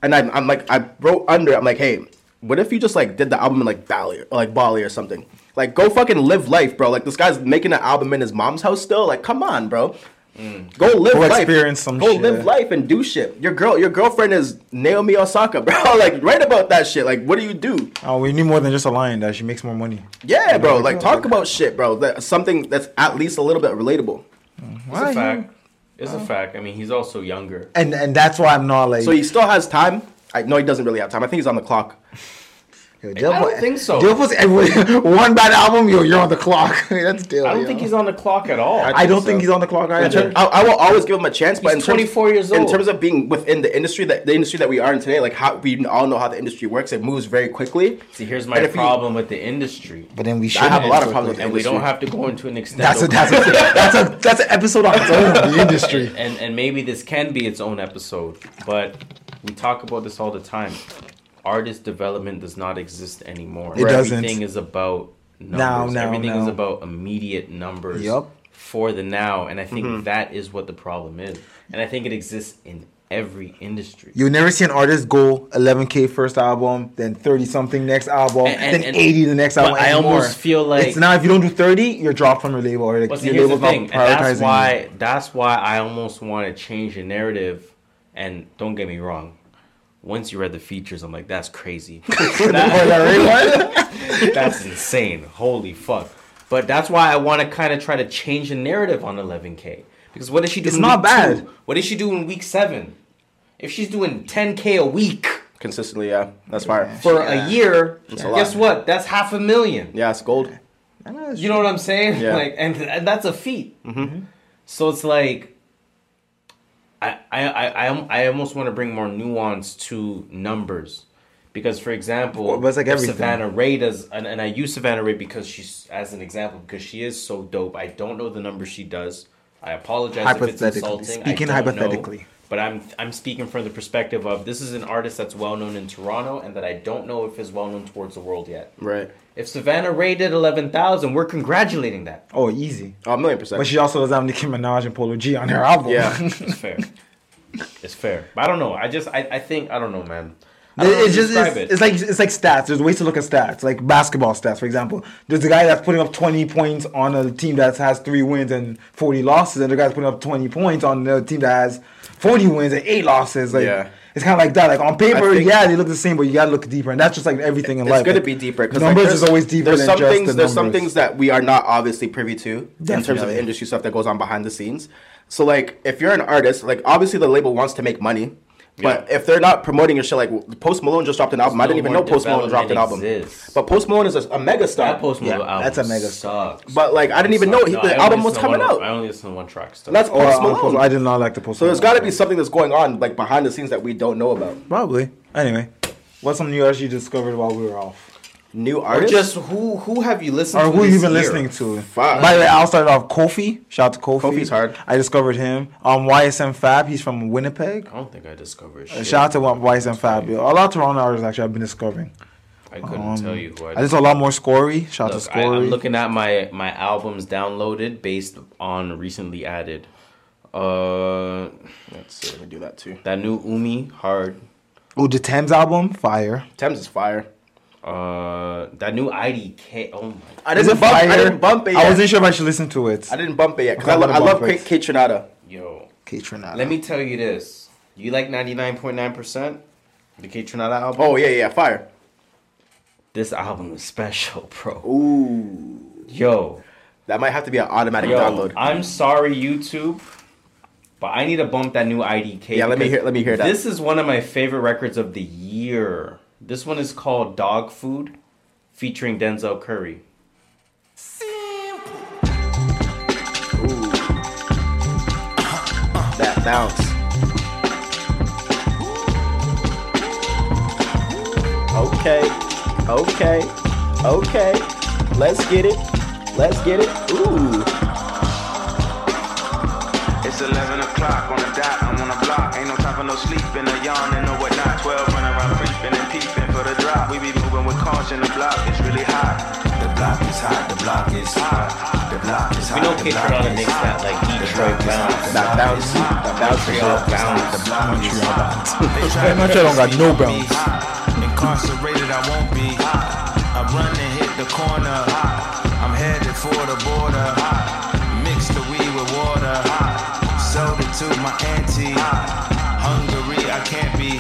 [SPEAKER 2] and I'm I'm like I wrote under it, I'm like hey what if you just like did the album in like Bali or like Bali or something like go fucking live life bro like this guy's making an album in his mom's house still like come on bro. Go live
[SPEAKER 3] Mm. Go
[SPEAKER 2] life.
[SPEAKER 3] experience some
[SPEAKER 2] Go
[SPEAKER 3] shit.
[SPEAKER 2] live life and do shit. Your girl, your girlfriend is Naomi Osaka, bro. Like, write about that shit. Like, what do you do?
[SPEAKER 3] Oh, we need more than just a line that she makes more money.
[SPEAKER 2] Yeah, bro.
[SPEAKER 3] we
[SPEAKER 2] Like
[SPEAKER 3] go.
[SPEAKER 2] talk about shit, bro. That something that's at least a little bit relatable.
[SPEAKER 1] It's a fact. It's a fact. I mean, he's also younger.
[SPEAKER 3] And and that's why I'm not like.
[SPEAKER 2] So he still has time. I no, he doesn't really have time. I think he's on the clock.
[SPEAKER 3] yo, Dale
[SPEAKER 1] I
[SPEAKER 3] Put-
[SPEAKER 1] don't think so.
[SPEAKER 3] Dale puts every one bad album, yo, you're on the clock. that's Dale.
[SPEAKER 1] I don't
[SPEAKER 3] yo.
[SPEAKER 1] think he's on the clock at all.
[SPEAKER 3] I don't
[SPEAKER 2] so.
[SPEAKER 3] think he's on the clock
[SPEAKER 2] In
[SPEAKER 3] either.
[SPEAKER 2] ter- I, I will always give him a chance, but
[SPEAKER 1] He's
[SPEAKER 2] in terms,
[SPEAKER 1] 24 years
[SPEAKER 2] in
[SPEAKER 1] old.
[SPEAKER 2] terms of being within the industry that the industry that we are in today, like how we all know how the industry works, it moves very quickly.
[SPEAKER 1] See, here's my
[SPEAKER 2] And if you-
[SPEAKER 1] problem with the industry,
[SPEAKER 3] But then we should
[SPEAKER 2] I have a lot of problems with
[SPEAKER 1] and we don't have to go into an extent.
[SPEAKER 3] That's a
[SPEAKER 1] over-
[SPEAKER 3] that's a that's a that's an episode on its own. The industry.
[SPEAKER 1] and and maybe this can be its own episode, but we talk about this all the time. Artist development does not exist anymore.
[SPEAKER 3] It doesn't.
[SPEAKER 1] Everything is about numbers.
[SPEAKER 3] Now, now,
[SPEAKER 1] Everything is
[SPEAKER 3] now.
[SPEAKER 1] about immediate numbers.
[SPEAKER 3] Yup.
[SPEAKER 1] for the now, and I think that is what the problem is, and I think it exists in every industry.
[SPEAKER 3] You'll never see an artist go 11k first album, then 30 something next album,
[SPEAKER 1] And- and-
[SPEAKER 3] then
[SPEAKER 1] and-
[SPEAKER 3] 80 the next
[SPEAKER 1] but
[SPEAKER 3] album.
[SPEAKER 1] I
[SPEAKER 3] and
[SPEAKER 1] almost
[SPEAKER 3] more.
[SPEAKER 1] feel like-
[SPEAKER 3] it's now if you don't do 30, you're dropped from your label or
[SPEAKER 1] But
[SPEAKER 3] like,
[SPEAKER 1] see,
[SPEAKER 3] your
[SPEAKER 1] here's the
[SPEAKER 3] label's not
[SPEAKER 1] thing,
[SPEAKER 3] prioritizing.
[SPEAKER 1] and that's
[SPEAKER 3] you.
[SPEAKER 1] why that's why I almost want to change the narrative. And don't get me wrong, once you read the features, I'm like, that's crazy. That- that's insane. Holy fuck. But that's why I want to kind of try to change the narrative on 11K. Because what did she do?
[SPEAKER 3] It's
[SPEAKER 1] in
[SPEAKER 3] not
[SPEAKER 1] week
[SPEAKER 3] bad.
[SPEAKER 1] two? What did she do in week seven? If she's doing 10K a week
[SPEAKER 2] consistently. Yeah, that's fire.
[SPEAKER 1] for a year,
[SPEAKER 2] a lot.
[SPEAKER 1] guess what? That's half a million.
[SPEAKER 2] Yeah, it's gold.
[SPEAKER 1] You know what I'm saying?
[SPEAKER 2] Yeah.
[SPEAKER 1] Like, and, and that's a feat.
[SPEAKER 3] Mm-hmm.
[SPEAKER 1] Mm-hmm. So it's like, I I I I, am- I almost want to bring more nuance to numbers, because for example,
[SPEAKER 3] but it's like
[SPEAKER 1] if
[SPEAKER 3] everything.
[SPEAKER 1] Savannah Ray does, and, and I use Savannah Ray because she's as an example because she is so dope. I don't know the numbers she does. I apologize if it's
[SPEAKER 3] Hypothetically,
[SPEAKER 1] insulting. I don't
[SPEAKER 3] speaking
[SPEAKER 1] know.
[SPEAKER 3] hypothetically.
[SPEAKER 1] But I'm I'm speaking from the perspective of this is an artist that's well known in Toronto and that I don't know if is well known towards the world yet.
[SPEAKER 2] Right.
[SPEAKER 1] If Savannah Ray did 11,000, we're congratulating that.
[SPEAKER 3] Oh, easy.
[SPEAKER 2] Oh, a million percent.
[SPEAKER 3] But she also doesn't have Nicki Minaj and Polo G on her album.
[SPEAKER 2] yeah.
[SPEAKER 1] It's fair. it's fair. But I don't know. I just, I, I think, I don't know, man. I don't know how
[SPEAKER 3] It's
[SPEAKER 1] to
[SPEAKER 3] just
[SPEAKER 1] describe
[SPEAKER 3] it's, it's like it's like stats. There's ways to look at stats, like basketball stats, for example. There's a guy that's putting up 20 points on a team that has three wins and 40 losses, and the guy's putting up 20 points on the team that has 40 wins and eight losses. Like
[SPEAKER 2] Yeah.
[SPEAKER 3] it's kind of like that. Like on paper,
[SPEAKER 2] think-
[SPEAKER 3] yeah, they look the same, but you gotta look deeper, and that's just like everything in
[SPEAKER 2] it's
[SPEAKER 3] life.
[SPEAKER 2] going to
[SPEAKER 3] Like,
[SPEAKER 2] be deeper. 'cause,
[SPEAKER 3] Numbers
[SPEAKER 2] there's-
[SPEAKER 3] is always deeper
[SPEAKER 2] There's
[SPEAKER 3] than
[SPEAKER 2] some
[SPEAKER 3] just
[SPEAKER 2] things.
[SPEAKER 3] the
[SPEAKER 2] there's some
[SPEAKER 3] numbers.
[SPEAKER 2] things that we are not obviously privy to in terms of
[SPEAKER 3] Definitely.
[SPEAKER 2] the industry stuff that goes on behind the scenes. So like, if you're an artist, like obviously the label wants to make money. But if they're not promoting your shit, like Post Malone just dropped an album. I didn't
[SPEAKER 1] no
[SPEAKER 2] even know
[SPEAKER 1] more
[SPEAKER 2] Post Malone dropped an album.
[SPEAKER 1] development exists.
[SPEAKER 2] But Post Malone is a, a mega star.
[SPEAKER 1] That Post Malone
[SPEAKER 3] Yeah,
[SPEAKER 1] album
[SPEAKER 3] that's a mega-
[SPEAKER 1] sucks.
[SPEAKER 2] but like, I didn't even know he,
[SPEAKER 1] No, I
[SPEAKER 2] the
[SPEAKER 1] only
[SPEAKER 2] album was
[SPEAKER 1] listen to
[SPEAKER 2] coming
[SPEAKER 1] one-
[SPEAKER 2] out.
[SPEAKER 1] I only listen to one track stuff.
[SPEAKER 2] That's
[SPEAKER 3] Or,
[SPEAKER 2] Post
[SPEAKER 3] uh,
[SPEAKER 2] Malone.
[SPEAKER 3] I did not like the post.
[SPEAKER 2] so there's got to be something that's going on like behind the scenes that we don't know about.
[SPEAKER 3] probably anyway. What's something you actually discovered while we were off,
[SPEAKER 2] New
[SPEAKER 1] Or
[SPEAKER 2] artists.
[SPEAKER 1] just who who have you listened to?
[SPEAKER 3] or who
[SPEAKER 1] this
[SPEAKER 3] you've been
[SPEAKER 1] year?
[SPEAKER 3] listening to?
[SPEAKER 2] Fuck.
[SPEAKER 3] By the way, I'll start off Kofi. Shout out to Kofi.
[SPEAKER 2] Kofi's hard.
[SPEAKER 3] I discovered him. Um, YSM Fab. He's from Winnipeg.
[SPEAKER 1] I don't think I discovered
[SPEAKER 3] Uh,
[SPEAKER 1] shit.
[SPEAKER 3] Shout out to YSM Fab. yo. A lot of Toronto artists actually I've been discovering.
[SPEAKER 1] I couldn't
[SPEAKER 3] Um,
[SPEAKER 1] tell you who I,
[SPEAKER 3] I just saw a lot more Scory. Shout out
[SPEAKER 1] Look,
[SPEAKER 3] to
[SPEAKER 1] I, am
[SPEAKER 3] Scory.
[SPEAKER 1] looking at my my albums downloaded based on recently added. Uh,
[SPEAKER 2] Let's see, let me do that too.
[SPEAKER 1] that new Umi hard.
[SPEAKER 3] Ooh, the Thames album, fire.
[SPEAKER 2] Thames is fire.
[SPEAKER 1] Uh, that new IDK. Oh my.
[SPEAKER 2] I didn't,
[SPEAKER 3] Is it
[SPEAKER 2] bump,
[SPEAKER 3] fire?
[SPEAKER 2] I didn't bump it yet.
[SPEAKER 3] I wasn't sure if I should listen to it.
[SPEAKER 2] I didn't bump it yet because
[SPEAKER 3] Okay,
[SPEAKER 2] I,
[SPEAKER 3] I'm
[SPEAKER 2] lo- I
[SPEAKER 3] gonna
[SPEAKER 2] love
[SPEAKER 3] bump it.
[SPEAKER 2] Kate, Kate Trinata.
[SPEAKER 1] Yo,
[SPEAKER 3] Okay, Trinata.
[SPEAKER 1] let me tell you this. You like 99.9%? The K Trinata album?
[SPEAKER 2] Oh yeah, yeah, fire.
[SPEAKER 1] This album is special, bro.
[SPEAKER 2] Ooh,
[SPEAKER 1] Yo,
[SPEAKER 2] that might have to be an automatic
[SPEAKER 1] yo,
[SPEAKER 2] download.
[SPEAKER 1] I'm sorry, YouTube, but I need to bump that new IDK.
[SPEAKER 2] Yeah, let me
[SPEAKER 1] because
[SPEAKER 2] hear- let me hear that.
[SPEAKER 1] This is one of my favorite records of the year. This one is called Dog Food, featuring Denzel Curry.
[SPEAKER 2] that bounce. Okay, okay, okay. Let's get it. Let's get it. Ooh,
[SPEAKER 10] It's 11 o'clock on the dot, I'm on the block. Ain't no time for no sleeping or yawning or whatnot. 12 running around creeping and peeping for the drop. We be moving with caution, the block is really hot. The block is hot, the block is hot. The block is hot.
[SPEAKER 1] We know K
[SPEAKER 10] the block
[SPEAKER 1] Trinata
[SPEAKER 10] is
[SPEAKER 1] makes that like Detroit bounce.
[SPEAKER 2] that bounce. That bounce. is
[SPEAKER 1] Montreal
[SPEAKER 2] up.
[SPEAKER 1] bounce.
[SPEAKER 3] Montreal don't got no bounce.
[SPEAKER 10] Incarcerated, I won't be. I run and hit the corner. I'm headed for the border. Mix the weed with water. Sold it to my auntie. Hungary, I can't be.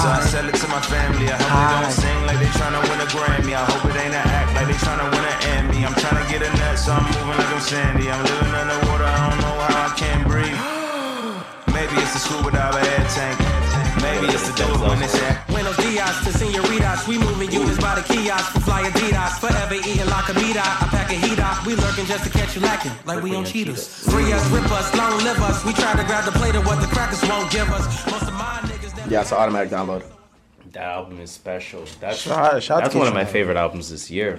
[SPEAKER 10] So I sell it to my family. I hope they don't sing like they tryna win a Grammy. I hope it ain't an act like they tryna win an Emmy. I'm tryna get a nut, so I'm moving like I'm Sandy. I'm living underwater, I don't know how I can breathe. Maybe it's the scuba diver head tank. Maybe it's the dude when it's at.
[SPEAKER 11] Buenos dias to senoritas. We moving units by the kiosk for fly Adidas. Forever eating like a meat eye, a pack of heat eye. We lurking just to catch you lacking, like we on cheaters. Free us, rip us, long live us. We try to grab the plate of what the crackers won't give us. Most of my niggas never
[SPEAKER 2] Yeah, it's an automatic download.
[SPEAKER 1] That album is special. That's
[SPEAKER 3] Shout- shout out
[SPEAKER 1] that's
[SPEAKER 3] to
[SPEAKER 1] one of my
[SPEAKER 3] K-Tronata.
[SPEAKER 1] favorite albums this year.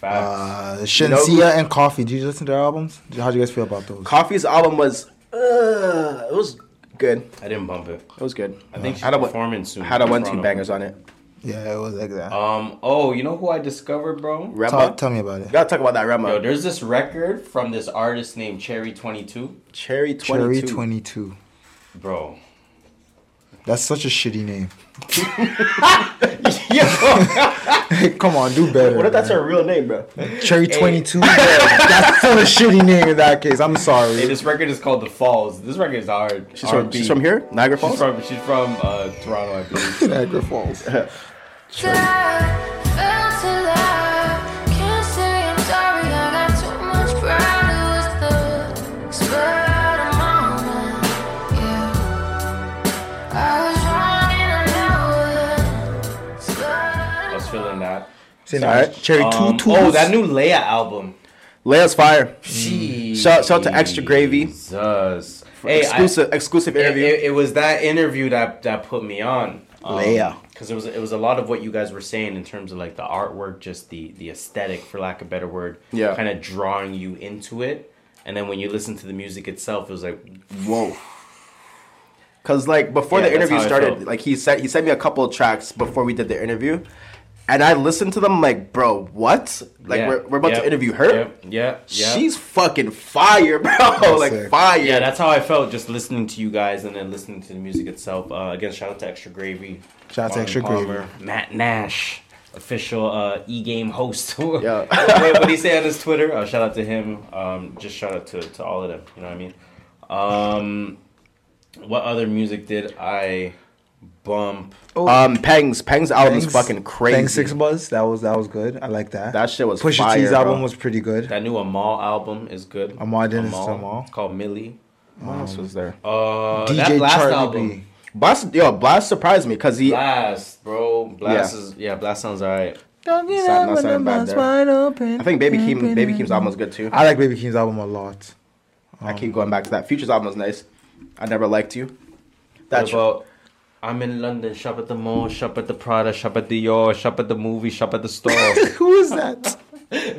[SPEAKER 1] Facts.
[SPEAKER 3] Uh, Shensia and Coffee. Did you listen to their albums? How do you guys feel about those?
[SPEAKER 2] Coffee's album was. Uh, it was good.
[SPEAKER 1] I didn't bump it.
[SPEAKER 2] It was good.
[SPEAKER 1] I think she's
[SPEAKER 2] uh, had a,
[SPEAKER 1] performing soon.
[SPEAKER 2] Had a one-two
[SPEAKER 1] Toronto.
[SPEAKER 2] bangers on it.
[SPEAKER 3] Yeah, it was like
[SPEAKER 2] Uh,
[SPEAKER 3] that.
[SPEAKER 1] Um. Oh, you know who I discovered, bro?
[SPEAKER 2] Rema.
[SPEAKER 3] Talk, tell me about it.
[SPEAKER 2] gotta talk about that Rema.
[SPEAKER 1] Yo, there's this record from this artist named Cherry Twenty Two,
[SPEAKER 2] Cherry
[SPEAKER 3] Cherry
[SPEAKER 2] 22.
[SPEAKER 3] 22.
[SPEAKER 1] bro.
[SPEAKER 3] That's such a shitty name. Come on, do better.
[SPEAKER 2] What if that's
[SPEAKER 3] man.
[SPEAKER 2] her real name, bro?
[SPEAKER 3] Cherry 22? that's such a shitty name in that case. I'm
[SPEAKER 1] Hey,
[SPEAKER 3] sorry.
[SPEAKER 1] this record is called The Falls. This record is hard.
[SPEAKER 2] She's from,
[SPEAKER 1] R&B.
[SPEAKER 2] she's from here, Niagara
[SPEAKER 1] She's
[SPEAKER 2] Falls.
[SPEAKER 1] from, she's from uh, Toronto, I believe.
[SPEAKER 3] Niagara Falls.
[SPEAKER 1] I was feeling that.
[SPEAKER 3] Say no, Cherry
[SPEAKER 1] Um,
[SPEAKER 3] 22.
[SPEAKER 1] oh, that new Leia album.
[SPEAKER 2] Leia's fire.
[SPEAKER 1] Jeez.
[SPEAKER 2] Shout, shout out to Extra Gravy.
[SPEAKER 1] Jesus. Hey,
[SPEAKER 2] exclusive exclusive
[SPEAKER 1] I, it,
[SPEAKER 2] interview.
[SPEAKER 1] it- it was that interview that that put me on. Um,
[SPEAKER 2] Leia.
[SPEAKER 1] Because it was it was a lot of what you guys were saying in terms of like the artwork, just the the aesthetic, for lack of a better word.
[SPEAKER 2] Yeah.
[SPEAKER 1] Kind of drawing you into it, and then when you listen to the music itself, it was like
[SPEAKER 2] Whoa. Cause like before
[SPEAKER 1] Yeah,
[SPEAKER 2] the
[SPEAKER 1] that's
[SPEAKER 2] interview
[SPEAKER 1] how I
[SPEAKER 2] started,
[SPEAKER 1] felt.
[SPEAKER 2] like he sent he sent me a couple of tracks before we did the interview, and I listened to them like, bro, what? Like
[SPEAKER 1] yeah,
[SPEAKER 2] we're, we're about
[SPEAKER 1] yep,
[SPEAKER 2] to interview her.
[SPEAKER 1] Yep. Yep. yep.
[SPEAKER 2] She's fucking fire, bro. like
[SPEAKER 3] sick.
[SPEAKER 2] fire.
[SPEAKER 1] Yeah, that's how I felt just listening to you guys and then listening to the music itself. Uh, again, shout out to Extra Gravy.
[SPEAKER 3] Shout out to
[SPEAKER 1] Marvin
[SPEAKER 3] Extra Gravy.
[SPEAKER 1] Matt Nash, official uh, e game host.
[SPEAKER 2] Yeah.
[SPEAKER 1] what what he say on his Twitter? Uh, shout out to him. Um, just shout out to, to all of them. You know what I mean? Um, what other music did I bump?
[SPEAKER 2] Um, Peng's Peng's album is
[SPEAKER 3] Thanks-
[SPEAKER 2] fucking crazy.
[SPEAKER 3] Thanks Six Buzz. That was that was good. I like that.
[SPEAKER 2] That shit was
[SPEAKER 3] Pusha
[SPEAKER 2] fire,
[SPEAKER 3] T's
[SPEAKER 2] bro.
[SPEAKER 3] album was pretty good.
[SPEAKER 1] That new Amal album is good.
[SPEAKER 3] Amal, I didn't listen to Amal.
[SPEAKER 1] It's called Millie.
[SPEAKER 2] What else was there?
[SPEAKER 1] Uh,
[SPEAKER 3] DJ
[SPEAKER 1] that last
[SPEAKER 3] Charlie
[SPEAKER 1] album.
[SPEAKER 3] B.
[SPEAKER 2] Blast, yo, Blast surprised me because he.
[SPEAKER 1] Blast, bro. Blast
[SPEAKER 2] Yeah.
[SPEAKER 1] is yeah. Blast sounds alright.
[SPEAKER 2] Sound- not sounding bad there. I think Baby Keem, Baby Keem's album was good too. I,
[SPEAKER 3] I like Baby King's album a lot. Oh.
[SPEAKER 2] keep going back to that. Future's album was nice. I never liked you. That's
[SPEAKER 1] what about I'm in London, shop at the mall, shop at the Prada, shop at Dior, shop at the movie, shop at the store.
[SPEAKER 3] Who is that?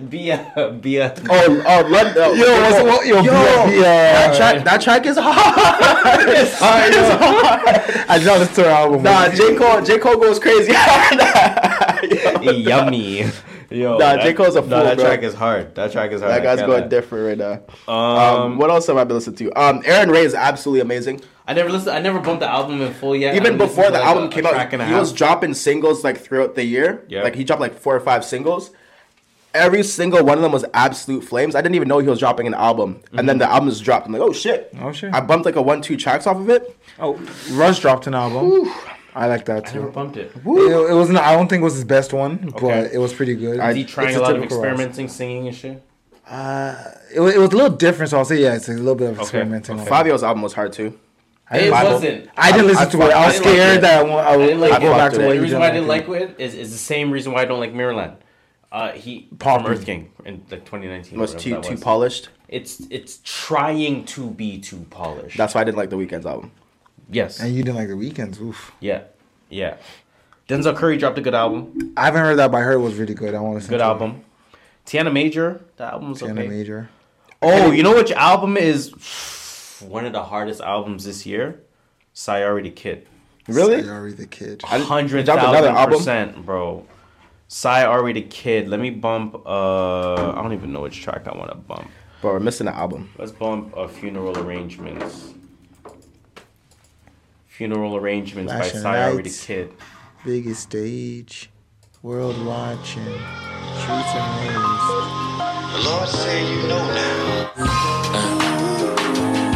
[SPEAKER 1] be a be a
[SPEAKER 2] Oh, oh, London. Yo,
[SPEAKER 3] what's- what- yo, B- B- uh,
[SPEAKER 2] that track, that track is hot. it's hard, it's
[SPEAKER 3] I just listened to her album.
[SPEAKER 2] Nah, J Cole, J Cole goes crazy.
[SPEAKER 1] yummy. Yo,
[SPEAKER 2] Nah, J. Cole's
[SPEAKER 1] Nah,
[SPEAKER 2] a fool,
[SPEAKER 1] that
[SPEAKER 2] bro.
[SPEAKER 1] track is hard. That track is hard.
[SPEAKER 2] that
[SPEAKER 1] I
[SPEAKER 2] guy's
[SPEAKER 1] can't
[SPEAKER 2] going
[SPEAKER 1] lie.
[SPEAKER 2] different right now. Um,
[SPEAKER 1] Um,
[SPEAKER 2] what else have I been listening to? Um, Aaron Ray is absolutely amazing.
[SPEAKER 1] I never listened. I never bumped the album in full yet. I've
[SPEAKER 2] Even
[SPEAKER 1] listened
[SPEAKER 2] before
[SPEAKER 1] to,
[SPEAKER 2] the
[SPEAKER 1] like,
[SPEAKER 2] album
[SPEAKER 1] a- a
[SPEAKER 2] came
[SPEAKER 1] track
[SPEAKER 2] out,
[SPEAKER 1] and a
[SPEAKER 2] he was
[SPEAKER 1] half.
[SPEAKER 2] dropping singles like throughout the year.
[SPEAKER 1] Yeah.
[SPEAKER 2] Like he dropped like four or five singles. Every single one of them was absolute flames. I didn't even know he was dropping an album, and
[SPEAKER 1] Mm-hmm.
[SPEAKER 2] then the album was dropped. I'm like, oh shit!
[SPEAKER 3] Oh, shit.
[SPEAKER 2] I bumped like a one two tracks off of it.
[SPEAKER 3] Oh, Rush dropped an album. I like that
[SPEAKER 1] I never
[SPEAKER 3] too.
[SPEAKER 1] bumped it.
[SPEAKER 3] It, it wasn't. I don't think it was his best one, but it was pretty good.
[SPEAKER 1] Is he trying
[SPEAKER 3] It's
[SPEAKER 1] a lot of
[SPEAKER 3] typical Rush.
[SPEAKER 1] experimenting, singing and shit?
[SPEAKER 3] It, wa- it was a little different, so I'll say yeah, it's a little bit of experimenting.
[SPEAKER 1] okay.
[SPEAKER 2] Fabio's album was hard too.
[SPEAKER 3] I
[SPEAKER 1] It
[SPEAKER 3] didn't,
[SPEAKER 2] Bible.
[SPEAKER 1] wasn't.
[SPEAKER 3] I didn't listen to it. I was
[SPEAKER 1] I didn't like
[SPEAKER 3] scared
[SPEAKER 1] it.
[SPEAKER 3] that I, won't, I
[SPEAKER 1] I
[SPEAKER 3] would
[SPEAKER 1] didn't like
[SPEAKER 2] I
[SPEAKER 1] it.
[SPEAKER 3] go back to
[SPEAKER 2] fucked
[SPEAKER 3] what
[SPEAKER 1] the
[SPEAKER 3] you
[SPEAKER 1] reason why I
[SPEAKER 3] did.
[SPEAKER 1] didn't like it is, is the same reason why I don't like Mirrorland. Uh, he from Earth King in like 2019.
[SPEAKER 2] It was
[SPEAKER 1] whatever
[SPEAKER 2] too
[SPEAKER 1] that
[SPEAKER 2] too
[SPEAKER 1] was.
[SPEAKER 2] polished.
[SPEAKER 1] It's it's trying to be too polished.
[SPEAKER 2] That's why I didn't like the weekend's album.
[SPEAKER 1] yes.
[SPEAKER 3] And you didn't like the weekends. Oof.
[SPEAKER 1] yeah. Yeah. Denzel Curry dropped a good album.
[SPEAKER 3] I haven't heard that by her. It was really good. I want to listen
[SPEAKER 1] Good
[SPEAKER 3] to
[SPEAKER 1] album. Tiana Major. The album's
[SPEAKER 3] It.
[SPEAKER 1] okay.
[SPEAKER 3] Anna Major.
[SPEAKER 1] Oh, you know which album is one of the hardest albums this year? Sayori the Kid.
[SPEAKER 2] Really?
[SPEAKER 3] Sayori the Kid.
[SPEAKER 1] Hundred
[SPEAKER 2] dropped another
[SPEAKER 1] thousand
[SPEAKER 2] album?
[SPEAKER 1] percent, bro. Sayori the Kid. Let me bump. Uh, I don't even know which track I want to bump.
[SPEAKER 2] But we're missing an album.
[SPEAKER 1] Let's bump a funeral arrangements. Funeral arrangements
[SPEAKER 3] Flashing
[SPEAKER 1] by Sayori
[SPEAKER 3] lights.
[SPEAKER 1] the Kid.
[SPEAKER 3] Biggest stage. World watching. Streets and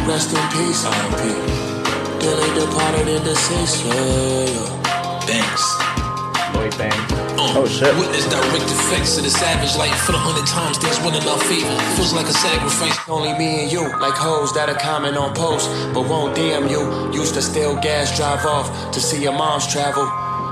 [SPEAKER 11] Rest in peace, R.P. Dearly departed and deceased. Yeah, yeah. Thanks.
[SPEAKER 1] Lloyd Banks.
[SPEAKER 11] Oh
[SPEAKER 2] shit.
[SPEAKER 11] Witness direct effects of the savage life for the hundred times things went in our favor. Feels like a sacrifice. Only me and you, like hoes that are comment on posts, but won't DM you. Used to steal gas, drive off to see your mom's travel.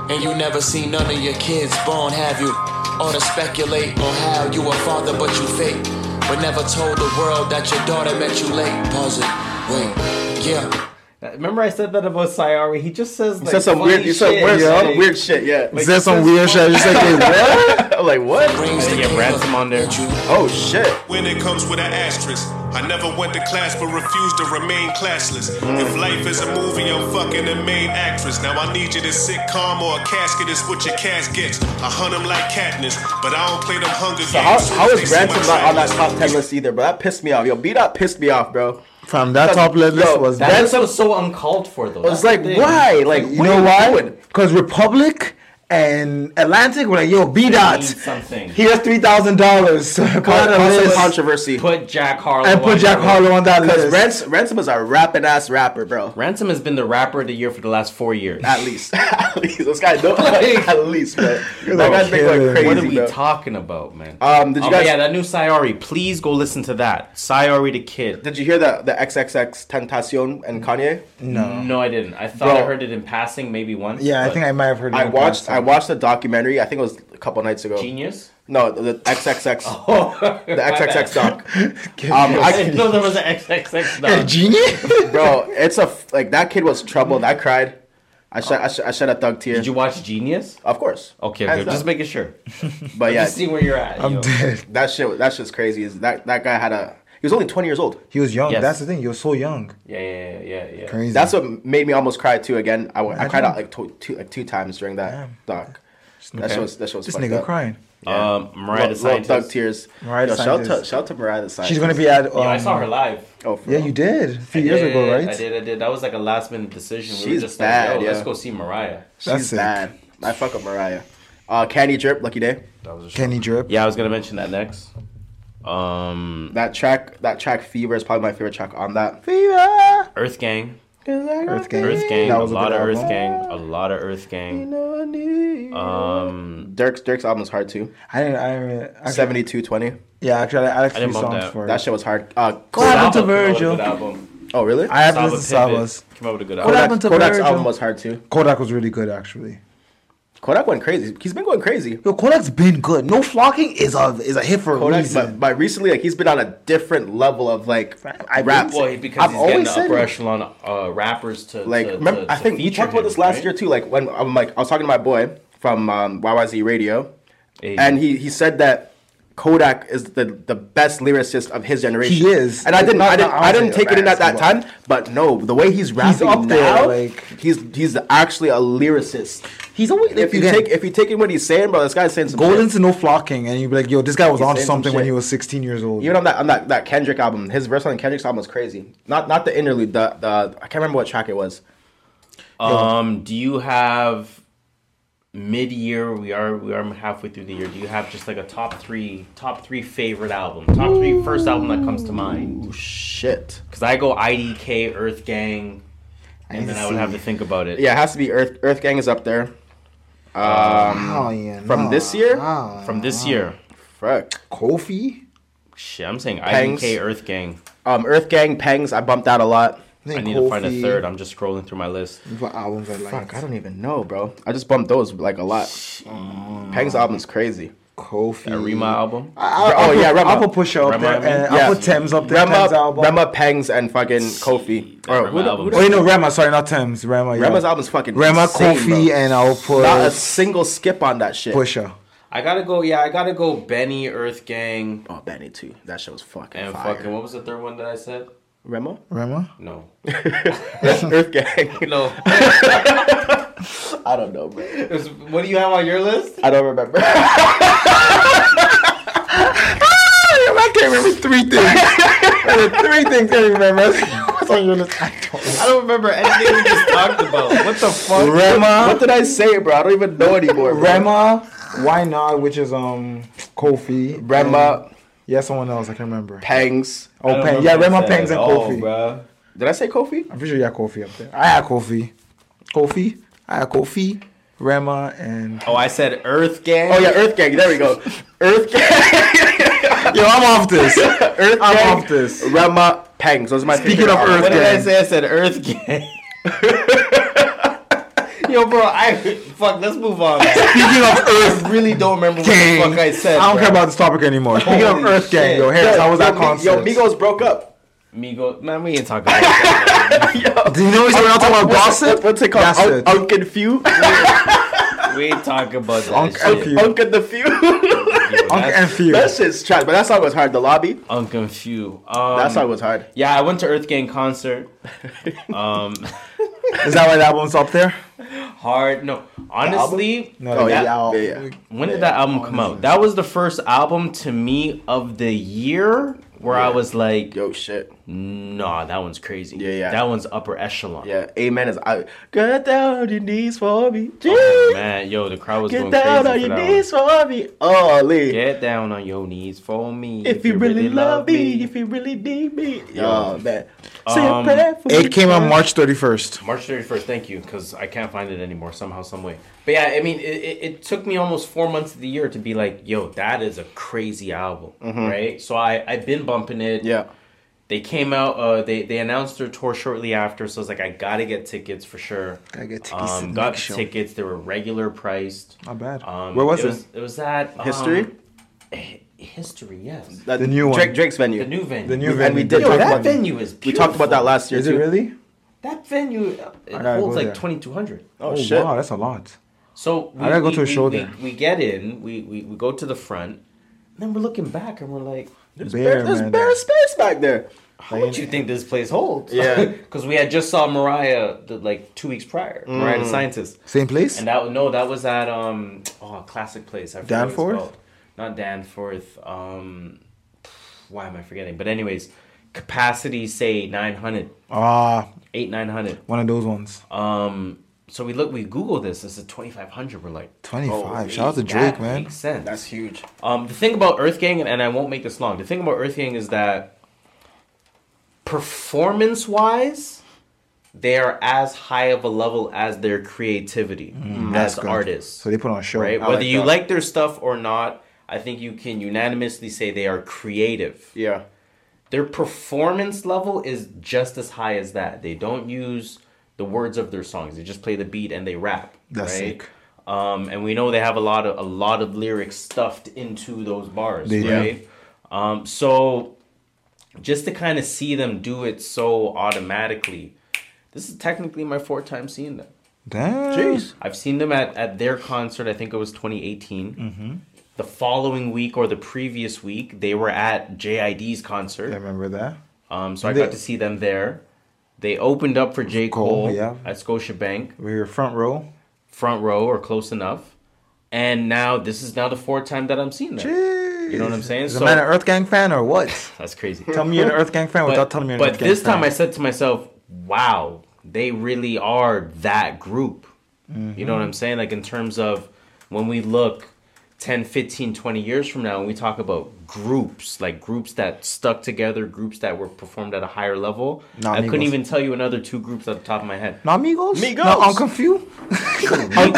[SPEAKER 11] And you never see none of your kids born, have you? Or to speculate on how you a father, but you fake. But never told the world that your daughter met you late. Pause it. Wait. Yeah.
[SPEAKER 1] Remember I said that about Sayori? He just says like
[SPEAKER 2] He said some
[SPEAKER 1] funny
[SPEAKER 2] weird. You said
[SPEAKER 1] shit,
[SPEAKER 2] weird,
[SPEAKER 1] like-
[SPEAKER 2] some weird shit. Yeah.
[SPEAKER 3] Is that some weird shit? I just like, wait,
[SPEAKER 2] I'm like what?
[SPEAKER 11] Brings
[SPEAKER 1] Yeah,
[SPEAKER 11] the
[SPEAKER 1] Ransom on there.
[SPEAKER 11] You
[SPEAKER 2] Oh shit!
[SPEAKER 7] When it comes with an asterisk,
[SPEAKER 11] I never went to class but refused to remain classless. If life is a movie, I'm fucking the main actress. Now I need you to sitcom or a casket is what your cast gets. I hunt 'em like Katniss, but I don't play them hunger
[SPEAKER 2] So how,
[SPEAKER 11] games. Soon
[SPEAKER 2] how
[SPEAKER 11] as they
[SPEAKER 2] is
[SPEAKER 11] see my
[SPEAKER 2] Ransom not on that
[SPEAKER 11] trailers-
[SPEAKER 2] top ten list either? But that pissed me off. Yo, beat up pissed me off, bro.
[SPEAKER 3] From that top list was
[SPEAKER 1] That
[SPEAKER 3] Ransom.
[SPEAKER 1] episode was so uncalled for though.
[SPEAKER 2] I was like, why? Like,
[SPEAKER 3] You know why? Because Republic and Atlantic were like, yo, B dot.
[SPEAKER 1] something.
[SPEAKER 3] Here's three thousand dollars. Put on a
[SPEAKER 2] Cause some
[SPEAKER 3] list
[SPEAKER 2] controversy.
[SPEAKER 1] Put Jack Harlow.
[SPEAKER 3] and
[SPEAKER 1] on
[SPEAKER 3] put Jack
[SPEAKER 1] your-
[SPEAKER 3] Harlow on that
[SPEAKER 2] Because
[SPEAKER 3] list.
[SPEAKER 2] Rans- Ransom is a rapping ass rapper, bro.
[SPEAKER 1] Ransom has been the rapper of the year for the last four years.
[SPEAKER 2] At least, at least this guy no, at least, man. That guy's been
[SPEAKER 3] kidding.
[SPEAKER 2] going crazy,
[SPEAKER 1] What are we
[SPEAKER 2] bro.
[SPEAKER 1] talking about, man?
[SPEAKER 2] Um, did you
[SPEAKER 1] oh,
[SPEAKER 2] guys-
[SPEAKER 1] Yeah, that new Sayori. Please go listen to that. Sayori the Kid.
[SPEAKER 2] Did you hear that the XXX Tentacion and
[SPEAKER 3] Mm-hmm.
[SPEAKER 2] Kanye?
[SPEAKER 1] No, I didn't. I thought I
[SPEAKER 2] Bro.
[SPEAKER 1] heard it in passing, maybe once.
[SPEAKER 3] yeah, I
[SPEAKER 1] but
[SPEAKER 3] think I might have heard.
[SPEAKER 2] I
[SPEAKER 3] it.
[SPEAKER 2] watched I watched a documentary. I think it was a couple nights ago.
[SPEAKER 1] Genius.
[SPEAKER 2] No, the, the XXX
[SPEAKER 1] Oh,
[SPEAKER 2] the XXX doc.
[SPEAKER 1] Um, I didn't know there was an XXX. No.
[SPEAKER 3] Genius.
[SPEAKER 2] Bro, it's a f- like that kid was troubled. I cried. I shed I, shed, I shed a thug tear.
[SPEAKER 1] Did you watch Genius?
[SPEAKER 2] Of course.
[SPEAKER 1] Okay,
[SPEAKER 2] Hands
[SPEAKER 1] okay.
[SPEAKER 2] down.
[SPEAKER 1] Just making sure.
[SPEAKER 2] But yeah,
[SPEAKER 1] Just see where you're at. yo.
[SPEAKER 2] that shit that shit's crazy. Is that that guy had a he was only 20 years old.
[SPEAKER 3] He was young.
[SPEAKER 1] Yes.
[SPEAKER 3] That's the thing. He was so young.
[SPEAKER 1] Yeah, yeah, yeah, yeah. yeah.
[SPEAKER 3] Crazy.
[SPEAKER 2] That's what made me almost cry too again. I, wa- I cried out like two, two like two times during that doc. That
[SPEAKER 1] Okay.
[SPEAKER 2] shows that shows
[SPEAKER 3] this nigga crying.
[SPEAKER 1] Um, Mariah the
[SPEAKER 2] Little
[SPEAKER 1] Scientist.
[SPEAKER 2] thug tears.
[SPEAKER 3] Mariah the
[SPEAKER 2] Yo, shout
[SPEAKER 3] Scientist.
[SPEAKER 2] to shout to Mariah the Scientist.
[SPEAKER 3] She's gonna be at. Um,
[SPEAKER 1] Yo, I saw her live.
[SPEAKER 2] Oh, for
[SPEAKER 3] Yeah,
[SPEAKER 2] real.
[SPEAKER 3] you did a few
[SPEAKER 1] I
[SPEAKER 3] years
[SPEAKER 1] did,
[SPEAKER 3] ago, right?
[SPEAKER 1] I did, I did. That was like a last minute decision. we were
[SPEAKER 2] She's
[SPEAKER 1] just
[SPEAKER 2] bad,
[SPEAKER 1] like, yo,
[SPEAKER 2] yeah.
[SPEAKER 1] let's go see Mariah.
[SPEAKER 3] That's
[SPEAKER 2] She's
[SPEAKER 3] sick.
[SPEAKER 2] bad. I fuck up Mariah. Uh, Candy Drip, Lucky Day.
[SPEAKER 3] Kenny drip.
[SPEAKER 1] Yeah, I was gonna mention that next. Um,
[SPEAKER 2] That track, that track Fever is probably my favorite track on that.
[SPEAKER 3] Fever.
[SPEAKER 1] Earth Gang,
[SPEAKER 3] Earth Gang.
[SPEAKER 1] Earth Gang, a
[SPEAKER 3] That was a
[SPEAKER 1] lot
[SPEAKER 3] good
[SPEAKER 1] of Earth
[SPEAKER 3] album.
[SPEAKER 1] Gang, a lot of Earth Gang. Um,
[SPEAKER 2] Dirk's Dirk's album is hard too.
[SPEAKER 3] I didn't. I didn't. Actually,
[SPEAKER 2] Seventy two twenty.
[SPEAKER 3] Yeah, actually, I asked
[SPEAKER 1] I
[SPEAKER 3] a
[SPEAKER 1] didn't
[SPEAKER 3] few
[SPEAKER 1] bump
[SPEAKER 3] songs
[SPEAKER 1] that.
[SPEAKER 3] for
[SPEAKER 2] That
[SPEAKER 3] it.
[SPEAKER 2] shit was hard. Uh,
[SPEAKER 3] What
[SPEAKER 2] Kodak,
[SPEAKER 3] happened to
[SPEAKER 1] Saba came out with a
[SPEAKER 3] Virgil?
[SPEAKER 1] Good album.
[SPEAKER 2] oh really?
[SPEAKER 3] I have
[SPEAKER 1] Saba
[SPEAKER 3] listened to Sabas.
[SPEAKER 1] Pimpin' Came out with a good
[SPEAKER 3] What
[SPEAKER 1] album.
[SPEAKER 3] happened
[SPEAKER 2] Kodak,
[SPEAKER 3] to
[SPEAKER 2] Kodak's
[SPEAKER 3] Virgil?
[SPEAKER 2] album was hard too.
[SPEAKER 3] Kodak was really good, actually.
[SPEAKER 2] Kodak went crazy. He's been going crazy.
[SPEAKER 3] Yo, Kodak's been good. No flocking is a is a hit for a
[SPEAKER 2] Kodak,
[SPEAKER 3] reason.
[SPEAKER 2] but, but recently, like he's been on a different level of like
[SPEAKER 3] I-
[SPEAKER 2] rap.
[SPEAKER 1] Well, because
[SPEAKER 2] I've
[SPEAKER 1] he's getting
[SPEAKER 2] always
[SPEAKER 1] the
[SPEAKER 2] said
[SPEAKER 1] upper
[SPEAKER 2] it.
[SPEAKER 1] echelon uh, rappers to
[SPEAKER 2] like
[SPEAKER 1] to,
[SPEAKER 2] remember,
[SPEAKER 1] to-
[SPEAKER 2] I
[SPEAKER 1] to
[SPEAKER 2] think we
[SPEAKER 1] feature
[SPEAKER 2] talked about
[SPEAKER 1] him,
[SPEAKER 2] this last
[SPEAKER 1] right?
[SPEAKER 2] year too. Like when I'm like I was talking to my boy from um, YYZ Radio,
[SPEAKER 1] Hey.
[SPEAKER 2] and he he said that Kodak is the the best lyricist of his generation.
[SPEAKER 3] He is.
[SPEAKER 2] and I didn't
[SPEAKER 3] Not-
[SPEAKER 2] I didn't
[SPEAKER 3] not-
[SPEAKER 2] I didn't take it in at that
[SPEAKER 3] honestly,
[SPEAKER 2] time. But no, the way he's rapping
[SPEAKER 3] up there,
[SPEAKER 2] now,
[SPEAKER 3] like-
[SPEAKER 2] he's he's actually a lyricist.
[SPEAKER 3] he's always
[SPEAKER 2] If you take if you take in what he's saying, bro, this guy's saying some
[SPEAKER 3] golden
[SPEAKER 2] shit.
[SPEAKER 3] to no flocking, and you'd be like, yo, this guy was
[SPEAKER 2] He's
[SPEAKER 3] on
[SPEAKER 2] saying some
[SPEAKER 3] something when
[SPEAKER 2] shit.
[SPEAKER 3] he was 16 years old.
[SPEAKER 2] Even on that on that, that Kendrick album, his verse on Kendrick's album was crazy. Not not the interlude. The, the I can't remember what track it was.
[SPEAKER 1] Um, do you have mid year? We are we are halfway through the year. Do you have just like a top three top three favorite album? Top three first album that comes to
[SPEAKER 3] Oh,
[SPEAKER 1] mind?
[SPEAKER 2] Shit.
[SPEAKER 1] Because I go IDK, Earth Gang, and then I would have to think about it.
[SPEAKER 2] Yeah, it has to be Earth Earth Gang is up there.
[SPEAKER 3] oh, yeah,
[SPEAKER 2] From
[SPEAKER 3] nah.
[SPEAKER 2] this year,
[SPEAKER 1] From this year,
[SPEAKER 2] Fuck.
[SPEAKER 3] Kofi?
[SPEAKER 1] shit, I'm saying
[SPEAKER 2] Pangs.
[SPEAKER 1] IDK, Earth Gang.
[SPEAKER 2] Um, Earth Gang, Pangs, I bumped out a lot.
[SPEAKER 1] I
[SPEAKER 3] think
[SPEAKER 1] need to find a
[SPEAKER 3] Kofi-
[SPEAKER 1] third. I'm just scrolling through my list.
[SPEAKER 3] What albums I like?
[SPEAKER 2] Fuck, I don't even know, bro. I just bumped those like a lot. Pangs album's crazy.
[SPEAKER 3] Kofi.
[SPEAKER 1] That Rima album.
[SPEAKER 3] I,
[SPEAKER 2] Oh,
[SPEAKER 3] oh,
[SPEAKER 2] yeah,
[SPEAKER 3] yeah,
[SPEAKER 2] Rema.
[SPEAKER 3] I'll put Pusha up
[SPEAKER 1] Rema, I
[SPEAKER 3] there,
[SPEAKER 1] mean.
[SPEAKER 3] and
[SPEAKER 2] Yeah.
[SPEAKER 3] I'll put Thames up there. Thames
[SPEAKER 2] Rema,
[SPEAKER 3] album.
[SPEAKER 2] Rema, Pangs, and fucking Kofi.
[SPEAKER 1] that
[SPEAKER 2] Or
[SPEAKER 1] Rema
[SPEAKER 2] who, the-
[SPEAKER 1] album.
[SPEAKER 2] who the-
[SPEAKER 3] Oh, you know, Rema, sorry, not Thames. Rema. Yeah.
[SPEAKER 2] Rema's album's fucking
[SPEAKER 3] Rema,
[SPEAKER 2] insane,
[SPEAKER 3] Kofi,
[SPEAKER 2] bro.
[SPEAKER 3] and I'll put
[SPEAKER 2] Not a single skip on that shit.
[SPEAKER 3] Pusha.
[SPEAKER 1] I gotta go. Yeah, I gotta go. Benny, Earth Gang,
[SPEAKER 2] Oh, Benny too. That shit was fucking
[SPEAKER 1] and
[SPEAKER 2] fire.
[SPEAKER 1] fucking what was the third one that I said?
[SPEAKER 2] Rema?
[SPEAKER 3] Rema?
[SPEAKER 1] No,
[SPEAKER 2] Earth Gang.
[SPEAKER 1] no.
[SPEAKER 2] I don't know, bro.
[SPEAKER 1] It was- what do you have on your list?
[SPEAKER 2] I don't remember. I can't remember three things.
[SPEAKER 3] Three things I remember. What's on your list? I don't
[SPEAKER 1] I don't remember anything we just talked about. What the fuck?
[SPEAKER 3] Rema,
[SPEAKER 2] What did I say, bro? I don't even know anymore. Bro.
[SPEAKER 3] Rema, why not? Which is um Kofi, and-
[SPEAKER 2] Rema,
[SPEAKER 3] yeah, someone else I can't remember.
[SPEAKER 2] Pangs.
[SPEAKER 3] oh, Peng, yeah, Rema, Pengs, and Kofi.
[SPEAKER 1] bro.
[SPEAKER 2] Did I say Kofi?
[SPEAKER 3] I'm pretty sure you got Kofi up there. I had Kofi, Kofi, I had Kofi, Rema, and
[SPEAKER 1] Oh, I said Earth Gang.
[SPEAKER 2] Oh yeah, Earth Gang. There we go. Earth Gang.
[SPEAKER 3] yo, I'm off this.
[SPEAKER 2] Earth
[SPEAKER 3] I'm
[SPEAKER 2] Gang.
[SPEAKER 3] off this.
[SPEAKER 2] Rema Pangs. Those are my
[SPEAKER 3] Um, Speaking
[SPEAKER 2] favorite
[SPEAKER 3] of
[SPEAKER 2] albums.
[SPEAKER 3] Earth
[SPEAKER 1] What did I
[SPEAKER 3] Gang.
[SPEAKER 1] say? I said Earth Gang. Yo, bro, I fuck. Let's move on. man.
[SPEAKER 3] Speaking of Earth
[SPEAKER 1] I really don't remember what
[SPEAKER 3] Gang,
[SPEAKER 1] the fuck I said.
[SPEAKER 3] I don't
[SPEAKER 1] bro.
[SPEAKER 3] care about this topic anymore. Speaking of
[SPEAKER 1] Holy
[SPEAKER 3] Earth Gang, yo,
[SPEAKER 2] Yo,
[SPEAKER 3] Harris, how was
[SPEAKER 2] yo,
[SPEAKER 3] that
[SPEAKER 2] Mi-
[SPEAKER 3] concert?
[SPEAKER 2] Yo, Migos broke up.
[SPEAKER 1] Migo, man, we ain't talking about that.
[SPEAKER 3] Do you know we're not talking about
[SPEAKER 2] What's it-
[SPEAKER 3] gossip?
[SPEAKER 2] What's it called?
[SPEAKER 3] That's
[SPEAKER 2] Out-
[SPEAKER 3] it.
[SPEAKER 2] Out confused.
[SPEAKER 1] We talk about that
[SPEAKER 2] Unk and
[SPEAKER 1] shit.
[SPEAKER 2] Few. Unk and the Few. Unk
[SPEAKER 1] and Few.
[SPEAKER 2] That shit's trash, but that song was hard. The Lobby.
[SPEAKER 1] Unk and Few. Um,
[SPEAKER 2] That
[SPEAKER 3] Um,
[SPEAKER 2] song was hard.
[SPEAKER 1] Yeah, I went to Earth Gang concert. Um,
[SPEAKER 3] Is that why that one's up there?
[SPEAKER 1] hard. No, honestly,
[SPEAKER 3] No, Oh, yeah,
[SPEAKER 1] that-
[SPEAKER 3] the album. Yeah, yeah.
[SPEAKER 1] When did that album come out? That was the first album to me of the year where I was like,
[SPEAKER 2] "Yo, shit,
[SPEAKER 1] nah, that one's crazy.
[SPEAKER 2] Yeah, yeah.
[SPEAKER 1] that one's upper echelon."
[SPEAKER 2] Yeah, Amen is out. Get down on your knees for me.
[SPEAKER 1] Oh, man, yo, the crowd was
[SPEAKER 2] Get
[SPEAKER 1] going
[SPEAKER 2] down on
[SPEAKER 1] crazy for
[SPEAKER 2] your
[SPEAKER 1] that one.
[SPEAKER 2] knees for me. Oh, Lee.
[SPEAKER 1] Get down on your knees for me.
[SPEAKER 2] If you really love me, if you really need me.
[SPEAKER 1] Yo.
[SPEAKER 2] Yo, man. Say a
[SPEAKER 1] Um,
[SPEAKER 2] prayer for
[SPEAKER 3] It
[SPEAKER 2] me.
[SPEAKER 3] came out March 31st.
[SPEAKER 1] March 31st, thank you, because I can't find it anymore somehow, some way. But yeah, I mean, it, it, it took me almost four months of the year to be like, yo, that is a crazy album,
[SPEAKER 2] Mhm.
[SPEAKER 1] right? So I, I've been bumping it.
[SPEAKER 2] Yeah.
[SPEAKER 1] They came out, uh, they, they announced their tour shortly after, so I was like, I gotta get tickets for sure.
[SPEAKER 3] Gotta get tickets to
[SPEAKER 1] Um,
[SPEAKER 3] the
[SPEAKER 1] got
[SPEAKER 3] next show.
[SPEAKER 1] tickets, they were regular priced.
[SPEAKER 3] Not bad.
[SPEAKER 1] Um,
[SPEAKER 3] Where was it?
[SPEAKER 1] It was at um,
[SPEAKER 2] History?
[SPEAKER 1] Hi- History, yes.
[SPEAKER 2] That-
[SPEAKER 3] The new one.
[SPEAKER 2] Drake, Drake's venue.
[SPEAKER 1] The new venue.
[SPEAKER 3] The new
[SPEAKER 2] We-
[SPEAKER 3] venue.
[SPEAKER 2] And we did
[SPEAKER 1] Yo,
[SPEAKER 2] talk
[SPEAKER 1] that
[SPEAKER 2] about
[SPEAKER 1] venue is
[SPEAKER 2] We talked about that last year
[SPEAKER 3] Is
[SPEAKER 2] too.
[SPEAKER 3] it really?
[SPEAKER 1] That venue uh, it
[SPEAKER 3] I gotta
[SPEAKER 1] holds
[SPEAKER 3] go
[SPEAKER 1] like
[SPEAKER 3] there.
[SPEAKER 1] 2,200.
[SPEAKER 2] Oh, shit.
[SPEAKER 3] Wow, that's a lot.
[SPEAKER 1] So
[SPEAKER 3] I gotta go to a show
[SPEAKER 1] we,
[SPEAKER 3] there.
[SPEAKER 1] We get in, we, we we go to the front, and then we're looking back and we're like,
[SPEAKER 2] There's
[SPEAKER 3] Bear,
[SPEAKER 2] bare, there's
[SPEAKER 3] man.
[SPEAKER 2] bare space back there.
[SPEAKER 1] how much you think this place holds?
[SPEAKER 2] Yeah.
[SPEAKER 1] because we had just saw Mariah the, like two weeks prior, Mariah the
[SPEAKER 3] Mm.
[SPEAKER 1] Scientist,
[SPEAKER 3] Same place?
[SPEAKER 1] and that no, that was at um oh classic place. I forget what it's
[SPEAKER 3] Danforth?
[SPEAKER 1] called. not Danforth. Um, why am I forgetting? But anyways, capacity say 900,
[SPEAKER 3] Ah,
[SPEAKER 1] 8, 900.
[SPEAKER 3] one of those ones.
[SPEAKER 1] Um, so we look, we Google this. It's a 2,500. We're like
[SPEAKER 3] 25.
[SPEAKER 1] "Oh,
[SPEAKER 3] Shout out to
[SPEAKER 1] wait,
[SPEAKER 3] Drake,
[SPEAKER 1] that
[SPEAKER 3] man.
[SPEAKER 1] Makes sense.
[SPEAKER 2] That's huge.
[SPEAKER 1] Um, the thing about Earth Gang, and I won't make this long. The thing about Earth Gang is that performance-wise, they are as high of a level as their creativity as
[SPEAKER 3] Mm, good.
[SPEAKER 1] artists,
[SPEAKER 3] So they put on a show. Oh,
[SPEAKER 1] right?
[SPEAKER 2] I
[SPEAKER 1] Whether
[SPEAKER 2] like
[SPEAKER 1] you
[SPEAKER 2] that.
[SPEAKER 1] like their stuff or not, I think you can unanimously say they are creative
[SPEAKER 2] Yeah.
[SPEAKER 1] their performance level is just as high as that. They don't use the words of their songs. They just play the beat and they rap.
[SPEAKER 3] That's
[SPEAKER 1] right?
[SPEAKER 3] sick.
[SPEAKER 1] Um, and we know they have a lot of a lot of lyrics stuffed into those bars,
[SPEAKER 3] They do.
[SPEAKER 1] right? Um, so just to kind of see them do it so automatically, this is technically my fourth time seeing them.
[SPEAKER 3] Damn.
[SPEAKER 2] Jeez.
[SPEAKER 1] I've seen them at, at their concert. I think it was 2018.
[SPEAKER 3] Mm-hmm.
[SPEAKER 1] The following week or the previous week, they were at JID's concert.
[SPEAKER 3] I remember that.
[SPEAKER 1] Um, so I
[SPEAKER 3] They-
[SPEAKER 1] got to see them there. They opened up for J.
[SPEAKER 3] Cole,
[SPEAKER 1] Cole,
[SPEAKER 3] yeah.
[SPEAKER 1] at Scotiabank,
[SPEAKER 3] We were front row.
[SPEAKER 1] front row or close enough. And now this is now the fourth time that I'm seeing them. You know what I'm saying?
[SPEAKER 3] Is the man an Earth Gang fan or what?
[SPEAKER 1] that's crazy.
[SPEAKER 3] Tell me you're an Earth Gang
[SPEAKER 2] Oh,
[SPEAKER 3] fan
[SPEAKER 1] but
[SPEAKER 3] without telling me you're an
[SPEAKER 1] but
[SPEAKER 3] Earth Gang
[SPEAKER 1] this time I
[SPEAKER 3] fan.
[SPEAKER 1] said to myself, wow, they really are that group. You
[SPEAKER 2] Mm-hmm.
[SPEAKER 1] know what I'm saying? Like in terms of when we look 10, 15, 20 years from now, and we talk about groups, like groups that stuck together, groups that were performed at a higher level.
[SPEAKER 3] Nah,
[SPEAKER 1] I couldn't
[SPEAKER 3] Migos.
[SPEAKER 1] even tell you another two groups at the top of my head.
[SPEAKER 3] Not Migos?
[SPEAKER 2] Migos.
[SPEAKER 3] Not Uncle Few? I'm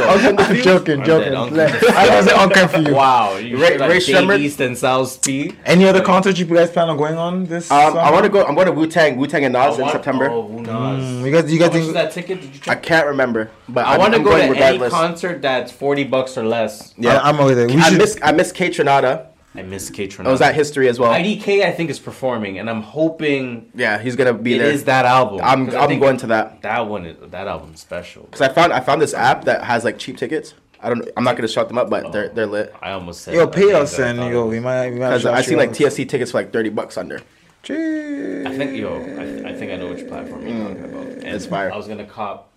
[SPEAKER 3] joking,
[SPEAKER 1] I'm
[SPEAKER 3] joking.
[SPEAKER 1] dead, Uncle
[SPEAKER 3] I was say Uncle Few.
[SPEAKER 1] Wow, you
[SPEAKER 2] Ray-
[SPEAKER 1] Ray, like
[SPEAKER 2] Ray
[SPEAKER 1] Dave
[SPEAKER 2] Shemmer-
[SPEAKER 1] East and South Speed.
[SPEAKER 3] Any other concerts you guys plan on going on this
[SPEAKER 2] Um, I
[SPEAKER 3] summer?
[SPEAKER 2] want to go. I'm going to Wu Tang. Wu Tang and Nas in September. Mm,
[SPEAKER 1] Oh, who knows?
[SPEAKER 3] You guys, you guys
[SPEAKER 1] How much is
[SPEAKER 3] think
[SPEAKER 1] that ticket? Did you
[SPEAKER 2] I
[SPEAKER 1] check?
[SPEAKER 2] can't remember, but
[SPEAKER 1] I, want to go
[SPEAKER 2] going
[SPEAKER 1] to
[SPEAKER 2] regardless.
[SPEAKER 1] any concert that's forty bucks or less.
[SPEAKER 2] yeah,
[SPEAKER 3] I, am over there. We
[SPEAKER 2] I
[SPEAKER 3] should,
[SPEAKER 2] miss I miss K Tronada.
[SPEAKER 1] I miss K Tron.
[SPEAKER 2] I was at history as well.
[SPEAKER 1] IDK, I think, is performing, and I'm hoping
[SPEAKER 2] Yeah, he's gonna be
[SPEAKER 1] it is
[SPEAKER 2] there.
[SPEAKER 1] that album.
[SPEAKER 2] I'm
[SPEAKER 1] 'Cause I
[SPEAKER 2] I'm
[SPEAKER 1] think
[SPEAKER 2] going to that
[SPEAKER 1] That one, is, that album's special.
[SPEAKER 2] because I found I found this app that has like cheap tickets. I don't. I'm not gonna shout them up,
[SPEAKER 1] Oh.
[SPEAKER 2] but they're they're lit.
[SPEAKER 1] I almost said.
[SPEAKER 3] yo,
[SPEAKER 1] that
[SPEAKER 3] pay
[SPEAKER 1] thing
[SPEAKER 3] us
[SPEAKER 1] that I
[SPEAKER 3] and
[SPEAKER 1] thought
[SPEAKER 3] yo,
[SPEAKER 1] of.
[SPEAKER 3] we might, we might.
[SPEAKER 2] Because I see
[SPEAKER 3] see
[SPEAKER 2] like TSC tickets for like thirty bucks under.
[SPEAKER 1] I think yo, I, I think I know which platform you're talking about. And
[SPEAKER 2] Mm, It's fire.
[SPEAKER 1] I was gonna cop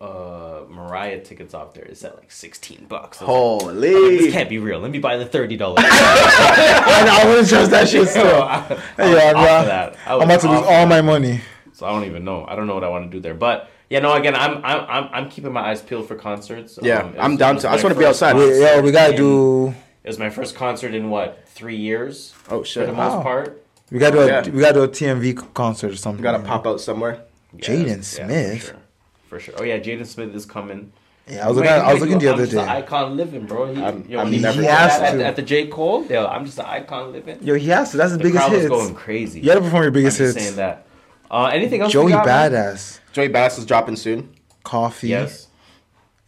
[SPEAKER 1] uh Mariah tickets off there. It's at like sixteen bucks. I was like,
[SPEAKER 2] Holy!
[SPEAKER 1] this can't be real. Let me buy the thirty dollars.
[SPEAKER 3] I, wouldn't trust that shit. Still.
[SPEAKER 1] I, I
[SPEAKER 3] yeah,
[SPEAKER 1] yeah,
[SPEAKER 3] I'm,
[SPEAKER 1] I'm,
[SPEAKER 3] not,
[SPEAKER 1] that. I
[SPEAKER 3] I'm
[SPEAKER 1] was
[SPEAKER 3] about to lose
[SPEAKER 1] off
[SPEAKER 3] all
[SPEAKER 1] that.
[SPEAKER 3] my money.
[SPEAKER 1] So I don't even know. I don't know what I want to do there. But yeah, no. Again, I'm I'm I'm, I'm keeping my eyes peeled for concerts.
[SPEAKER 2] Yeah,
[SPEAKER 1] Um, it
[SPEAKER 2] I'm
[SPEAKER 1] was- it
[SPEAKER 2] down
[SPEAKER 1] was
[SPEAKER 2] to. I just
[SPEAKER 1] my
[SPEAKER 2] want to be
[SPEAKER 1] first
[SPEAKER 2] outside.
[SPEAKER 1] concert
[SPEAKER 3] Yeah, we gotta
[SPEAKER 1] in-
[SPEAKER 3] do,
[SPEAKER 1] It was my first concert in what three years?
[SPEAKER 2] Oh
[SPEAKER 1] For
[SPEAKER 2] shit!
[SPEAKER 1] the
[SPEAKER 2] Wow.
[SPEAKER 1] most part.
[SPEAKER 3] we gotta do, a,
[SPEAKER 2] Yeah.
[SPEAKER 3] we gotta do a TMV concert or something.
[SPEAKER 2] You gotta pop out somewhere.
[SPEAKER 1] Yeah,
[SPEAKER 3] Jaden
[SPEAKER 1] that's- yeah, for
[SPEAKER 3] Smith?
[SPEAKER 1] sure. for sure. Oh yeah, Jaden Smith is coming.
[SPEAKER 3] Yeah, I was looking, I was looking the
[SPEAKER 1] I'm
[SPEAKER 3] other
[SPEAKER 1] just an
[SPEAKER 3] day.
[SPEAKER 1] icon living, bro. He,
[SPEAKER 2] I'm-
[SPEAKER 1] yo,
[SPEAKER 2] I'm
[SPEAKER 1] he
[SPEAKER 2] never
[SPEAKER 1] did
[SPEAKER 2] gonna
[SPEAKER 1] that
[SPEAKER 3] stop.
[SPEAKER 1] at, the- at the J Cole. Yo, I'm just an icon living.
[SPEAKER 3] Yo, he has to. That's his
[SPEAKER 1] the
[SPEAKER 3] biggest
[SPEAKER 1] crowd
[SPEAKER 3] hits.
[SPEAKER 1] was going crazy.
[SPEAKER 3] You gotta perform your
[SPEAKER 1] I'm
[SPEAKER 3] biggest
[SPEAKER 1] just
[SPEAKER 3] hits.
[SPEAKER 1] saying that. Uh, anything else? we
[SPEAKER 3] Joey
[SPEAKER 1] got, man?
[SPEAKER 3] Badass,
[SPEAKER 2] Joey Badass is dropping soon.
[SPEAKER 3] Coffee.
[SPEAKER 1] Yes.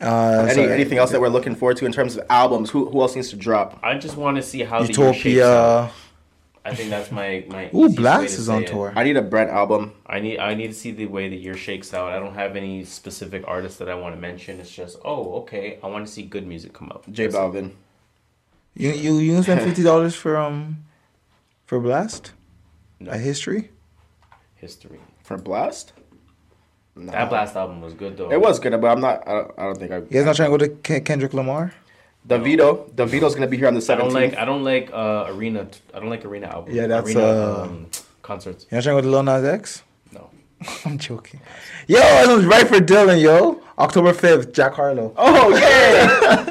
[SPEAKER 3] Uh,
[SPEAKER 2] Any,
[SPEAKER 3] sorry.
[SPEAKER 2] anything else that we're looking forward to in terms of albums? Who who else needs to drop?
[SPEAKER 1] I just want to see how the year shapes up.
[SPEAKER 3] Utopia.
[SPEAKER 1] I think that's my my.
[SPEAKER 3] Ooh,
[SPEAKER 1] easiest way
[SPEAKER 3] Blast
[SPEAKER 1] to
[SPEAKER 3] is on
[SPEAKER 1] say it.
[SPEAKER 3] tour.
[SPEAKER 2] I need a Brent album.
[SPEAKER 1] I need I need to see the way the year shakes out. I don't have any specific artist that I want to mention. It's just oh okay, I want to see good music come out.
[SPEAKER 2] J Balvin.
[SPEAKER 3] You you you gonna spend fifty dollars for um for Blast?
[SPEAKER 1] No.
[SPEAKER 3] A history?
[SPEAKER 1] History.
[SPEAKER 2] For Blast? No.
[SPEAKER 1] That Blast album was good though.
[SPEAKER 2] It was good, but I'm not. I don't, I don't think I.
[SPEAKER 3] You guys not trying to go to Ken- Kendrick Lamar?
[SPEAKER 2] Davido. Davido's gonna be here on the
[SPEAKER 1] I don't
[SPEAKER 2] seventeenth.
[SPEAKER 1] like I don't like uh, arena. T- I don't like arena albums.
[SPEAKER 3] Yeah, that's,
[SPEAKER 1] arena,
[SPEAKER 3] uh,
[SPEAKER 1] um, concerts.
[SPEAKER 3] You not trying to go to Lil Nas X?
[SPEAKER 1] No.
[SPEAKER 3] I'm joking. Yo, it was right for Dylan, yo. October 5th, Jack Harlow.
[SPEAKER 2] Oh yeah!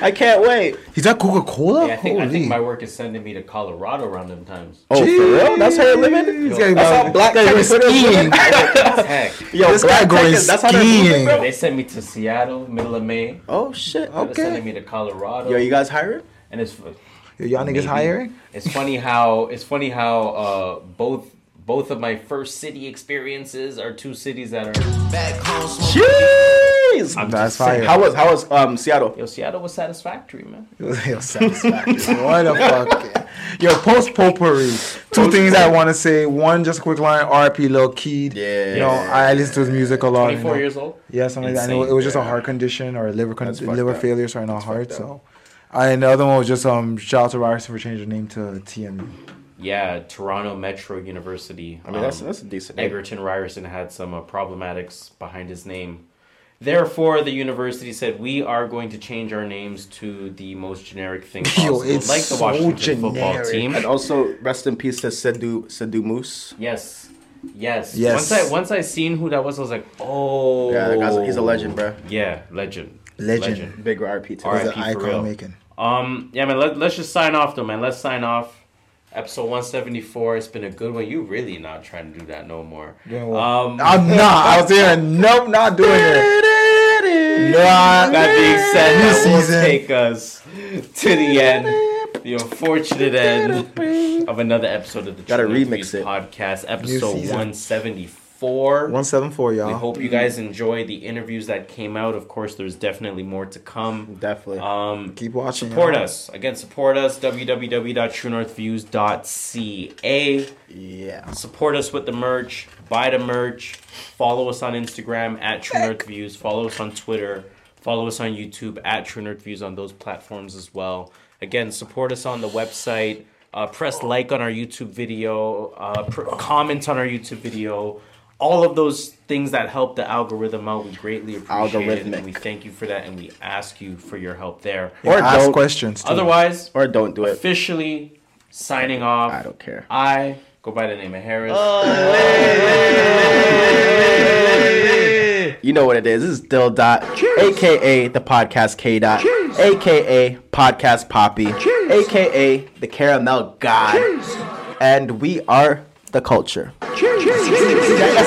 [SPEAKER 2] I can't wait.
[SPEAKER 3] He's at Coca Cola?
[SPEAKER 1] Yeah, I think I think my work is sending me to Colorado around them times.
[SPEAKER 2] Oh, for real? That's how you're living.
[SPEAKER 3] This guy
[SPEAKER 2] That's
[SPEAKER 3] about-
[SPEAKER 2] how black
[SPEAKER 3] this guy
[SPEAKER 2] tech
[SPEAKER 3] is
[SPEAKER 2] is living?
[SPEAKER 3] skiing.
[SPEAKER 1] Heck,
[SPEAKER 2] Yo,
[SPEAKER 3] This
[SPEAKER 2] black
[SPEAKER 3] guy
[SPEAKER 2] tech
[SPEAKER 3] going
[SPEAKER 2] is- that's how they're moving,
[SPEAKER 3] skiing.
[SPEAKER 2] bro.
[SPEAKER 1] they sent me to Seattle, middle of May.
[SPEAKER 2] Oh shit.
[SPEAKER 1] They're sending
[SPEAKER 3] Okay.
[SPEAKER 1] me to Colorado.
[SPEAKER 2] Yo, you guys hiring?
[SPEAKER 1] and it's
[SPEAKER 3] Yo, y'all niggas
[SPEAKER 1] Maybe.
[SPEAKER 3] hiring?
[SPEAKER 1] It's funny how it's funny how uh, both both of my first city experiences are two cities that are
[SPEAKER 11] Back home, smoke
[SPEAKER 2] Jeez.
[SPEAKER 3] That's fire.
[SPEAKER 2] How was how was um Seattle?
[SPEAKER 1] yo Seattle was satisfactory, man.
[SPEAKER 2] Oh,
[SPEAKER 3] Yo, satisfaction. what a fucking. Yo, post potpourri. Two things I want to say. One, just a quick line. R.P. Lil Keed.
[SPEAKER 2] Yeah.
[SPEAKER 3] You know, I listen to his music a lot.
[SPEAKER 1] Twenty four
[SPEAKER 3] you know.
[SPEAKER 1] years old.
[SPEAKER 3] Yeah, something like that. And it,
[SPEAKER 1] Insane.
[SPEAKER 3] it was just a heart condition or a liver con-
[SPEAKER 2] That's fucked
[SPEAKER 3] liver
[SPEAKER 2] up.
[SPEAKER 3] failure, sorry, not heart. So, I, and the other one was just um shout out to Ryerson for changing the name to TMU.
[SPEAKER 1] Yeah, Toronto Metro University. Um,
[SPEAKER 2] I mean, that's that's a decent. name.
[SPEAKER 1] Egerton Ryerson had some uh, problematics behind his name. Therefore, the university said we are going to change our names to the most generic thing possible,
[SPEAKER 3] it's
[SPEAKER 1] like the
[SPEAKER 3] so
[SPEAKER 1] Washington football
[SPEAKER 3] generic.
[SPEAKER 1] team.
[SPEAKER 2] And also, rest in peace to Sedu Sedu Moose.
[SPEAKER 1] Yes. Yes.
[SPEAKER 3] Yes.
[SPEAKER 1] Once I once I seen who that was, I was like, oh,
[SPEAKER 2] Yeah, that guy's- he's a legend, bruh.
[SPEAKER 1] Yeah, legend.
[SPEAKER 3] Legend.
[SPEAKER 2] Big RP to
[SPEAKER 1] All right.
[SPEAKER 2] his-
[SPEAKER 3] The
[SPEAKER 1] Keed for
[SPEAKER 3] icon
[SPEAKER 1] real.
[SPEAKER 3] making.
[SPEAKER 1] Um, yeah, man. Let, let's just sign off, though, man. Let's sign off. Episode one seventy four. It's been a good one. You really not trying to do that no more.
[SPEAKER 3] Yeah, well,
[SPEAKER 1] um,
[SPEAKER 3] I'm not. I was there. Nope, not doing it. Nah,
[SPEAKER 1] That being said,
[SPEAKER 3] New
[SPEAKER 1] that will
[SPEAKER 3] season.
[SPEAKER 1] take us to the end, the unfortunate end of another episode of the
[SPEAKER 2] Gotta
[SPEAKER 1] True
[SPEAKER 2] remix
[SPEAKER 1] Interviews
[SPEAKER 2] it.
[SPEAKER 1] podcast, episode
[SPEAKER 3] season.
[SPEAKER 1] one seventy four.
[SPEAKER 3] One seven four,
[SPEAKER 1] We
[SPEAKER 3] y'all.
[SPEAKER 1] hope you guys enjoy the interviews that came out. Of course, there's definitely more to come.
[SPEAKER 2] Definitely.
[SPEAKER 1] Um,
[SPEAKER 3] Keep watching.
[SPEAKER 1] support
[SPEAKER 3] y'all.
[SPEAKER 1] us again. Support us. www.truenorthviews.ca.
[SPEAKER 2] yeah.
[SPEAKER 1] Support us with the merch. Buy the merch. Follow us on Instagram at True North Views. Follow us on Twitter. Follow us on YouTube at True North Views on those platforms as well. Again, support us on the website. Uh, press like on our YouTube video. Uh, pr- comment on our YouTube video. All of those things that help the algorithm out, we greatly appreciate it.
[SPEAKER 2] Algorithmic.
[SPEAKER 1] And we thank you for that, and we ask you for your help there.
[SPEAKER 3] Or
[SPEAKER 2] Or
[SPEAKER 3] ask
[SPEAKER 2] don't.
[SPEAKER 3] questions. Too.
[SPEAKER 1] Otherwise,
[SPEAKER 2] Or don't do it.
[SPEAKER 1] officially signing off.
[SPEAKER 2] I don't care.
[SPEAKER 1] I go by the name of Harris.
[SPEAKER 2] You know what it is. This is Dill Dot, aka the podcast K Dot, aka podcast Poppy, aka the Caramel God, and we are the culture.
[SPEAKER 3] That's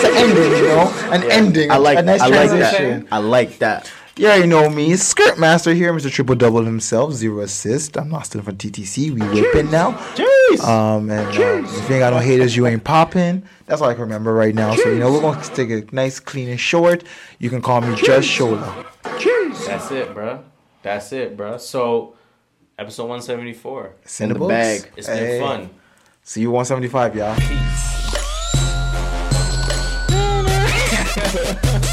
[SPEAKER 3] an ending, you know? An ending.
[SPEAKER 2] I like.
[SPEAKER 3] a nice
[SPEAKER 2] I like that.
[SPEAKER 3] transition.
[SPEAKER 2] I like that.
[SPEAKER 3] You already know me. Skirt Master here, Mr. Triple Double himself. Zero assist. I'm not stealing from TTC. We whipping now.
[SPEAKER 2] Jeez.
[SPEAKER 3] Um, and uh, if you ain't got no haters, you ain't popping. That's all I can remember right now. So, you know, we're going to stick it nice, clean, and short. You can call me Just Shola.
[SPEAKER 1] That's it, bruh. That's it, bruh. So, episode 174.
[SPEAKER 3] It's in,
[SPEAKER 2] the
[SPEAKER 3] books.
[SPEAKER 2] bag.
[SPEAKER 1] It's been
[SPEAKER 3] Hey.
[SPEAKER 1] fun.
[SPEAKER 3] See you 175, y'all.
[SPEAKER 1] Peace.